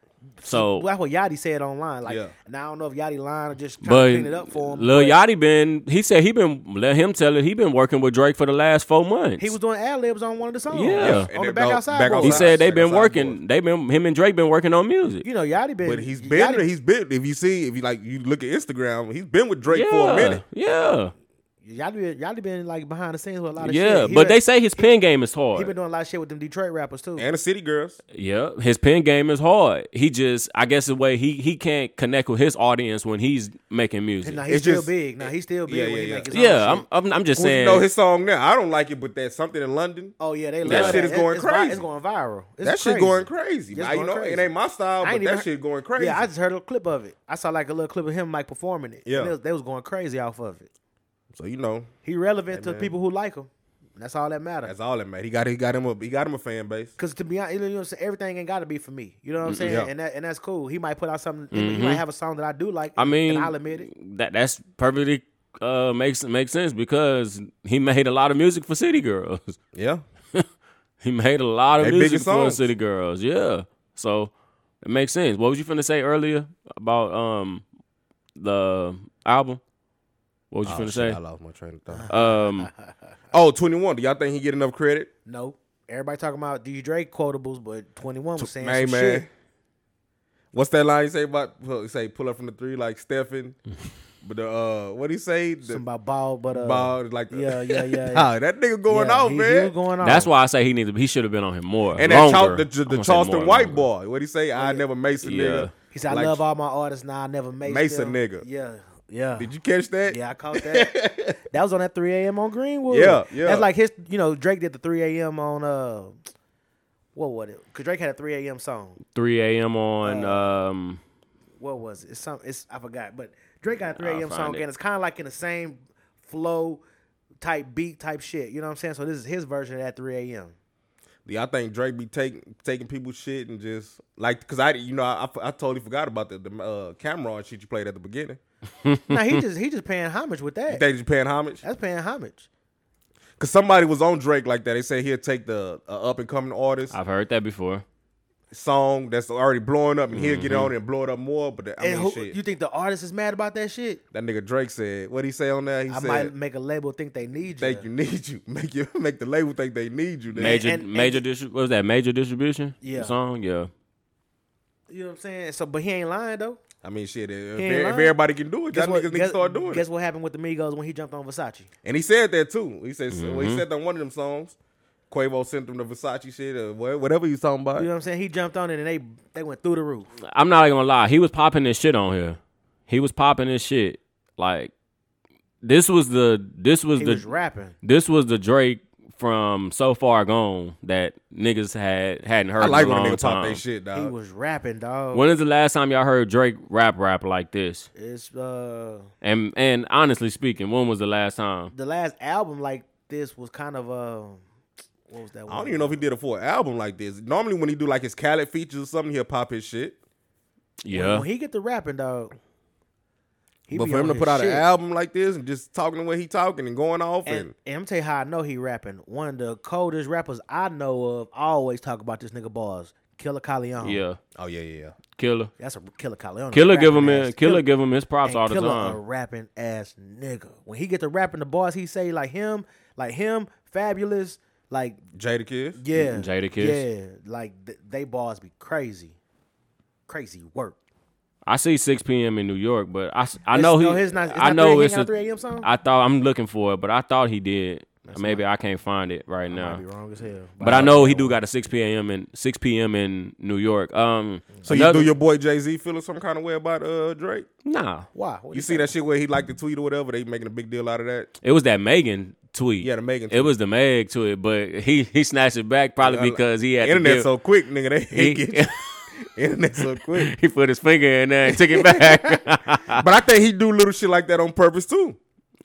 [SPEAKER 2] so. Oh.
[SPEAKER 3] Well, that's what Yachty said online. Like,
[SPEAKER 5] Yeah.
[SPEAKER 3] and I don't know if Yachty lying or just trying
[SPEAKER 2] But
[SPEAKER 3] to clean it up for him.
[SPEAKER 2] Lil
[SPEAKER 3] but
[SPEAKER 2] Yachty been he said he been let him tell it he been working with Drake for the last four months.
[SPEAKER 3] he was doing ad libs on one of the songs.
[SPEAKER 2] Yeah. Yeah,
[SPEAKER 5] and
[SPEAKER 3] on
[SPEAKER 5] they-
[SPEAKER 3] the back
[SPEAKER 5] no,
[SPEAKER 3] outside.
[SPEAKER 5] back
[SPEAKER 3] boys.
[SPEAKER 2] he
[SPEAKER 5] outside.
[SPEAKER 2] said they
[SPEAKER 5] Like
[SPEAKER 2] been
[SPEAKER 5] Cyborg.
[SPEAKER 2] working. They been him and Drake been working on music.
[SPEAKER 3] you know, Yachty been.
[SPEAKER 5] But he's been
[SPEAKER 3] Yachty-
[SPEAKER 5] he's been if you see if you like you look at Instagram, he's been with Drake
[SPEAKER 2] yeah,
[SPEAKER 5] for a minute.
[SPEAKER 2] yeah,
[SPEAKER 3] Yachty, Yachty been like behind the scenes with a lot of shit.
[SPEAKER 2] yeah.
[SPEAKER 3] He
[SPEAKER 2] But
[SPEAKER 3] been-
[SPEAKER 2] they say his pen game is
[SPEAKER 3] he
[SPEAKER 2] hard.
[SPEAKER 3] been doing a lot of shit with them Detroit rappers too.
[SPEAKER 5] And the City Girls.
[SPEAKER 2] Yeah, his pen game is hard. He just, I guess, the way he he can't connect with his audience when he's making music.
[SPEAKER 3] Now he's
[SPEAKER 5] It's
[SPEAKER 3] still
[SPEAKER 5] just-
[SPEAKER 3] big. Now he's still big
[SPEAKER 5] Yeah,
[SPEAKER 3] when
[SPEAKER 5] yeah,
[SPEAKER 3] he
[SPEAKER 5] yeah.
[SPEAKER 3] make his own shit.
[SPEAKER 2] yeah, I'm, I'm I'm just
[SPEAKER 5] Well, you
[SPEAKER 2] saying.
[SPEAKER 5] know his song now. I don't like it, but that something in London.
[SPEAKER 3] Oh yeah, they love
[SPEAKER 5] That
[SPEAKER 3] that
[SPEAKER 5] shit is
[SPEAKER 3] It-
[SPEAKER 5] going
[SPEAKER 3] it's vi-
[SPEAKER 5] crazy.
[SPEAKER 3] It's going viral. It's
[SPEAKER 5] that shit
[SPEAKER 3] crazy.
[SPEAKER 5] going crazy.
[SPEAKER 3] It's
[SPEAKER 5] Now, you
[SPEAKER 3] going
[SPEAKER 5] know, it
[SPEAKER 3] crazy.
[SPEAKER 5] ain't my style,
[SPEAKER 3] I
[SPEAKER 5] but
[SPEAKER 3] ain't
[SPEAKER 5] that
[SPEAKER 3] even heard-
[SPEAKER 5] shit going crazy.
[SPEAKER 3] Yeah, I just heard a clip of it. I saw like a little clip of him like performing it.
[SPEAKER 5] Yeah.
[SPEAKER 3] And they, was, they was going crazy off of it.
[SPEAKER 5] so you know,
[SPEAKER 3] He relevant to people who like him. And that's all that matters.
[SPEAKER 5] that's all that man. He got he got him a he got him a fan base.
[SPEAKER 3] Because to be honest, you know what I'm saying, everything ain't got to be for me. You know what I'm saying?
[SPEAKER 5] Yeah. Mm-hmm.
[SPEAKER 3] And that, and that's cool. He might put out something. He might have a song that I do like.
[SPEAKER 2] I mean,
[SPEAKER 3] and I'll admit it.
[SPEAKER 2] that that's perfectly uh makes makes sense because he made a lot of music for City Girls.
[SPEAKER 5] Yeah.
[SPEAKER 2] he made a lot of
[SPEAKER 5] They
[SPEAKER 2] music
[SPEAKER 5] biggest
[SPEAKER 2] for
[SPEAKER 5] songs.
[SPEAKER 2] City Girls. Yeah, so it makes sense. What was you finna say earlier about um the album? What was you finna
[SPEAKER 5] Oh, Shit,
[SPEAKER 2] say?
[SPEAKER 5] I lost my train of thought.
[SPEAKER 2] Um,
[SPEAKER 5] Uh, oh, 21. Do y'all think he get enough credit?
[SPEAKER 3] No, everybody talking about D. Drake quotables, but 21 was saying
[SPEAKER 5] Hey,
[SPEAKER 3] some
[SPEAKER 5] man.
[SPEAKER 3] shit.
[SPEAKER 5] What's that line you say about pull- say pull up from the three like Stefan? but the uh what he say? The
[SPEAKER 3] Something about ball, but uh,
[SPEAKER 5] ball like the,
[SPEAKER 3] yeah, yeah, yeah, yeah.
[SPEAKER 5] Nah, that nigga going
[SPEAKER 3] yeah,
[SPEAKER 5] off,
[SPEAKER 3] he,
[SPEAKER 5] man.
[SPEAKER 3] He was going on.
[SPEAKER 2] that's why I say he needed. He should have been on him more.
[SPEAKER 5] and that Char-
[SPEAKER 2] longer.
[SPEAKER 5] the,
[SPEAKER 2] I'm
[SPEAKER 5] the
[SPEAKER 2] gonna say
[SPEAKER 5] Charleston
[SPEAKER 2] more
[SPEAKER 5] white
[SPEAKER 2] longer.
[SPEAKER 5] boy. What he say? I never Mason
[SPEAKER 2] Yeah.
[SPEAKER 5] nigga.
[SPEAKER 3] Oh, He said, I
[SPEAKER 5] Like,
[SPEAKER 3] love all my artists. Now I never mace
[SPEAKER 5] Mace a
[SPEAKER 3] them.
[SPEAKER 5] nigga.
[SPEAKER 3] Yeah, yeah,
[SPEAKER 5] Did you catch that?
[SPEAKER 3] yeah. I caught that. that was on that 3 a.m. on Greenwood.
[SPEAKER 5] Yeah, yeah.
[SPEAKER 3] That's like his. You know, Drake did the 3 a.m. on uh, what was it? Cause Drake had a 3 a.m. song.
[SPEAKER 2] 3 a.m. on
[SPEAKER 3] Uh,
[SPEAKER 2] um
[SPEAKER 3] What was it? It's some. It's I forgot. But Drake got a 3
[SPEAKER 2] I'll
[SPEAKER 3] a.m.
[SPEAKER 2] find
[SPEAKER 3] song,
[SPEAKER 2] it.
[SPEAKER 3] and it's kind of like in the same flow, type beat, type shit. You know what I'm saying? So this is his version of that 3 a.m.
[SPEAKER 5] Do y'all think Drake be taking taking people's shit and just like? Cause I, you know, I, I totally forgot about the, the uh, camera and shit you played at the beginning.
[SPEAKER 3] now he just he just paying homage with
[SPEAKER 5] You
[SPEAKER 3] that.
[SPEAKER 5] think you paying homage?
[SPEAKER 3] That's paying homage.
[SPEAKER 5] Cause somebody was on Drake like that. They say he'll take the uh, up and coming artist.
[SPEAKER 2] I've heard that before.
[SPEAKER 5] song that's already blowing up, and he'll get on it and blow it up more. But that, I
[SPEAKER 3] And
[SPEAKER 5] mean,
[SPEAKER 3] who,
[SPEAKER 5] shit.
[SPEAKER 3] you think the artist is mad about that shit?
[SPEAKER 5] that nigga Drake said, what he say on there? He
[SPEAKER 3] I
[SPEAKER 5] said,
[SPEAKER 3] might make a label think they need you.
[SPEAKER 5] "Think you need you, make you make the label think they need you." nigga.
[SPEAKER 2] Major,
[SPEAKER 3] and-
[SPEAKER 2] major, distri- what was that? Major distribution.
[SPEAKER 3] Yeah.
[SPEAKER 2] The song. Yeah.
[SPEAKER 3] You know what I'm saying? So, but he ain't lying though.
[SPEAKER 5] I mean, shit. uh, If,
[SPEAKER 3] ain't
[SPEAKER 5] if
[SPEAKER 3] lying.
[SPEAKER 5] everybody can do it, y'all niggas need to
[SPEAKER 3] guess,
[SPEAKER 5] start doing it.
[SPEAKER 3] guess what happened with the Migos when he jumped on Versace?
[SPEAKER 5] And he said that too. He said well,
[SPEAKER 2] Mm-hmm.
[SPEAKER 5] he said that on one of them songs. Quavo sent him the Versace shit or wha- whatever he was talking about.
[SPEAKER 3] You know what I'm saying? He jumped on it and they they went through the roof.
[SPEAKER 2] I'm not gonna lie. He was popping this shit on here. He was popping this shit. Like this was the this was
[SPEAKER 3] He
[SPEAKER 2] the
[SPEAKER 3] was rapping.
[SPEAKER 2] this was the Drake from so far gone that niggas had hadn't heard.
[SPEAKER 5] I like
[SPEAKER 2] in a
[SPEAKER 5] when a
[SPEAKER 2] long
[SPEAKER 5] nigga talk
[SPEAKER 2] time.
[SPEAKER 5] that shit,
[SPEAKER 3] He
[SPEAKER 5] dog.
[SPEAKER 3] was rapping, dog.
[SPEAKER 2] When is the last time y'all heard Drake rap rap like this?
[SPEAKER 3] It's uh
[SPEAKER 2] And and honestly speaking, when was the last time?
[SPEAKER 3] the last album like this was kind of uh what was that one?
[SPEAKER 5] I don't even know if he did a full album like this. Normally, when he do like his Khaled features or something, he'll pop his shit.
[SPEAKER 2] Yeah.
[SPEAKER 3] When he get the rapping, dog. he
[SPEAKER 5] But
[SPEAKER 3] be
[SPEAKER 5] for him
[SPEAKER 3] on
[SPEAKER 5] to
[SPEAKER 3] his
[SPEAKER 5] put out
[SPEAKER 3] shit.
[SPEAKER 5] an album like this and just talking the way he talking and going off and,
[SPEAKER 3] And, and I'm tell you how I know he rapping. One of the coldest rappers I know of. I always talk about this nigga bars. Killer Calion.
[SPEAKER 2] Yeah.
[SPEAKER 5] oh yeah, yeah, yeah.
[SPEAKER 2] Killer.
[SPEAKER 3] That's a Killer Calion.
[SPEAKER 2] Killer
[SPEAKER 3] rapping
[SPEAKER 2] give him
[SPEAKER 3] ass.
[SPEAKER 2] his, killer give him his props
[SPEAKER 3] and
[SPEAKER 2] all the
[SPEAKER 3] Killer
[SPEAKER 2] time.
[SPEAKER 3] A rapping ass nigga. When he get to rapping the bars, he say like him, like him, fabulous, like
[SPEAKER 5] Jada Kiss.
[SPEAKER 3] yeah,
[SPEAKER 2] Jada Kiss.
[SPEAKER 3] yeah, like th- they bars be crazy, crazy work.
[SPEAKER 2] I see 6 p.m. in New York, but I, s- I
[SPEAKER 3] It's-
[SPEAKER 2] know he.
[SPEAKER 3] no, it's not- it's
[SPEAKER 2] I
[SPEAKER 3] not
[SPEAKER 2] know
[SPEAKER 3] 3
[SPEAKER 2] it's
[SPEAKER 3] a.m.
[SPEAKER 2] a
[SPEAKER 3] 3 a.m. song?
[SPEAKER 2] I thought I'm looking for it, but I thought he did. Maybe I can't find it right
[SPEAKER 3] Might
[SPEAKER 2] now.
[SPEAKER 3] be wrong as hell.
[SPEAKER 2] But I know he do got a 6 p.m. in 6 p.m. in New York. Um,
[SPEAKER 5] So
[SPEAKER 2] another-
[SPEAKER 5] you do your boy Jay Z feeling some kind of way about uh Drake?
[SPEAKER 2] nah?
[SPEAKER 3] Why? What
[SPEAKER 5] You
[SPEAKER 3] he
[SPEAKER 5] see that shit where he liked to tweet or whatever? They making a big deal out of that.
[SPEAKER 2] It was that Megan tweet.
[SPEAKER 5] Yeah, the Megan
[SPEAKER 2] It
[SPEAKER 5] tweet.
[SPEAKER 2] was the Meg tweet, but he he snatched it back probably because he had
[SPEAKER 5] internet
[SPEAKER 2] to give,
[SPEAKER 5] so quick, nigga. They
[SPEAKER 2] he,
[SPEAKER 5] get you. internet so quick.
[SPEAKER 2] he put his finger in there and took it back.
[SPEAKER 5] But I think he do little shit like that on purpose too.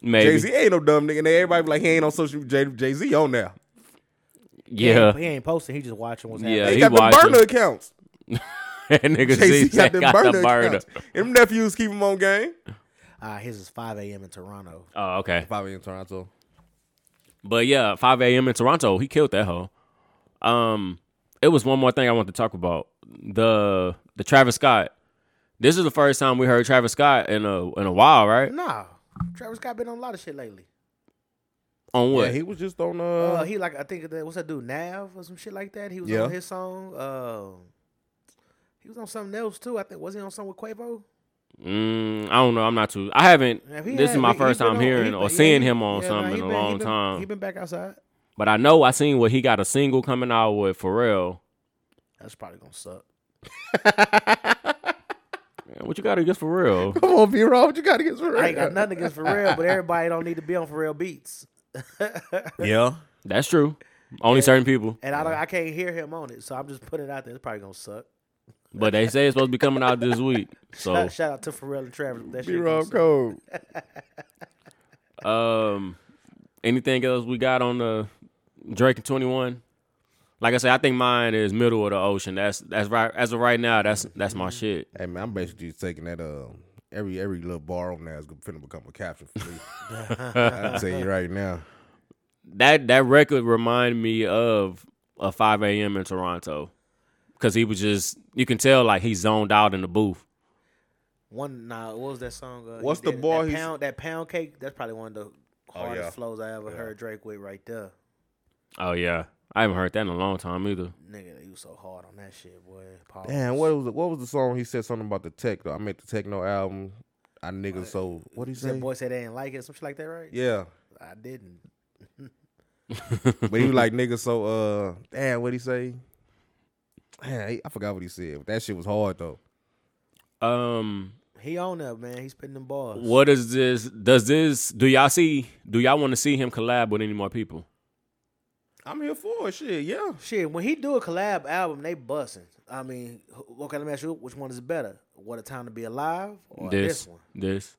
[SPEAKER 5] Jay
[SPEAKER 2] Maybe.
[SPEAKER 5] Z ain't no dumb nigga. And everybody be like he ain't on social. Jay Z on there.
[SPEAKER 2] Yeah.
[SPEAKER 3] He ain't posting. He just watching what's happening.
[SPEAKER 2] Yeah,
[SPEAKER 5] He,
[SPEAKER 2] he
[SPEAKER 5] got the
[SPEAKER 2] watching.
[SPEAKER 5] burner accounts.
[SPEAKER 2] That nigga
[SPEAKER 5] Jay Z
[SPEAKER 2] Z
[SPEAKER 5] got the burner,
[SPEAKER 2] burner.
[SPEAKER 5] accounts. Them nephews keep him on game.
[SPEAKER 3] Ah, his is 5 a.m. in Toronto.
[SPEAKER 2] Oh, okay.
[SPEAKER 5] Probably in Toronto.
[SPEAKER 2] But yeah, 5 a.m. in Toronto, he killed that hoe. Um, it was one more thing I want to talk about the the Travis Scott. This is the first time we heard Travis Scott in a in a while, right?
[SPEAKER 3] Nah, Travis Scott been on a lot of shit lately.
[SPEAKER 2] On what?
[SPEAKER 5] Yeah, he was just on uh,
[SPEAKER 3] Uh, he like I think that what's that dude Nav or some shit like that. He was
[SPEAKER 5] Yeah.
[SPEAKER 3] on his song. Uh, he was on something else too. I think was he on something with Quavo?
[SPEAKER 2] mm, I don't know. I'm not too. I haven't.
[SPEAKER 3] Yeah,
[SPEAKER 2] This
[SPEAKER 3] he
[SPEAKER 2] is
[SPEAKER 3] had-
[SPEAKER 2] my
[SPEAKER 3] he- he
[SPEAKER 2] first
[SPEAKER 3] been
[SPEAKER 2] time
[SPEAKER 3] on-
[SPEAKER 2] hearing
[SPEAKER 3] he-
[SPEAKER 2] or
[SPEAKER 3] yeah,
[SPEAKER 2] seeing
[SPEAKER 3] he-
[SPEAKER 2] him on
[SPEAKER 3] yeah, nah,
[SPEAKER 2] something
[SPEAKER 3] he
[SPEAKER 2] in a
[SPEAKER 3] been- he
[SPEAKER 2] long
[SPEAKER 3] been-
[SPEAKER 2] time.
[SPEAKER 3] He been back outside.
[SPEAKER 2] But I know I seen where he got a single coming out with Pharrell.
[SPEAKER 3] That's probably gonna suck.
[SPEAKER 2] Man, what you got against Pharrell?
[SPEAKER 5] Come on, be wrong. What you gotta get some
[SPEAKER 3] I ain't got nothing against Pharrell, but everybody don't need to be on Pharrell beats,
[SPEAKER 5] Yeah.
[SPEAKER 2] That's true. Only certain people.
[SPEAKER 3] and I don't, I can't hear him on it, so I'm just putting it out there. It's probably gonna suck.
[SPEAKER 2] But they say it's supposed to be coming out this week. So
[SPEAKER 3] Shout, shout out to Pharrell and Travis. That
[SPEAKER 5] Be
[SPEAKER 3] shit gonna
[SPEAKER 5] wrong
[SPEAKER 3] suck.
[SPEAKER 5] code.
[SPEAKER 2] um anything else we got on the Drake and 21? Like I said, I think mine is middle of the ocean. That's that's right as of right now, that's that's my shit.
[SPEAKER 5] Hey man, I'm basically just taking that uh every every little bar on there is finna become a caption for me. I tell you right now.
[SPEAKER 2] That that record reminded me of a 5 a.m. in Toronto. Cause he was just you can tell like he zoned out in the booth.
[SPEAKER 3] One nah, what was that song? Uh, he
[SPEAKER 5] What's the
[SPEAKER 3] did-
[SPEAKER 5] boy
[SPEAKER 3] That
[SPEAKER 5] he's- Oh,
[SPEAKER 3] pound, that pound cake. That's probably one of the hardest
[SPEAKER 5] yeah.
[SPEAKER 3] flows I ever heard Drake with right there.
[SPEAKER 2] Oh yeah. I haven't heard that in a long time either.
[SPEAKER 3] Nigga, he was so hard on that shit, boy. Pause.
[SPEAKER 5] Damn, what was the, what was the song he said something about the tech though? I meant the techno album. I niggas so what he say?
[SPEAKER 3] That boy said they ain't like it, some shit like that, right?
[SPEAKER 5] Yeah.
[SPEAKER 3] I didn't.
[SPEAKER 5] But he was like niggas so uh damn what he say? Man, he- I forgot what he said. But that shit was hard though.
[SPEAKER 2] Um
[SPEAKER 3] He on there, man. He's spitting them bars.
[SPEAKER 2] What is this? Does this? Do y'all see? Do y'all want to see him collab with any more people?
[SPEAKER 5] I'm here for it, shit, yeah.
[SPEAKER 3] Shit, when he do a collab album, they busting. I mean, wh- okay, let me ask you, which one is better? What a time to be alive or this,
[SPEAKER 2] this,
[SPEAKER 3] one?
[SPEAKER 2] this.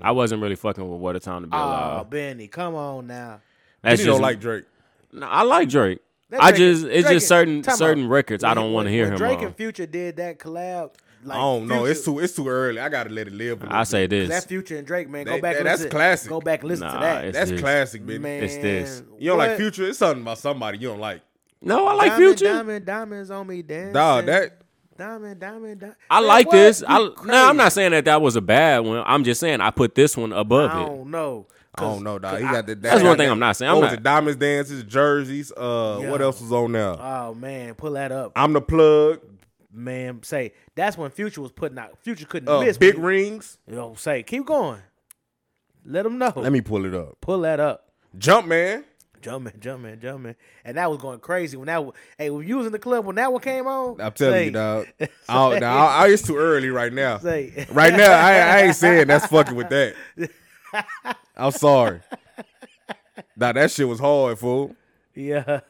[SPEAKER 2] I wasn't really fucking with What a Time to Be Alive.
[SPEAKER 3] Oh, Benny, come on now.
[SPEAKER 2] That's
[SPEAKER 5] he
[SPEAKER 2] just
[SPEAKER 5] don't like Drake.
[SPEAKER 2] No, I like Drake.
[SPEAKER 3] That
[SPEAKER 2] I
[SPEAKER 3] Drake-
[SPEAKER 2] just it's
[SPEAKER 3] Drake-
[SPEAKER 2] just certain
[SPEAKER 3] time out.
[SPEAKER 2] certain records I
[SPEAKER 3] When-
[SPEAKER 2] don't want to
[SPEAKER 3] when-
[SPEAKER 2] hear
[SPEAKER 3] when
[SPEAKER 2] him
[SPEAKER 3] Drake
[SPEAKER 2] on.
[SPEAKER 3] and Future did that collab. Like,
[SPEAKER 5] I don't know. It's
[SPEAKER 3] Future-
[SPEAKER 5] too it's too early. I gotta let it live. a
[SPEAKER 2] I
[SPEAKER 5] little
[SPEAKER 2] say
[SPEAKER 5] bit.
[SPEAKER 2] this.
[SPEAKER 3] That Future and Drake, man, go
[SPEAKER 5] That-
[SPEAKER 3] back.
[SPEAKER 5] that-
[SPEAKER 3] and
[SPEAKER 5] that's
[SPEAKER 3] listen-
[SPEAKER 5] classic.
[SPEAKER 3] Go back, listen
[SPEAKER 2] Nah,
[SPEAKER 3] to that.
[SPEAKER 2] it's-
[SPEAKER 5] that's
[SPEAKER 2] this.
[SPEAKER 5] classic, man.
[SPEAKER 3] man,
[SPEAKER 2] it's this.
[SPEAKER 5] You don't like
[SPEAKER 3] what?
[SPEAKER 5] Future? It's something about somebody you don't like.
[SPEAKER 2] No, I like
[SPEAKER 3] diamond,
[SPEAKER 2] Future.
[SPEAKER 3] Diamond, diamonds on me dancing.
[SPEAKER 5] Dog, that
[SPEAKER 3] diamond, diamond, diamond.
[SPEAKER 2] I like this. I no, I'm not saying that that was a bad one. I'm just saying I put this one above
[SPEAKER 3] I
[SPEAKER 2] it.
[SPEAKER 3] don't know.
[SPEAKER 5] I don't know, dog. He got the
[SPEAKER 2] That's one thing I'm not saying. I'm
[SPEAKER 5] What was
[SPEAKER 2] not-
[SPEAKER 5] it? Diamonds dances, jerseys. Uh, what
[SPEAKER 3] Yeah.
[SPEAKER 5] else was on there?
[SPEAKER 3] Oh man, pull that up,
[SPEAKER 5] I'm the plug.
[SPEAKER 3] man. Say that's when Future was putting out. Future couldn't
[SPEAKER 5] Uh,
[SPEAKER 3] miss.
[SPEAKER 5] big
[SPEAKER 3] when he-
[SPEAKER 5] rings.
[SPEAKER 3] Yo, say keep going. Let them
[SPEAKER 2] Oh.
[SPEAKER 3] know.
[SPEAKER 5] Let me pull it up.
[SPEAKER 3] pull that up.
[SPEAKER 5] Jump man.
[SPEAKER 3] Jumpman, jumpman, jumpman, and that was going crazy when that. wa- Hey, when you was in the club when that one came on.
[SPEAKER 5] I'm telling
[SPEAKER 3] say,
[SPEAKER 5] you, dog. Oh, no, I, I, it's too early right now.
[SPEAKER 3] Say,
[SPEAKER 5] Right now, I, I ain't saying that's fucking with that. I'm sorry. Nah, that shit was hard, fool.
[SPEAKER 3] yeah.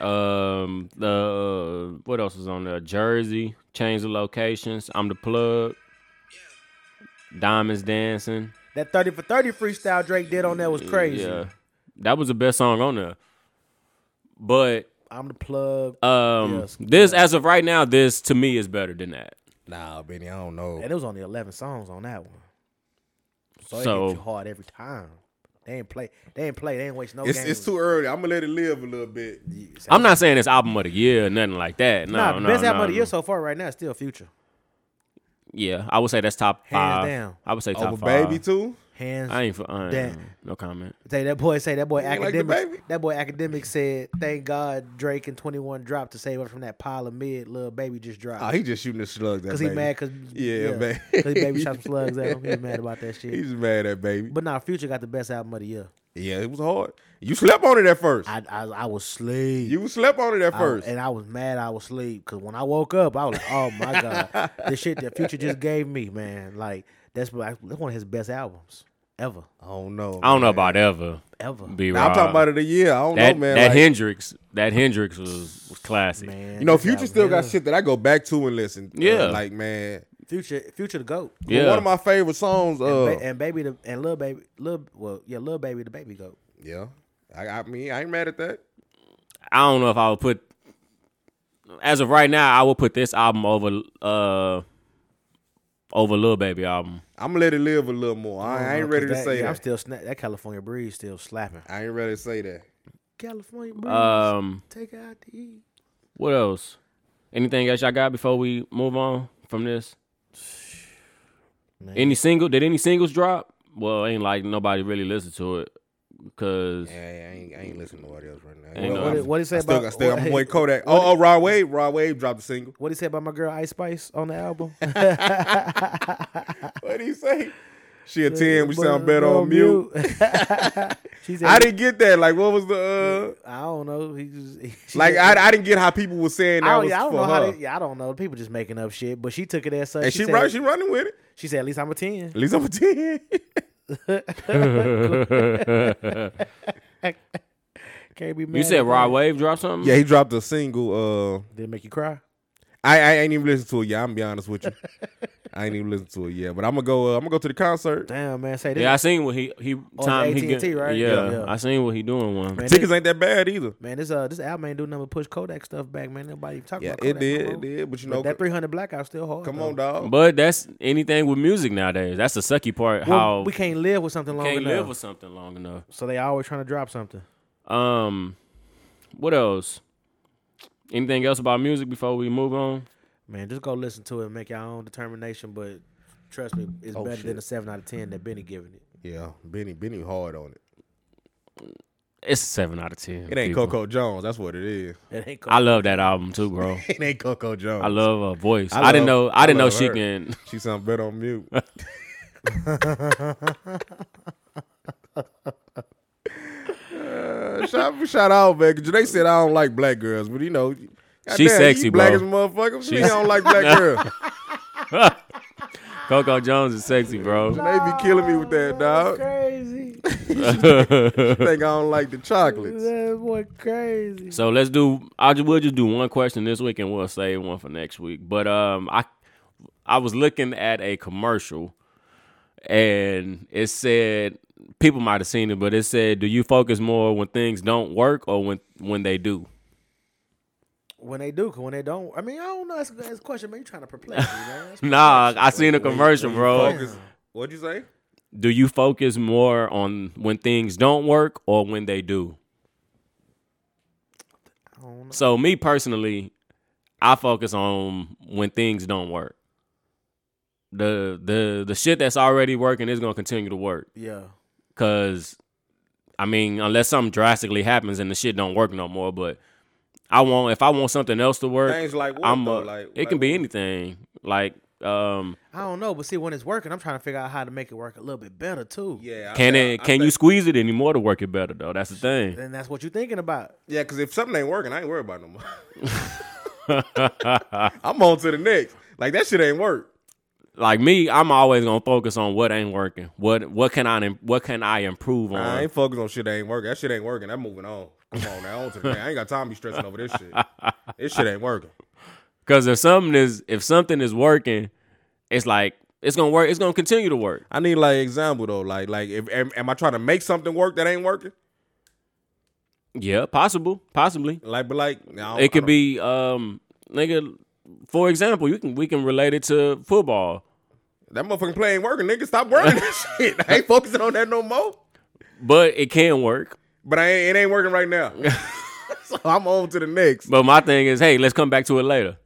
[SPEAKER 2] Um, the uh, what else was on there? Jersey, change the locations. I'm the plug. Diamonds dancing.
[SPEAKER 3] That thirty for thirty freestyle Drake did on that was crazy.
[SPEAKER 2] Yeah, that was the best song on there. But
[SPEAKER 3] I'm the plug,
[SPEAKER 2] um,
[SPEAKER 3] Yes.
[SPEAKER 2] this as of right now, this to me is better than that.
[SPEAKER 5] Nah, Benny, I don't know.
[SPEAKER 3] and it was only eleven songs on that one. So, it
[SPEAKER 2] So-
[SPEAKER 3] hit you hard every time. They ain't play. They ain't play. They ain't waste no.
[SPEAKER 5] It's,
[SPEAKER 3] game.
[SPEAKER 5] it's too early. I'm gonna let it live a little bit.
[SPEAKER 2] I'm not saying it's album of the year or nothing like that. No,
[SPEAKER 3] Nah,
[SPEAKER 2] no,
[SPEAKER 3] the best
[SPEAKER 2] no,
[SPEAKER 3] album of the
[SPEAKER 2] no.
[SPEAKER 3] year so far right now is still Future.
[SPEAKER 2] Yeah, I would say that's top
[SPEAKER 3] Hands
[SPEAKER 2] five.
[SPEAKER 3] down.
[SPEAKER 2] I would say top
[SPEAKER 5] Over
[SPEAKER 2] five.
[SPEAKER 5] baby too.
[SPEAKER 3] Hands.
[SPEAKER 2] I ain't. For, I ain't
[SPEAKER 3] Damn.
[SPEAKER 2] no comment.
[SPEAKER 3] say that boy. Say that boy.
[SPEAKER 5] ain't like the
[SPEAKER 3] Academic.
[SPEAKER 5] baby.
[SPEAKER 3] that boy. Academic said, "Thank God Drake and Twenty One dropped to save us from that pile of mid. Little baby just dropped."
[SPEAKER 5] Oh, he just shooting the slugs.
[SPEAKER 3] Cause
[SPEAKER 5] Because
[SPEAKER 3] he mad, cause
[SPEAKER 5] Yeah, man.
[SPEAKER 3] cause he baby shot some slugs at him. He was mad about that shit.
[SPEAKER 5] He's mad at baby.
[SPEAKER 3] but nah, Future got the best album of the year.
[SPEAKER 5] Yeah, it was hard. You slept on it at first.
[SPEAKER 3] I I, I was sleep.
[SPEAKER 5] you slept on it at
[SPEAKER 3] I-
[SPEAKER 5] first.
[SPEAKER 3] and I was mad I was asleep because when I woke up, I was like, "Oh my god, the shit that Future just gave me, man! Like that's like, that's one of his best albums ever,
[SPEAKER 5] I don't know.
[SPEAKER 2] I don't know
[SPEAKER 5] man.
[SPEAKER 2] about ever.
[SPEAKER 3] ever,
[SPEAKER 2] Be
[SPEAKER 5] Nah, I'm
[SPEAKER 2] Rob.
[SPEAKER 5] talking about it a year. I don't
[SPEAKER 2] that
[SPEAKER 5] know, man.
[SPEAKER 2] that
[SPEAKER 5] like,
[SPEAKER 2] Hendrix. That Hendrix was was classic.
[SPEAKER 3] man.
[SPEAKER 5] you know,
[SPEAKER 3] this
[SPEAKER 5] Future
[SPEAKER 3] album,
[SPEAKER 5] still got
[SPEAKER 3] yeah.
[SPEAKER 5] shit that I go back to and listen. Uh,
[SPEAKER 2] Yeah.
[SPEAKER 5] like man,
[SPEAKER 3] Future, Future the goat,
[SPEAKER 2] Yeah.
[SPEAKER 5] one of my favorite songs. Uh,
[SPEAKER 3] and, ba- and baby the and little baby, little well, yeah, little baby the baby goat.
[SPEAKER 5] yeah, I, I mean, I ain't mad at that.
[SPEAKER 2] I don't know if I would put as of right now, I would put this album over uh over Lil Baby album.
[SPEAKER 5] I'm gonna let it live a little more. I, I ain't ready to
[SPEAKER 3] that,
[SPEAKER 5] say
[SPEAKER 3] yeah, I'm
[SPEAKER 5] that.
[SPEAKER 3] still sna- that California breeze still slapping.
[SPEAKER 5] I ain't ready to say that.
[SPEAKER 3] California breeze,
[SPEAKER 2] Um
[SPEAKER 3] take her out to eat.
[SPEAKER 2] what else? Anything else y'all got before we move on from this?
[SPEAKER 3] Man.
[SPEAKER 2] Any single did any singles drop? Well, ain't like nobody really listened to it because
[SPEAKER 5] Yeah, I ain't, I ain't listening to nobody else right now.
[SPEAKER 2] Ain't no-
[SPEAKER 5] Well, I-
[SPEAKER 3] What, did- what he say
[SPEAKER 5] I still
[SPEAKER 3] about
[SPEAKER 5] got stay on my
[SPEAKER 3] what-
[SPEAKER 5] boy Kodak. Oh, oh, Rod Wave, Rod Wave dropped a single.
[SPEAKER 3] What he say about my girl Ice Spice on the album?
[SPEAKER 5] What do you say? She a ten. We
[SPEAKER 3] But
[SPEAKER 5] sound better on mute.
[SPEAKER 3] mute. she said,
[SPEAKER 5] I didn't get that. Like, what was the
[SPEAKER 3] I don't know. He just,
[SPEAKER 5] uh, like? I, I didn't get how people were saying that
[SPEAKER 3] I don't,
[SPEAKER 5] was
[SPEAKER 3] Oh, yeah, I don't
[SPEAKER 5] for
[SPEAKER 3] know
[SPEAKER 5] her.
[SPEAKER 3] how. They, yeah, I don't know. People just making up shit. But she took it as such.
[SPEAKER 5] and she
[SPEAKER 3] said,
[SPEAKER 5] right, she running with it.
[SPEAKER 3] she said, at least I'm a ten.
[SPEAKER 5] At least I'm a ten.
[SPEAKER 3] Can't be mad.
[SPEAKER 2] you said
[SPEAKER 3] at
[SPEAKER 2] Rod
[SPEAKER 3] that.
[SPEAKER 2] Wave dropped something?
[SPEAKER 5] yeah, he dropped a single. Uh,
[SPEAKER 3] Did it make you cry?
[SPEAKER 5] I, I ain't even listened to it yet. I'm gonna be honest with you. I ain't even listened to it yet. But I'm gonna go. Uh, I'm gonna go to the concert.
[SPEAKER 3] Damn man, say this.
[SPEAKER 2] Yeah, I seen what he he
[SPEAKER 3] the
[SPEAKER 2] time he
[SPEAKER 3] AT&T, right?
[SPEAKER 2] Yeah,
[SPEAKER 3] Yeah, yeah.
[SPEAKER 2] I seen what he doing one.
[SPEAKER 3] man,
[SPEAKER 5] Tickets
[SPEAKER 3] this,
[SPEAKER 5] ain't that bad either.
[SPEAKER 3] man, this uh this album ain't doing nothing but push Kodak stuff back, man. Nobody even talking
[SPEAKER 5] Yeah,
[SPEAKER 3] about
[SPEAKER 5] it
[SPEAKER 3] Kodak no
[SPEAKER 5] did.
[SPEAKER 3] more.
[SPEAKER 5] It did. But you
[SPEAKER 3] But
[SPEAKER 5] know,
[SPEAKER 3] that 300 blackout still hard.
[SPEAKER 5] come
[SPEAKER 3] though.
[SPEAKER 5] on, dog.
[SPEAKER 2] But that's anything with music nowadays. That's the sucky part.
[SPEAKER 3] Well,
[SPEAKER 2] how
[SPEAKER 3] we can't live with something long
[SPEAKER 2] can't
[SPEAKER 3] enough.
[SPEAKER 2] live with something long enough.
[SPEAKER 3] so they always trying to drop something.
[SPEAKER 2] Um, what else? Anything else about music before we move on?
[SPEAKER 3] Man, just go listen to it and make your own determination. But trust me, it's
[SPEAKER 5] Oh,
[SPEAKER 3] better than a seven out of ten that Benny giving it.
[SPEAKER 5] yeah, Benny, Benny hard on it.
[SPEAKER 2] It's a seven out of ten.
[SPEAKER 5] It ain't
[SPEAKER 2] people.
[SPEAKER 5] Coco Jones. That's what it is.
[SPEAKER 3] It ain't
[SPEAKER 2] I love that album too, bro.
[SPEAKER 5] It ain't Coco Jones.
[SPEAKER 2] I love her voice. I,
[SPEAKER 5] I
[SPEAKER 2] didn't know.
[SPEAKER 5] love-
[SPEAKER 2] I,
[SPEAKER 5] I
[SPEAKER 2] didn't know
[SPEAKER 5] love
[SPEAKER 2] she
[SPEAKER 5] her.
[SPEAKER 2] can.
[SPEAKER 5] She sound better on mute. Uh, shout, shout out, man. 'cause They said I don't like black girls, but you know, goddamn,
[SPEAKER 2] sexy,
[SPEAKER 5] you black
[SPEAKER 2] bro.
[SPEAKER 5] as a motherfucker. She
[SPEAKER 2] She's-
[SPEAKER 5] don't like black girls.
[SPEAKER 2] Coco Jones is sexy, bro.
[SPEAKER 5] They be killing me with that, dog.
[SPEAKER 3] crazy.
[SPEAKER 5] Think I don't like the chocolates.
[SPEAKER 3] that boy crazy.
[SPEAKER 2] So let's do. I ju- we'll just do one question this week, and we'll save one for next week. But um, I I was looking at a commercial, and it said people might have seen it, but it said, "Do you focus more when things don't work or when when they do?"
[SPEAKER 3] When they do, 'cause when they don't, I mean, I don't know. That's a, that's a question, man. You trying to perplex me, man? That's-
[SPEAKER 2] Nah, I seen a commercial, bro.
[SPEAKER 5] Focus. What'd you say?
[SPEAKER 2] Do you focus more on when things don't work or when they do?
[SPEAKER 3] don't know.
[SPEAKER 2] So me personally, I focus on when things don't work. The the the shit that's already working is gonna continue to work.
[SPEAKER 3] Yeah.
[SPEAKER 2] Cause I mean, unless something drastically happens and the shit don't work no more, but I want if I want something else to work,
[SPEAKER 5] Things like what
[SPEAKER 2] I'm a,
[SPEAKER 5] though? like
[SPEAKER 2] it can be anything. Like um
[SPEAKER 3] I don't know, but see when it's working, I'm trying to figure out how to make it work a little bit better too.
[SPEAKER 5] Yeah. I
[SPEAKER 2] can
[SPEAKER 5] think-
[SPEAKER 2] it
[SPEAKER 5] I
[SPEAKER 2] can you
[SPEAKER 5] think-
[SPEAKER 2] squeeze it anymore to work it better though? That's the thing.
[SPEAKER 3] And that's what you're thinking about.
[SPEAKER 5] Yeah, because if something ain't working, I ain't worried about it no more. I'm on to the next. Like that shit ain't work.
[SPEAKER 2] Like me, I'm always gonna focus on what ain't working. What what can I im- what can I improve on?
[SPEAKER 5] I ain't focused on shit that ain't working. That shit ain't working. I'm moving on. Come on now, on to the next. I ain't got time to be stressing over this shit. This shit ain't working.
[SPEAKER 2] Because if something is if something is working, it's like it's gonna work. It's gonna continue to work.
[SPEAKER 5] I need like example though. Like like if am, am I trying to make something work that ain't working?
[SPEAKER 2] Yeah, possible, possibly.
[SPEAKER 5] Like but like no,
[SPEAKER 2] It could be um, nigga. For example, you can we can relate it to football,
[SPEAKER 5] that motherfucking play ain't working. Nigga, stop working that shit. I ain't focusing on that no more.
[SPEAKER 2] but it can work.
[SPEAKER 5] But I ain't, it ain't working right now. so I'm on to the next.
[SPEAKER 2] But my thing is, hey, let's come back to it later.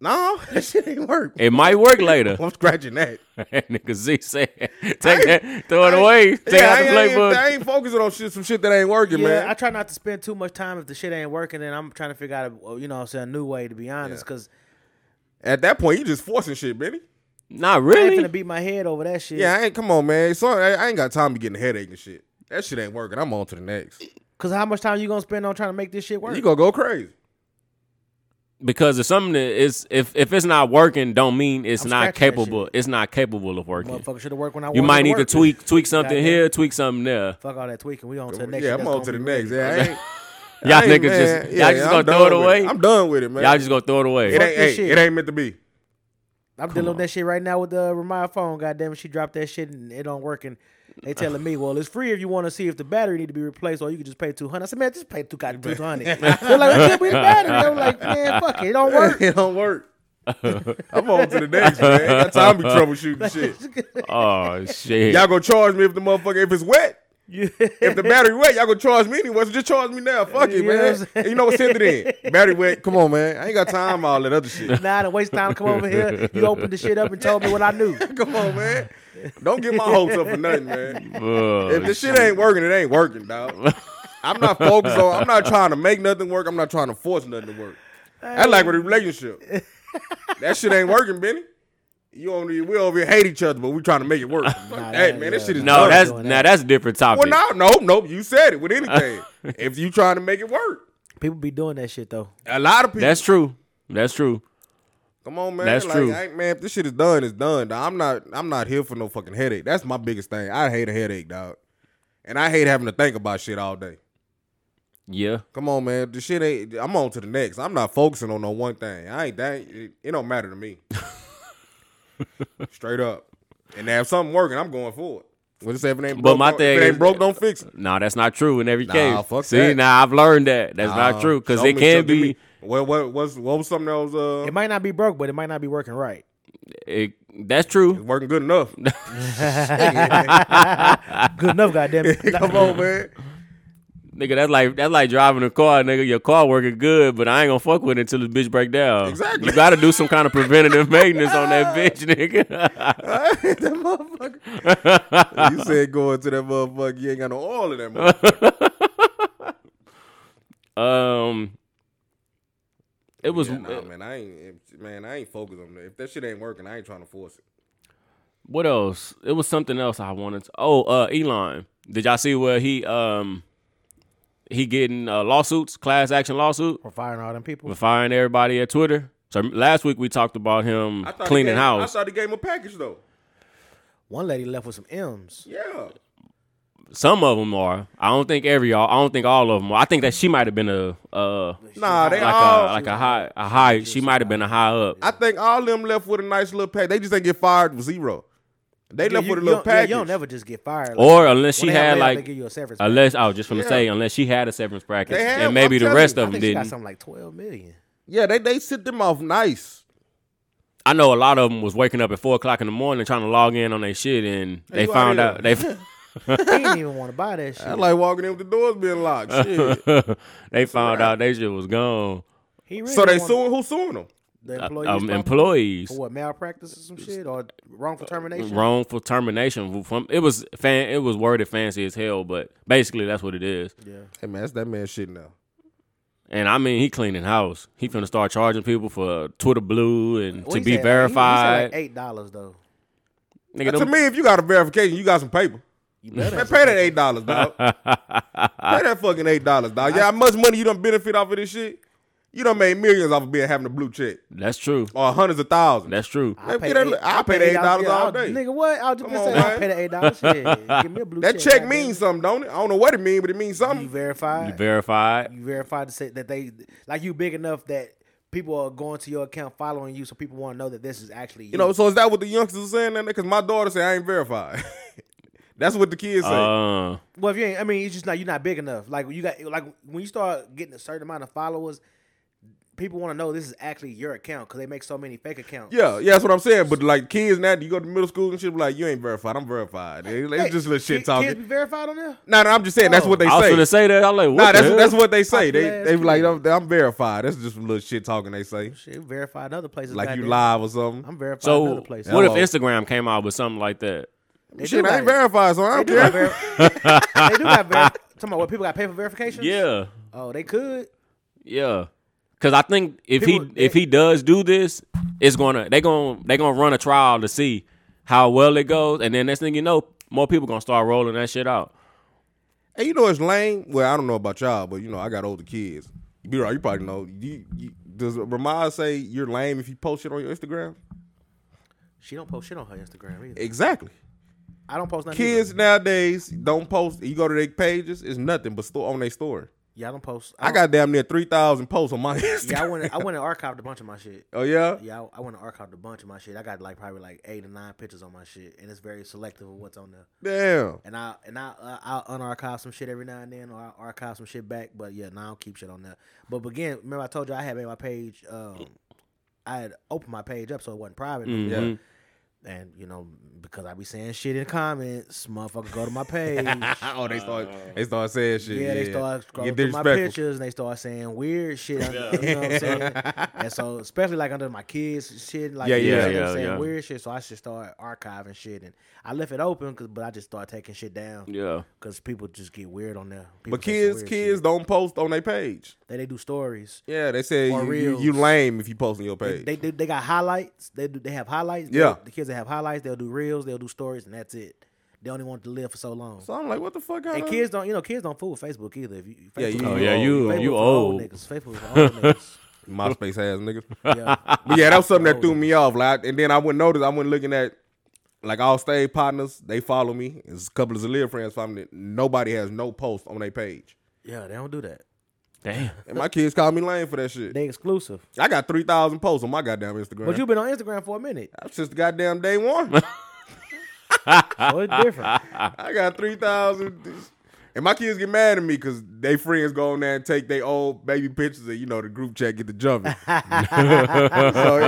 [SPEAKER 5] No, that shit ain't work.
[SPEAKER 2] It might work later.
[SPEAKER 5] I'm scratching that.
[SPEAKER 2] Nigga Z said, take that, throw it away, take
[SPEAKER 5] Yeah,
[SPEAKER 2] out
[SPEAKER 5] I
[SPEAKER 2] the
[SPEAKER 5] ain't- I ain't, I
[SPEAKER 2] playbook.
[SPEAKER 5] ain't focusing on shit, some shit that ain't working,
[SPEAKER 3] yeah,
[SPEAKER 5] man.
[SPEAKER 3] I try not to spend too much time if the shit ain't working, and I'm trying to figure out, a, you know, what I'm saying, a new way to be honest,
[SPEAKER 5] Yeah.
[SPEAKER 3] because
[SPEAKER 5] At that point, you just forcing shit, Benny.
[SPEAKER 2] Not
[SPEAKER 3] I ain't
[SPEAKER 2] really.
[SPEAKER 3] gonna beat my head over that shit.
[SPEAKER 5] Yeah, I ain't. Come on, man. So I, I ain't got time to be getting a headache and shit. That shit ain't working. I'm on to the next.
[SPEAKER 3] Because how much time you gonna spend on trying to make this shit work?
[SPEAKER 5] You gonna go crazy.
[SPEAKER 2] because if something is if if it's not working, don't mean it's
[SPEAKER 3] I'm
[SPEAKER 2] not
[SPEAKER 3] scratching that
[SPEAKER 2] capable. It's not capable of working.
[SPEAKER 3] Motherfucker should have worked when I
[SPEAKER 2] You
[SPEAKER 3] wanted
[SPEAKER 2] might need
[SPEAKER 3] work.
[SPEAKER 2] to tweak tweak something
[SPEAKER 3] Goddamn.
[SPEAKER 2] here, tweak something there.
[SPEAKER 3] Fuck all that tweaking. We on to the next.
[SPEAKER 5] yeah,
[SPEAKER 3] shit
[SPEAKER 5] I'm
[SPEAKER 3] that's
[SPEAKER 5] on to the
[SPEAKER 3] gonna be
[SPEAKER 5] next.
[SPEAKER 3] ready.
[SPEAKER 5] Yeah, I ain't-
[SPEAKER 2] Y'all
[SPEAKER 5] I
[SPEAKER 2] niggas
[SPEAKER 5] ain't-
[SPEAKER 2] just-
[SPEAKER 5] man,
[SPEAKER 2] y'all
[SPEAKER 5] yeah,
[SPEAKER 2] just
[SPEAKER 5] I'm
[SPEAKER 2] gonna
[SPEAKER 5] done
[SPEAKER 2] throw it
[SPEAKER 5] with
[SPEAKER 2] away?
[SPEAKER 5] I'm done with it, man.
[SPEAKER 2] Y'all just gonna throw it away.
[SPEAKER 5] it ain't,
[SPEAKER 3] this
[SPEAKER 5] hey,
[SPEAKER 3] shit.
[SPEAKER 5] it ain't meant to be.
[SPEAKER 3] I'm dealing with that shit right now with the Ramaya phone. Goddamn, it, she dropped that shit and it don't work. And they telling me, well, it's free if you want to see if the battery need to be replaced, or you can just pay two hundred. I said, man, just pay two goddamn two hundred. They're like, that can't be the battery. I'm like, man, fuck it, it don't work.
[SPEAKER 5] it don't work. I'm on to the next, man. Ain't got time to be troubleshooting shit.
[SPEAKER 2] Oh shit!
[SPEAKER 5] Y'all gonna charge me if the motherfucker if it's wet. If the battery wet, y'all gonna charge me anyway. So just charge me now. Fuck
[SPEAKER 3] You
[SPEAKER 5] it,
[SPEAKER 3] know what I'm
[SPEAKER 5] man.
[SPEAKER 3] saying?
[SPEAKER 5] And you know what? Send it in. Battery wet. Come on, man. I ain't got time for all that other shit.
[SPEAKER 3] Nah, to waste time. Come over here. You opened the shit up and told me what I knew.
[SPEAKER 5] Come on, man. Don't get my hopes up for nothing, man.
[SPEAKER 2] Oh,
[SPEAKER 5] If this shit ain't working, it ain't working, dog. I'm not focused on. I'm not trying to make nothing work. I'm not trying to force nothing to work. That's like with a relationship. That shit ain't working, Benny. You on the, we over here hate each other, but we trying to make it work. Fuck that,
[SPEAKER 3] that-
[SPEAKER 5] man, this
[SPEAKER 3] yeah.
[SPEAKER 5] shit is
[SPEAKER 2] no,
[SPEAKER 5] done.
[SPEAKER 2] that's
[SPEAKER 3] doing
[SPEAKER 2] now
[SPEAKER 3] that.
[SPEAKER 2] that's a different topic.
[SPEAKER 5] well, no, no, no. You said it with anything. if you trying to make it work,
[SPEAKER 3] People be doing that shit though.
[SPEAKER 5] a lot of people.
[SPEAKER 2] that's true. That's true.
[SPEAKER 5] Come on, man.
[SPEAKER 2] That's
[SPEAKER 5] like,
[SPEAKER 2] true.
[SPEAKER 5] I ain't- man, if this shit is done, it's done. Dog. I'm not. I'm not here for no fucking headache. That's my biggest thing. I hate a headache, dog. And I hate having to think about shit all day.
[SPEAKER 2] Yeah,
[SPEAKER 5] Come on, man. The shit ain't. I'm on to the next. I'm not focusing on no one thing. I ain't that. It, it don't matter to me. Straight up. And now if something working, I'm going for it. What if it ain't broke?
[SPEAKER 2] But my
[SPEAKER 5] don't-
[SPEAKER 2] thing
[SPEAKER 5] if it ain't
[SPEAKER 2] is-
[SPEAKER 5] broke, don't fix it.
[SPEAKER 2] no, that's not true in every
[SPEAKER 5] Nah,
[SPEAKER 2] case.
[SPEAKER 5] fuck
[SPEAKER 2] See,
[SPEAKER 5] that.
[SPEAKER 2] now I've learned that that's not
[SPEAKER 5] Uh,
[SPEAKER 2] true because
[SPEAKER 5] show
[SPEAKER 2] it
[SPEAKER 5] me- show-
[SPEAKER 2] can
[SPEAKER 5] give me-
[SPEAKER 2] be.
[SPEAKER 5] What what what's, what was something that was uh
[SPEAKER 3] It might not be broke, but it might not be working right.
[SPEAKER 2] It, that's true.
[SPEAKER 5] working good enough?
[SPEAKER 3] Good enough, goddamn it.
[SPEAKER 5] Come on, man.
[SPEAKER 2] Nigga, that's like that's like driving a car, nigga. Your car working good, but I ain't gonna fuck with it until the bitch break down.
[SPEAKER 5] Exactly.
[SPEAKER 2] You gotta do some kind of preventative maintenance on that bitch, nigga.
[SPEAKER 5] that motherfucker. you said going to that motherfucker, you ain't got no oil in that motherfucker.
[SPEAKER 2] Um, it was
[SPEAKER 5] Yeah, nah, man, I ain't if- man, I ain't focused on that. If that shit ain't working, I ain't trying to force it.
[SPEAKER 2] what else? It was something else I wanted. To, oh, uh, Elon. Did y'all see where he um he getting uh, lawsuits, class action lawsuit
[SPEAKER 5] Oh.
[SPEAKER 3] We're firing all them people.
[SPEAKER 2] for firing everybody at Twitter? So last week we talked about him
[SPEAKER 5] I thought he
[SPEAKER 2] cleaning
[SPEAKER 5] gave-
[SPEAKER 2] house.
[SPEAKER 5] I thought he gave him a package though.
[SPEAKER 3] One lady left with some M's.
[SPEAKER 5] Yeah.
[SPEAKER 2] Some of them are. I don't think every. I don't think all of them. Are. I think that she might have been a uh
[SPEAKER 5] Nah, they
[SPEAKER 2] like a
[SPEAKER 5] all
[SPEAKER 2] like a high a high. She might have been a high up.
[SPEAKER 5] I think all them left with a nice little pack. They just didn't get fired with zero. They
[SPEAKER 3] Yeah,
[SPEAKER 5] left
[SPEAKER 3] you,
[SPEAKER 5] with a
[SPEAKER 3] you
[SPEAKER 5] little
[SPEAKER 3] don't- yeah,
[SPEAKER 5] package.
[SPEAKER 3] you don't never just get fired. Like,
[SPEAKER 2] Or unless she
[SPEAKER 3] when they have
[SPEAKER 2] had
[SPEAKER 3] layoff, they
[SPEAKER 2] like
[SPEAKER 3] give you a severance. package.
[SPEAKER 2] unless I was just gonna
[SPEAKER 5] Yeah.
[SPEAKER 2] say unless she had a severance package
[SPEAKER 5] They had
[SPEAKER 2] and
[SPEAKER 5] one,
[SPEAKER 2] maybe
[SPEAKER 5] I'm
[SPEAKER 2] the
[SPEAKER 5] telling
[SPEAKER 2] rest
[SPEAKER 5] you.
[SPEAKER 2] of
[SPEAKER 3] I
[SPEAKER 2] them
[SPEAKER 3] think she got
[SPEAKER 2] didn't.
[SPEAKER 3] something like twelve million.
[SPEAKER 5] yeah, they they sent them off nice.
[SPEAKER 2] I know a lot of them was waking up at four o'clock in the morning trying to log in on their shit, and they
[SPEAKER 5] you
[SPEAKER 2] found
[SPEAKER 5] outta
[SPEAKER 2] out they
[SPEAKER 3] he didn't even want to buy that shit.
[SPEAKER 5] I like walking in with the doors being locked. Shit.
[SPEAKER 2] they found out they shit was gone.
[SPEAKER 3] he really
[SPEAKER 5] so they uh,
[SPEAKER 3] wanted-
[SPEAKER 5] suing? Who suing them?
[SPEAKER 3] the employees
[SPEAKER 2] Um,
[SPEAKER 3] probably-
[SPEAKER 2] employees
[SPEAKER 3] for what malpractice or some shit or
[SPEAKER 5] Uh,
[SPEAKER 3] wrongful termination.
[SPEAKER 2] wrongful termination from it was fan it was worded fancy as hell, but basically that's what it is.
[SPEAKER 3] Yeah,
[SPEAKER 5] Hey man, that's that man shit now.
[SPEAKER 2] And I mean, he cleaning house. He finna start charging people for Twitter blue
[SPEAKER 5] Oh,
[SPEAKER 2] and
[SPEAKER 3] What
[SPEAKER 2] to
[SPEAKER 3] he
[SPEAKER 2] be
[SPEAKER 3] said, like, he- he said,
[SPEAKER 2] verified.
[SPEAKER 3] like eight dollars though.
[SPEAKER 2] Nigga,
[SPEAKER 5] to
[SPEAKER 2] them-
[SPEAKER 5] me, if you got a verification, you got some paper.
[SPEAKER 3] You
[SPEAKER 5] Man,
[SPEAKER 3] better
[SPEAKER 5] pay that eight dollars, dog. pay that fucking eight dollars, dog. Yeah, how much money you done benefit off of this shit? You done made millions off of being having a blue check
[SPEAKER 2] that's true.
[SPEAKER 5] or hundreds of thousands.
[SPEAKER 2] That's true.
[SPEAKER 5] Man, get that- I pay the eight dollars all day.
[SPEAKER 3] Nigga, what? I was just
[SPEAKER 5] Come
[SPEAKER 3] gonna
[SPEAKER 5] on,
[SPEAKER 3] say I
[SPEAKER 5] man.
[SPEAKER 3] pay the eight dollars. Shit, give me a blue
[SPEAKER 5] that
[SPEAKER 3] check
[SPEAKER 5] check
[SPEAKER 3] goddamn.
[SPEAKER 5] means something, don't it? I don't know what it means, but it means
[SPEAKER 3] you
[SPEAKER 5] something.
[SPEAKER 3] verified.
[SPEAKER 2] You verified.
[SPEAKER 3] you verified to say that they like you big enough that people are going to your account following you, so people want to know that this is actually you.
[SPEAKER 5] You know, so is that what the youngsters are saying? Because my daughter say I ain't verified. That's what the kids say.
[SPEAKER 2] Uh,
[SPEAKER 3] well, if you ain't, I mean, it's just not you're not big enough. Like you got like when you start getting a certain amount of followers, people want to know this is actually your account because they make so many fake accounts.
[SPEAKER 5] yeah, yeah, that's what I'm saying. But like kids now, you go to middle school and shit, be like you ain't verified. I'm verified. It- It's
[SPEAKER 3] Hey,
[SPEAKER 5] just little shit
[SPEAKER 3] ki- Kids be
[SPEAKER 5] talking.
[SPEAKER 3] verified on there.
[SPEAKER 5] No, no, I'm just saying that's what they
[SPEAKER 2] I was
[SPEAKER 5] say.
[SPEAKER 2] gonna say that. I'm like, what
[SPEAKER 5] Nah,
[SPEAKER 2] the
[SPEAKER 5] that's
[SPEAKER 2] hell?
[SPEAKER 5] that's what they say.
[SPEAKER 3] Popular
[SPEAKER 5] They
[SPEAKER 3] ass
[SPEAKER 5] they be like,
[SPEAKER 3] kid.
[SPEAKER 5] I'm, I'm verified. That's just some little shit talking they say.
[SPEAKER 3] Shit, verified in other places.
[SPEAKER 5] Like you
[SPEAKER 3] goddamn.
[SPEAKER 5] live or something.
[SPEAKER 3] I'm verified in
[SPEAKER 2] so
[SPEAKER 3] other
[SPEAKER 2] what if
[SPEAKER 3] places.
[SPEAKER 2] Instagram came out with something like that?
[SPEAKER 3] They
[SPEAKER 5] shit,
[SPEAKER 3] do got
[SPEAKER 5] I ain't
[SPEAKER 3] it.
[SPEAKER 5] verified, so I
[SPEAKER 3] They do got
[SPEAKER 5] don't care.
[SPEAKER 3] ver- they do got ver- Talking about what people got paid for verification.
[SPEAKER 2] Yeah,
[SPEAKER 3] Oh, they could.
[SPEAKER 2] yeah. Because I think if he
[SPEAKER 3] People-
[SPEAKER 2] if he does do this, it's gonna they gonna they gonna run a trial to see how well it goes, and then next thing you know, more people gonna start rolling that shit out.
[SPEAKER 5] And you know it's lame. Well, I don't know about y'all, but you know I got older kids. You be right. You probably know. You, you, does Ramaz say you're lame if you post shit on your Instagram?
[SPEAKER 3] She don't post shit on her Instagram either.
[SPEAKER 5] Exactly.
[SPEAKER 3] I don't post nothing. either.
[SPEAKER 5] Kids nowadays don't post. You go to their pages, it's nothing but store on their story.
[SPEAKER 3] Yeah, I don't post.
[SPEAKER 5] I
[SPEAKER 3] don't-
[SPEAKER 5] got damn near three thousand posts on my
[SPEAKER 3] Oh.
[SPEAKER 5] Instagram.
[SPEAKER 3] Yeah, I went. I went and archived a bunch of my shit.
[SPEAKER 5] oh yeah.
[SPEAKER 3] Yeah, I, I went and archived a bunch of my shit. I got like probably like eight or nine pictures on my shit, and it's very selective of what's on there.
[SPEAKER 5] Damn.
[SPEAKER 3] And I and I uh, I'll unarchive some shit every now and then, or I will archive some shit back. But yeah, now I don't keep shit on there. But but again, remember I told you I had made my page. Um, I had opened my page up so it wasn't private.
[SPEAKER 5] Yeah.
[SPEAKER 3] And you know because I be saying shit in the comments, motherfucker, go to my page.
[SPEAKER 2] Mm-hmm.
[SPEAKER 5] oh, they start. They start saying shit.
[SPEAKER 3] Yeah, they start
[SPEAKER 5] Get
[SPEAKER 3] scrolling through my
[SPEAKER 5] disrespectful.
[SPEAKER 3] pictures and they start saying weird shit. You know what I'm saying? and so, especially like under my kids' shit, like
[SPEAKER 5] Yeah,
[SPEAKER 3] you know,
[SPEAKER 5] yeah,
[SPEAKER 3] they
[SPEAKER 2] yeah,
[SPEAKER 3] saying
[SPEAKER 2] yeah.
[SPEAKER 3] weird shit. So I should start archiving shit, and I left it open, 'cause- but I just started taking shit down
[SPEAKER 2] Yeah.
[SPEAKER 3] because people just get weird on there. People
[SPEAKER 5] But
[SPEAKER 3] say some
[SPEAKER 5] kids,
[SPEAKER 3] weird
[SPEAKER 5] kids
[SPEAKER 3] shit.
[SPEAKER 5] don't post on their page.
[SPEAKER 3] they they do stories.
[SPEAKER 5] Yeah, they say
[SPEAKER 3] Or
[SPEAKER 5] you, you,
[SPEAKER 3] reels.
[SPEAKER 5] you lame if you post on your
[SPEAKER 3] They,
[SPEAKER 5] page.
[SPEAKER 3] they they they got highlights. They do, they have highlights. They-
[SPEAKER 5] Yeah.
[SPEAKER 3] the kids that have highlights, they'll do reels, they'll do stories, and that's it. They only want to live for so long.
[SPEAKER 5] so uh, I'm like, what the fuck?
[SPEAKER 3] and
[SPEAKER 5] I-
[SPEAKER 3] kids don't, you know, kids don't fool with Facebook either. If you,
[SPEAKER 5] Yeah,
[SPEAKER 3] Facebook
[SPEAKER 5] you-
[SPEAKER 2] Oh
[SPEAKER 3] is
[SPEAKER 2] yeah,
[SPEAKER 5] old.
[SPEAKER 2] you
[SPEAKER 3] Facebook
[SPEAKER 2] you
[SPEAKER 3] for old
[SPEAKER 2] old.
[SPEAKER 3] niggas. Facebook for old niggas.
[SPEAKER 5] MySpace ass niggas.
[SPEAKER 3] Yeah.
[SPEAKER 5] But yeah, that was something that threw me off. Like, and then I wouldn't notice. I went looking at like all stage partners. They follow me. It's a couple of Zalia friends follow me. Nobody has no post on their page.
[SPEAKER 3] Yeah, they don't do that.
[SPEAKER 2] Damn.
[SPEAKER 5] And my kids call me lame for that shit.
[SPEAKER 3] They exclusive.
[SPEAKER 5] I got three thousand posts on my goddamn Instagram.
[SPEAKER 3] But you've been on Instagram for a minute.
[SPEAKER 5] since the goddamn day one.
[SPEAKER 3] So it's different.
[SPEAKER 5] I got three thousand. And my kids get mad at me because they friends go on there and take their old baby pictures and you know the group chat get the jumping. so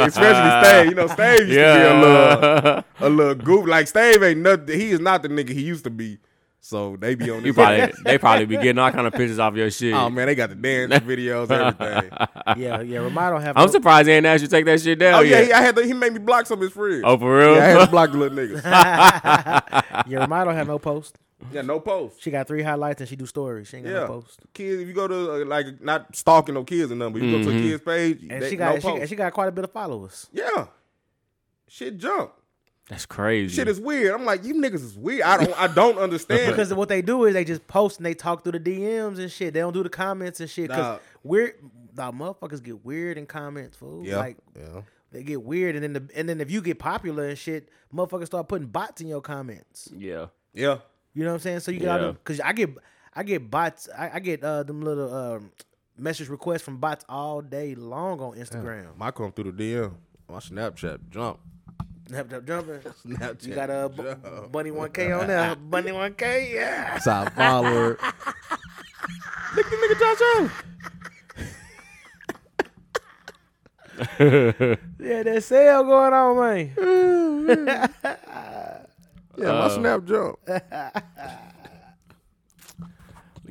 [SPEAKER 5] especially Stave, you know Stave used to be a little
[SPEAKER 2] Yeah.
[SPEAKER 5] a little goof. Like Stave ain't nothing. He is not the nigga he used to be. So they be on
[SPEAKER 2] You
[SPEAKER 5] this.
[SPEAKER 2] probably they probably be getting all kind of pictures off your shit.
[SPEAKER 5] oh man, they got the dance videos, everything.
[SPEAKER 2] Oh,
[SPEAKER 3] yeah, yeah. Ramon don't have.
[SPEAKER 2] I'm
[SPEAKER 3] no-
[SPEAKER 2] surprised they ain't asked you to take that shit down.
[SPEAKER 5] Oh yeah,
[SPEAKER 2] yet.
[SPEAKER 5] he, I had to, he made me block some of his friends.
[SPEAKER 2] oh for real?
[SPEAKER 5] yeah, I had to block the little niggas.
[SPEAKER 3] yeah, Ramon don't have no post.
[SPEAKER 5] yeah, no post.
[SPEAKER 3] She got three highlights and she do stories. She ain't got
[SPEAKER 5] Yeah,
[SPEAKER 3] no post.
[SPEAKER 5] kids. If you go to uh, like not stalking no kids or nothing, but you go
[SPEAKER 2] Mm-hmm.
[SPEAKER 5] to a kids page,
[SPEAKER 3] And
[SPEAKER 5] they-
[SPEAKER 3] she got
[SPEAKER 5] no post.
[SPEAKER 3] she, she got quite a bit of followers.
[SPEAKER 5] Yeah. Shit jump.
[SPEAKER 2] That's crazy.
[SPEAKER 5] Shit is weird. I'm like, you niggas is weird. I don't I don't understand.
[SPEAKER 3] Because what they do is they just post and they talk through the DMs and shit. They don't do the comments and shit. Because
[SPEAKER 5] Dog.
[SPEAKER 3] weird, nah, motherfuckers get weird in comments, fool.
[SPEAKER 5] yeah.
[SPEAKER 3] Like
[SPEAKER 5] yeah.
[SPEAKER 3] they get weird, and then the, and then if you get popular and shit, motherfuckers start putting bots in your comments.
[SPEAKER 2] yeah.
[SPEAKER 5] Yeah.
[SPEAKER 3] You know what I'm saying? So you got
[SPEAKER 2] Yeah.
[SPEAKER 3] to because I get I get bots. I, I get uh, them little um, message requests from bots all day long on Instagram.
[SPEAKER 5] My come through the DM. My Snapchat jump.
[SPEAKER 3] Jump, jump, jumping.
[SPEAKER 5] Snapchat.
[SPEAKER 3] You uh, got a bu- bunny one k on there. Bunny one k. Yeah.
[SPEAKER 5] top follower. Look at nigga Josh Allen.
[SPEAKER 3] Yeah, that sale going on, man.
[SPEAKER 5] Yeah, my snap jump.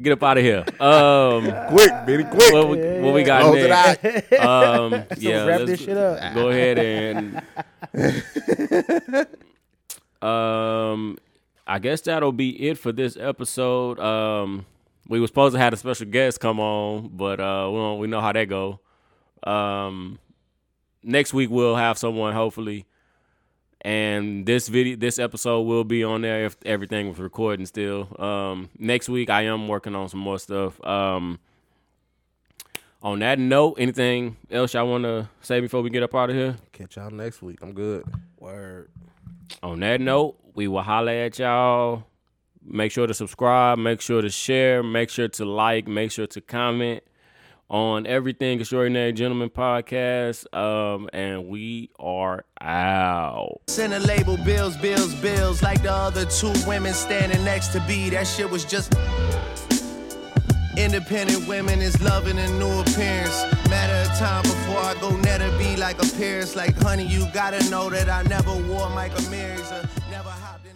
[SPEAKER 2] Get up out of here. Um,
[SPEAKER 5] Quick, Benny, quick.
[SPEAKER 2] what, we, what we got
[SPEAKER 5] Close it
[SPEAKER 2] next?
[SPEAKER 5] out.
[SPEAKER 2] Um, yeah,
[SPEAKER 3] wrap
[SPEAKER 2] let's
[SPEAKER 3] this shit up.
[SPEAKER 2] Go ahead and. um, I guess that'll be it for this episode. Um, we were supposed to have a special guest come on, but uh, we don't, we know how that go. Um, next week we'll have someone hopefully, and this video, this episode will be on there if everything was recording still. Um, next week I am working on some more stuff. Um, on that note, anything else y'all want to say before we get up out of here?
[SPEAKER 5] Catch y'all next week. I'm good.
[SPEAKER 3] Word.
[SPEAKER 2] on that note, we will holler at y'all. Make sure to subscribe, make sure to share, make sure to like, make sure to comment on everything Extraordinary Gentlemen podcast. Um, and we are out.
[SPEAKER 4] Send a label, bills, bills, bills, like the other two women standing next to B. That shit was just. Independent women is loving a new appearance. Matter of time before I go netter be like a Pierce. Like, honey, you gotta know that I never wore Michael Myers or never hopped in.